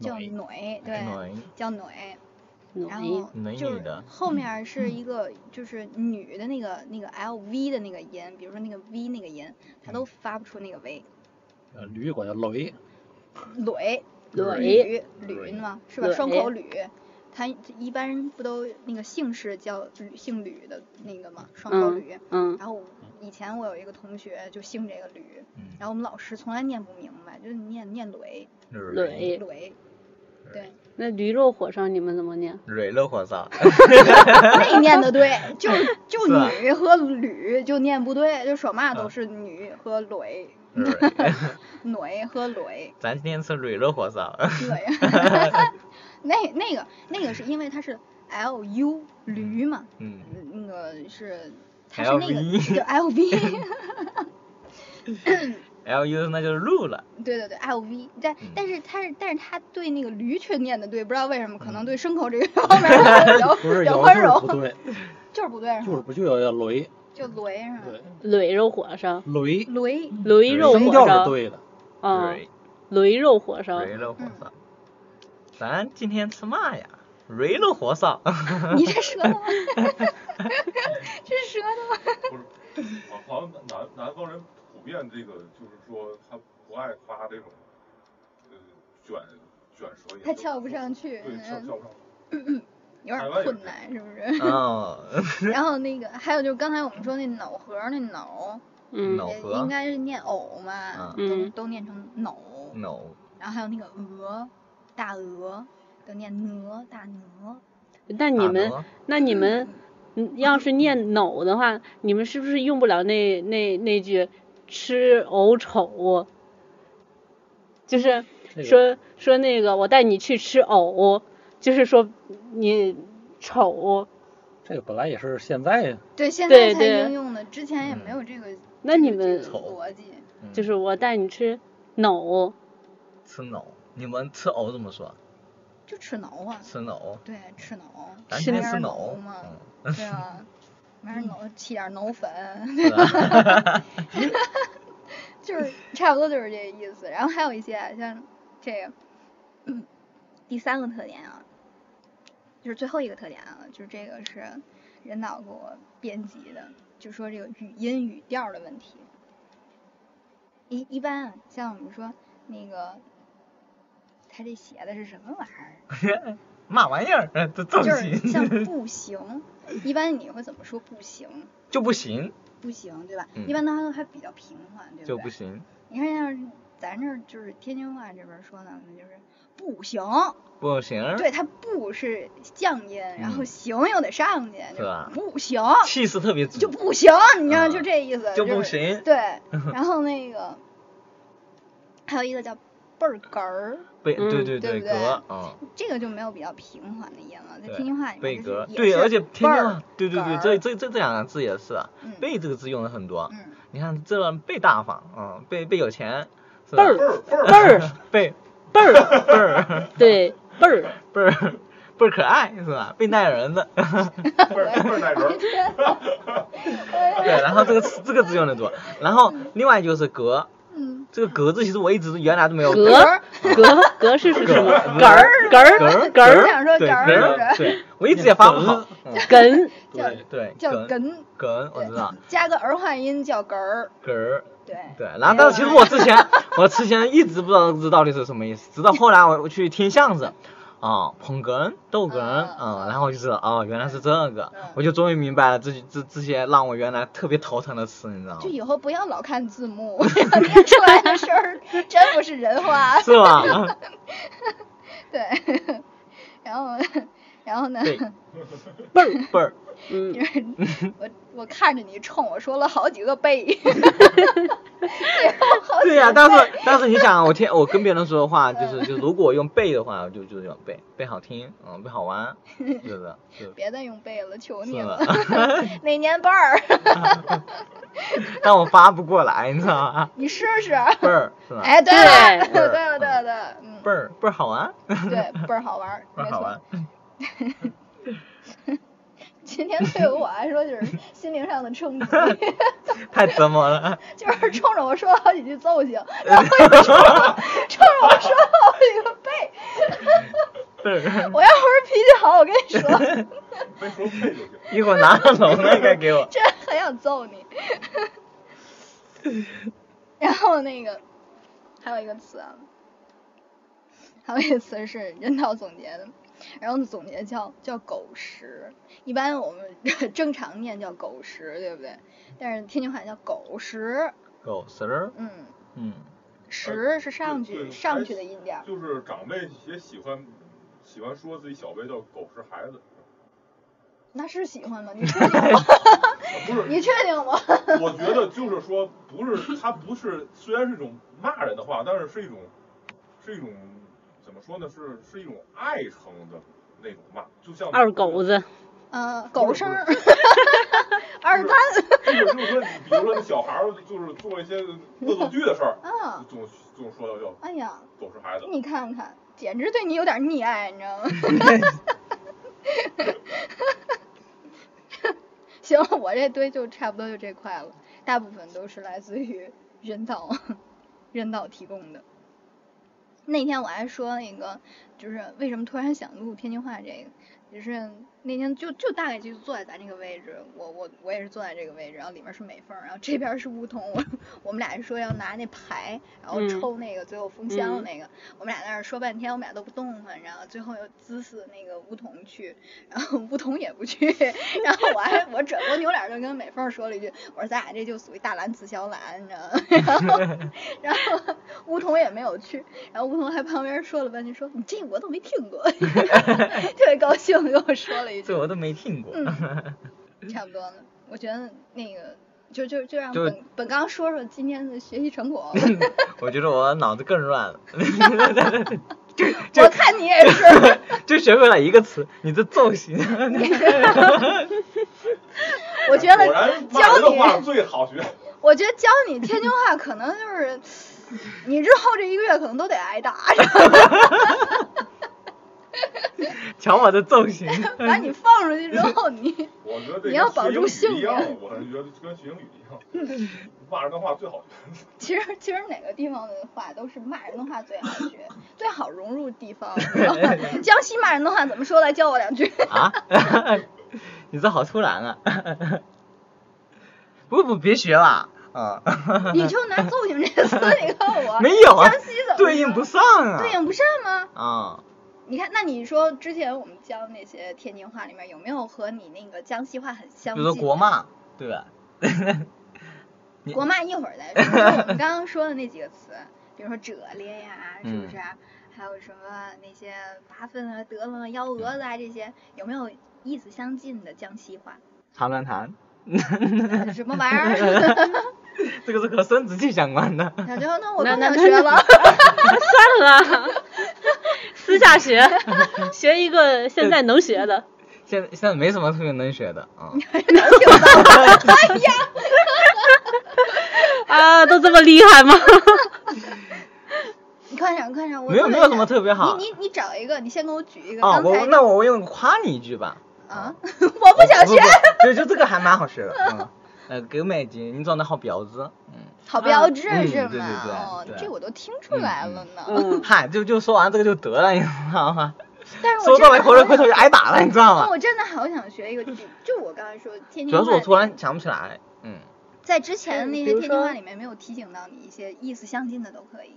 叫
女
女，对，
暖
叫女。
努
然
力
后
男
就
女
是
的
后面
(laughs)
儿是一个就是女的那个那个 L V 的那个音，比如说那个 V 那个音，它
嗯
都发不出那个 V，
呃，驴管叫雷，
捋
垒
捋捋嘛，是吧？双口捋，它一般人不都那个姓氏叫吕姓吕的那个嘛，双口
嗯
捋。
嗯
然后以前我有一个同学就姓这个吕，
嗯
然后我们老师从来念不明白，就是念念捋
蕊
垒，
捋，对，
那驴肉火烧你们怎么念？
蕊了火
(laughs)
烧，
那念的对，
(laughs)
就就是
吧啊
女和吕就念不对，就说嘛都是女和蕊，
蕊，
女和
(laughs)
蕊，
咱今天吃蕊了火烧，
蕊。 (laughs) 那那个那个是因为它是 L U 驴嘛，
嗯，
那个是它是那个对 L V， (laughs)
L U 那就是鹿了，
对对对 L V，但
嗯
但是它是但是它对那个驴却念的对，不知道为什么，可能对牲口这 (laughs) 个方面儿比较
不是
比较
有
宽
就是
容
不对，
就是不对是
就
吗？
是不就要叫雷，
就雷是吗？
对，
垒肉火烧，
雷
(laughs) 雷
驴肉
声
火
调是
烧，
对的，
哦
啊，
蕊
驴肉火烧，
蕊了火烧，咱今天吃嘛呀？蕊了火烧，
你这舌 (laughs) 头，这舌头，
不是，啊好像南南方人普遍这个就是说他不爱夸这种，呃，卷卷舌音，
他翘不上去，
对，翘
嗯，
翘不上。
有点儿困难，是不是？ (laughs)
(laughs) 哦，
然后那个还有就是刚才我们说那脑核儿那脑，
嗯
脑
也
核
应该是念偶嘛，都
嗯
都念成脑。
，no，
然后还有那个鹅，大鹅都念鹅大鹅，
那你们那你们，嗯要是念藕的话，你们是不是用不了那那那句“吃藕丑”？就是
这个
说说那个我带你去吃藕，就是说你丑。
这个本来也是现在
对，现在
对
才
对
应用的，之前也没有这个。
那你
这个
们
这个逻辑，
就是是我带你吃藕，
吃脑，你们吃藕怎么说？
就吃挠啊，
吃脑，
对，吃挠，
咱
吃
今天
点
吃
儿
脑，
嘛，
嗯，
对啊，买点挠，沏点挠粉，
嗯是吧 (laughs)
就是差不多就是这个意思。然后还有一些啊像这个，嗯，第三个特点啊，就是最后一个特点啊，就是这个是人导给我编辑的，就说这个语音语调的问题。一一般啊，像我们说那个，他这写的是什么玩意儿？
嘛玩意儿？这 (laughs) 东
就是
西
像不行，一般你会怎么说不行？
就不行，
不行，对吧？
嗯
一般它还比较平缓，对
就
对？
不行，
你看像咱这儿就是天津话这边儿说呢，那就是不行，
不行，
对，它不是降音，然后
嗯
行又得上去，
是吧
就不行
气势特别足，
就不行，你知道
嗯
就这意思，
(laughs) 就
就
不
是。
行，
对，然后那个还有一个叫倍儿哏儿，
贝
嗯
对对
对不对
格，嗯，
这个就没有比较平缓的音了，在
对
天津话里
贝
面就是
格，
也
对，
是
而且天
倍
津
儿
话，对对
哏
对，
儿
这这这这两个字也是啊，
嗯
贝这个字用的很多，
嗯，
你看这贝大方，嗯，贝贝有钱，是吧
倍儿
倍儿
倍
(laughs)
儿
贝
倍儿，
贝儿
(laughs) 对倍儿，
贝儿倍儿可爱是吧？贝耐人的，
倍儿倍儿耐人儿，
(laughs) 对，然后这个词这个字用的多，然后另外就是格，
嗯，
这个格字其实我一直原来都没有
格儿格格式是什么？
格
哏儿哏
格
儿
(laughs)
儿
哏
我
儿
想说
对
哏儿
哏
是不是
对我一直也发不
(laughs)
好，嗯
哏
叫
对
对，
叫
哏
哏，
哏我知道
(laughs) 加个儿化音叫哏儿，
哏儿。
对
对，然后但是其实我之前我之前一直不知道这个字到底是什么意思，直到后来我去听相声，啊、捧哏、逗哏，
嗯
嗯，然后我就知道哦，原来是这个
嗯，
我就终于明白了这这这些让我原来特别头疼的词，你知道吗
就？以后不要老看字幕， (laughs) 这样念出来的事儿真不是
啊
人话。
是吧？
对，然后然后呢， (laughs)
对，倍儿倍儿，
嗯
因，为我我看着你冲我说了好几个
(laughs)
背，最后 (laughs) 好几
对呀、
个
但是
背
但是你想，啊我听我跟别人说的话，就是就如果用背的话，我就就是用背背好听，嗯，背好玩，是的，是
别再用 (laughs) 背了，求你
是
了，
(laughs) 的，
哪年半儿？ (laughs)
但我发不过来，你知道吗？
你试试。
倍儿是吧？
哎，对了，对
对
了，对了，对了，嗯，
倍儿倍儿好玩，
对，倍儿好玩儿，
(laughs)
没
倍儿好
错
玩。，
今天对我来说就是心灵上的
(laughs)
冲击，
(laughs) 太折磨了。
就是冲着我说了好几句揍性，然后又冲着冲着我说了好几个背。
倍儿，
我要不是脾气好，我跟你说， (laughs)
没说配就行。
一会儿拿上楼那个
(laughs)
给我。
真很想揍你。然后那个还有一个词啊，还有一个词是人道总结的，然后总结叫叫狗食，一般我们正常念叫狗食，对不对？但是天津话叫狗食，
狗食儿，
嗯，
嗯，
食是上
对
去
对
上去的音调，
就是长辈也喜欢喜欢说自己小辈叫狗是孩子，
那是喜欢吗？你确定吗？
不是
(laughs) 你确定吗？
我觉得就是说，不是他不是，虽然是一种骂人的话，但是是一种，是一种怎么说呢？是是一种爱称的那种骂，就像
二狗子，
嗯，狗声儿 (laughs)
不，
二蛋，
就是就是说，比如说那小孩儿就是做一些恶作剧的事儿，
嗯，
总总说到叫
(laughs) 哎呀，
狗是孩子，
你看看，简直对你有点溺爱，你知道吗？ (laughs) 行，我这堆就差不多就这块了，大部分都是来自于人导，人导提供的。那天我还说那个，就是为什么突然想录天津话这个，就是那天就就大概就坐在咱这个位置，我我我也是坐在这个位置，然后里面是美凤，然后这边是梧桐，我我们俩是说要拿那牌，然后
嗯
抽那个最后封箱的
嗯
那个，我们俩在那儿说半天，我们俩都不动弹，然后最后又滋死那个梧桐去，然后梧桐也不去， (laughs) 然后我还我转过扭脸就跟美凤说了一句，我说咱俩这就属于大蓝紫小蓝，你知道吗？ (laughs) 然后然后梧桐也没有去，然后梧桐还旁边说了半句说你这我都没听过， (laughs) 特别高兴跟我说了一句
这，我都没听过。
嗯差不多了，我觉得那个就就就让
就
本本刚说说今天的学习成果，
(laughs) 我觉得我脑子更乱了， (laughs) 就
我看你也是。
就学会了一个词，你这揍型。 (laughs)
我觉
果然
得
骂
教
人的话
你，
最好学。
我觉得教你天津话可能就是，你日后这一个月可能都得挨
(laughs)
打，
瞧我的揍型，
把你放出去之后，你
我觉得这
你要保
跟
住
学英语一样
性，
我觉得跟学英语一样，骂人的话最好学。
其实其实哪个地方的话都是骂人的话最好学，最好融入地方。你知道吗江西骂人的话怎么说？来教我两句。
(laughs) 啊， (laughs) 你这好突然啊！ (laughs) 不不，别学了，啊， (laughs)
你就拿揍你们这个词，你告诉我，
没有啊
江西怎么
对应
说
不上啊，
对应不上吗？
啊，
你看，那你说之前我们教那些天津话里面有没有和你那个江西话很相
比
近
如
的？
说国骂，对吧？ (laughs) 你
国骂一会儿再说，就是
(laughs)
我们刚刚说的那几个词，比如说折裂呀，是
嗯
不是啊、还有什么那些八分啊、德了、幺蛾子啊这些，有没有意思相近的江西话？
长乱谈， (laughs)
呃什么玩意儿？ (laughs)
这个是和生殖器相关的。
小舅，那我
那
不想
那
学
(laughs)
了。
(laughs) 算了，私下学，学一个现在能学的。
现现在没什么特别能学的啊，
啊，都这么厉害吗？
你快点，快点，我
没有
特别
没有什
想
么特别好
你你你找一个，你先给我举一个。
啊，
(laughs) 刚才
我那我用夸你一句吧，
啊，我 (laughs) 不想学，
不对，就这个还蛮好学的，嗯，呃，狗妹子，你长得好标致，嗯，
好标志
嗯
是吗？
对对对
哦
对，
这我都听出来了呢。哦
嗯，
嗨，就就说完这个就得了，你知道吗？
但是我
说
真
到
的
了
好
回头回头就挨打了，你知道
那
吗？
哦我真的好想学一个，就就我刚才说天津
啊主要是我
话
突然想不起来，嗯，
在之前
嗯
那
比
些
如
天津
说
话里面没有提醒到你一些意思相近的都可以，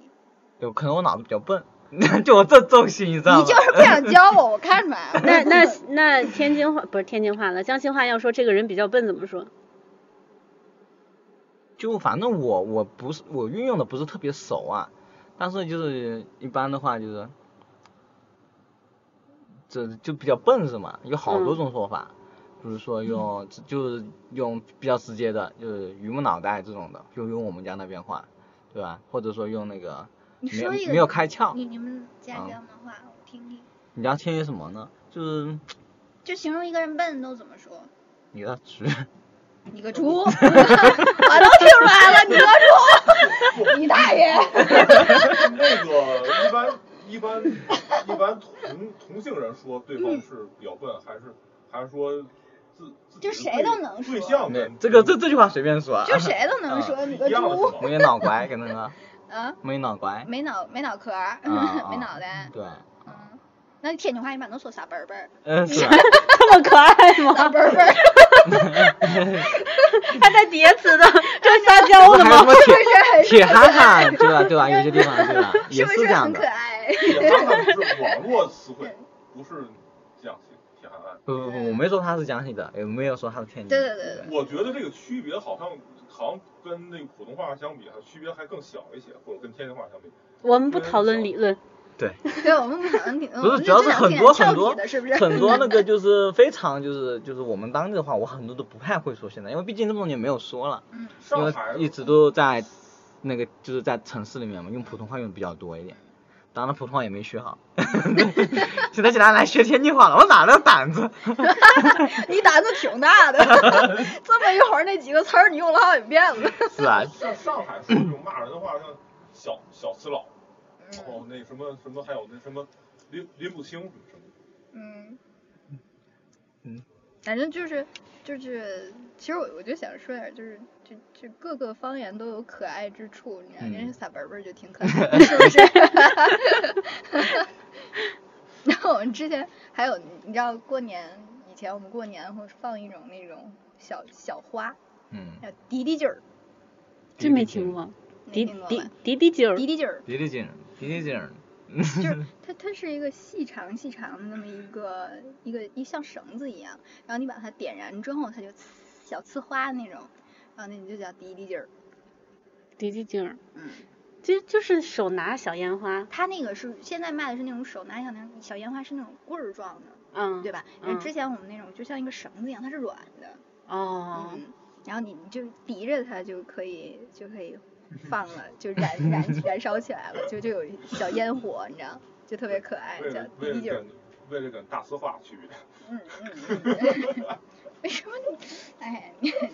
有可能我脑子比较笨， (laughs) 就我这重心，你知道吗？
你就是不想教我，我看出来了。
那
(laughs)
那那天津话不是天津话了，江西话要说这个人比较笨怎么说？
就反正我我不是我运用的不是特别熟啊，但是就是一般的话就是，这就比较笨是吗？有好多
嗯
种说法，比如说
嗯
用就是用比较直接的，就是榆木脑袋这种的，就用我们家那边话，对吧？或者说用那个
你
没有
说一个
没有开窍
你你们家
啊
乡的话，我听听。
你要听些什么呢？就是
就形容一个人笨都怎么说？
你的 (laughs) 直，
你个猪！我 (laughs) 都听出来了，你个猪！你 (laughs) 大爷！
(laughs)
那个一般一般一般同同性人说对
嗯
方是比较笨，还是还是说自自己
就
的
谁
对
都能说
对象
对
们，
这个这这句话随便说啊，
嗯就谁都能说你个
一样的
猪
是吧
(laughs) 没有脑瓜，可能啊，
啊！
没有脑瓜，
没脑没脑壳儿，
啊
(laughs) 没脑袋。
对，
嗯，那天津话一般都说啥笨笨？
嗯是吧？
这么可爱 (laughs)
啥
吗？
笨笨？
还带叠词的，这是撒娇的
还有什
吗
么？铁
很
铁憨憨，对吧？对吧？有些地方对吧？
(laughs) 是
也
不
这
是
样
很
的
可，爱？
(laughs)
铁憨憨是网络词汇，不是讲铁憨憨。
不不不，我没说他是江西的，也没有说他是天津
对
的。
对对对
我觉得这个区别好像好像跟那个普通话相比，它区别还更小一些，或者跟天津话相比。
我们不讨论理论，
对，我们可能挺，
不
嗯我
是，
们
主要
就是只想
很
听
多
点俏
很多
皮的，是不是？
很多那个就是非常就是就是我们当地的话，我很多都不太会说现在，因为毕竟这么多年没有说了，
嗯，
因
上
为
海
一直都在那个就是在城市里面嘛，用普通话用的比较多一点。当然普通话也没学好， (laughs) 现在起来来学天津话了，我哪来的胆子？
(laughs)
(laughs)
你胆子挺大的， (laughs) 这么一会儿那几个词儿你用了好几遍了。
是啊，
像上海说这种骂人的话，像小小死佬，
嗯
然后那什么什么，还有那什么拎拎不清什么什么。
(laughs)
嗯，
嗯，
反正就是就是，其实我我就想说点儿，就是就就各个方言都有可爱之处，你知道，
嗯
人家撒本本就挺可爱
(laughs)
的，是不 (laughs) 是？然后我们之前还有，你知道过年以前我们过年会放一种那种小小花，
嗯，
叫迪迪劲儿，
真没听过。
你
迪
听过
迪
吗？
迪迪九儿
迪迪劲
(laughs)
儿
迪丽景，迪丽景，
(laughs)
嗯
就是它，它是一个细长细长的那么一个一个一像绳子一样，然后你把它点燃之后，它就呲小呲花那种，然后那你就叫滴滴劲儿。
迪迪九儿，
嗯，
就就是手拿小烟花，
它那个是现在卖的是那种手拿小那种小烟花，是那种棍儿状的，
嗯，
对吧？然后之
嗯
前我们那种就像一个绳子一样，它是软的，
哦，
嗯，然后你你就抵着它就可以就可
(laughs)
以放了，就燃燃燃烧起来了，就就有小烟火，你知道，就特别可爱，
哎
为
叫
了
滴
为
滴
了
劲儿
跟。为了跟大四化区别，
嗯嗯嗯， (laughs) 为什么你？哎，你哎，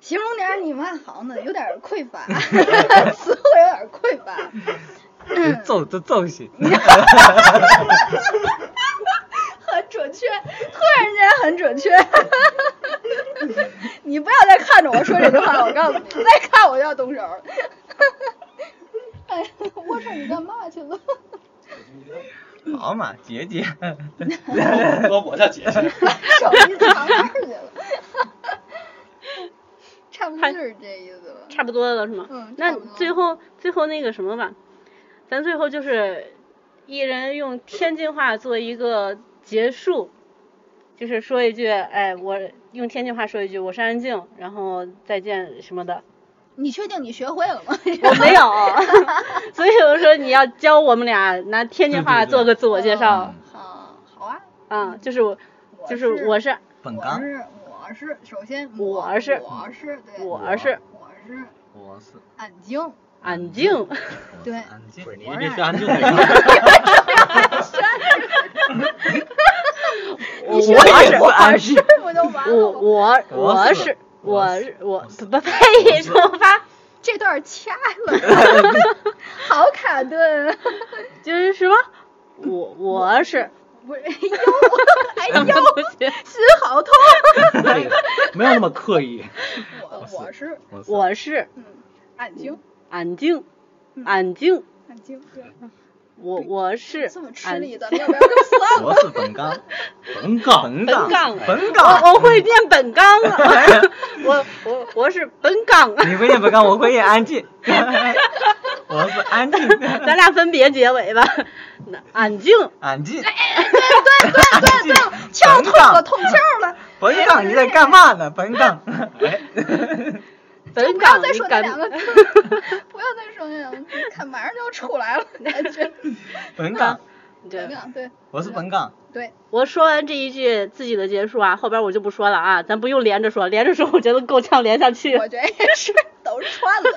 形容点儿你们行的，有点儿匮乏，词汇有点儿匮乏。
嗯
这揍这
(laughs)
揍戏，
很准确，突然间很准确。你不要再看着我说这句话了，我告诉你，再看我就要动手了。哎，我说你干嘛去了？
好嘛，姐姐，
说我叫姐姐，
手机藏那儿去
(laughs)
了。差不多就是这意思吧。
差不多了是吗？
嗯差
那
不多
最后最后那个什么吧，咱最后就是一人用天津话做一个结束，就是说一句，哎，我用天津话说一句，我是安静，然后再见什么的。
你确定你学会了吗？
我
(laughs)
没有，所以我说你要教我们俩拿天津话
对对对
做个自我介绍，
好，好啊，
啊，就是我就是我是
本
我
刚，
是我是，首先
我是
我是对，
我是
我是
我是
安
(laughs)
静，
安静，
我是
对
安静，
你
我
必须
是
(laughs)
安静点儿。
我
我也是安
是
静，
不就完
我
了吗？
我
我
我
是
是我
我
是我不不呸，重发。
这段掐了，
(laughs)
好卡顿，啊
就是什么，我我是，
我哎呦，
(laughs) 哎
(laughs) 哎呦，
不行，
心好痛，
没有那么刻意。
我我是
我是
嗯，安静，
安静
嗯，
安静，
安静，对
我我是
这么吃
安
力，咱们要不要就算
我
了？
是本刚，
本岗，
本
本
岗，
岗，
本
我
岗，
我会念本纲
(laughs)
啊，我我我是本啊岗，
你会念本岗，我会念安静， (laughs) 我是安静，
(laughs)
(laughs)
咱俩分别结尾吧，那安静，
安静，
哎对对
(laughs)
对对，窍痛了，痛窍了，
本岗你在干嘛呢？本岗，哎，
本
不要
岗
再
你
说
敢 (laughs)
那两个字，不要再说那两个字，看马上就要出来了，感觉。
(laughs) 本岗，
本
(laughs) 对，
港对
我是本港，
对，
我说完这一句自己的结束啊，后边我就不说了啊，咱不用连着说，连着说我觉得够呛连下去。
我觉得也是，都是
(laughs)
串了，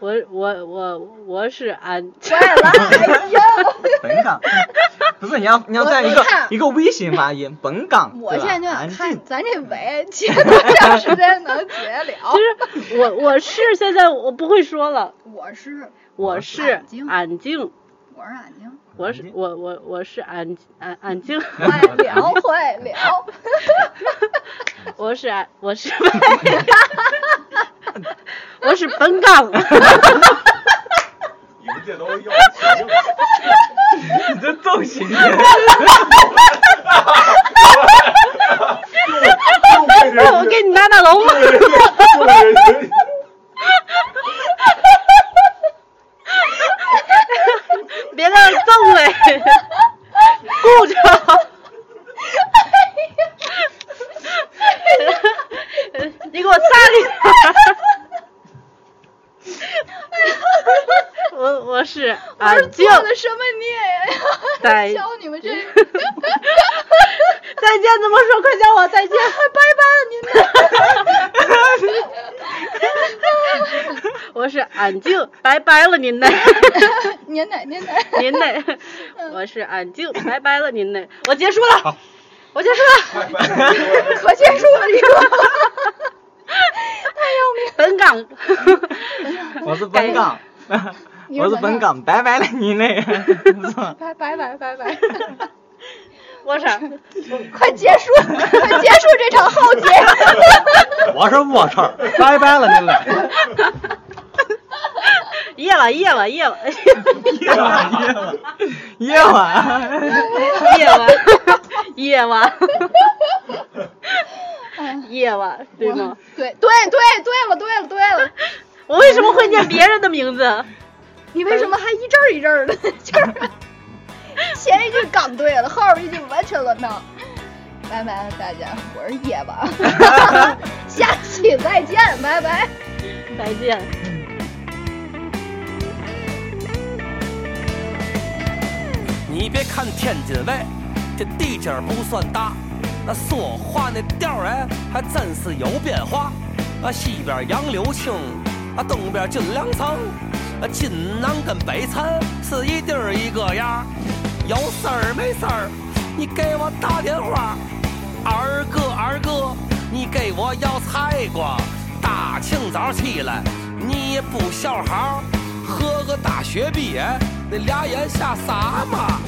我我我我是俺，
串了，哎呀，
本港，不是你要你要
我
这样一
我
个
看
一个 V 型发音，本港，
我
对
现
吧
在就
安
想
静
看，咱这围接多长时间能结了？
(laughs) 其实我我是现在我不会说了，
我是
我是
俺静
俺静，
我是俺
(laughs)
宁，
我是我我我是俺俺俺静，
哎，聊会聊，
(laughs)
(laughs)
我是俺我是 (laughs) 我是本港， (laughs)
你们这都要钱了。
(laughs) 你这
(laughs)
造型，
我给你拉大龙。 (laughs) (laughs) 别在那儿瞪嘞，顾着。你给我站一点儿。我我是啊
我是
安静，
做的什么孽
再
呀？ (laughs) 教你
(laughs)
们这，拜
再见怎么说？快叫我再见，
(laughs)
(laughs)
拜了您们。 (laughs)
我是安静，拜拜了您嘞，
(laughs) 您奶您奶，
(laughs) 您嘞，我是安静，拜拜了您嘞，我结束了，我结束了。 (laughs)
可结束了这个。
本港，
(laughs)
哎
我是本港，
(laughs) 你
我
是
是本
本
港，拜拜了你
(laughs)
嘞，是吧
拜 (laughs) 拜拜拜拜， (laughs)
我啥？
快结束，快结束
(laughs)
这场浩劫。
我是我事儿，拜拜了您嘞。
夜了夜了夜了
夜晚夜晚夜晚，
夜晚夜晚夜晚， (laughs) 对吗？
对对对对了对了对了，
我为什么会念别人的名字？
你为什么还一阵儿一阵儿的？ (laughs) 就是前一句杠对了，后边一句完全乱套。拜拜大家，我是野吧， (laughs) 下期再见，拜拜。
再见。
你别看天津卫，这地界儿不算大，那说话那调儿哎，还真是有变化。啊，西边杨柳青，啊，东边金粮仓，啊，晋南跟北残是一地儿一个样儿。有事儿没事儿，你给我打电话。二哥，二哥，你给我要菜瓜。大清早起来，你也不小孩儿，喝个大雪碧，那俩眼瞎撒嘛？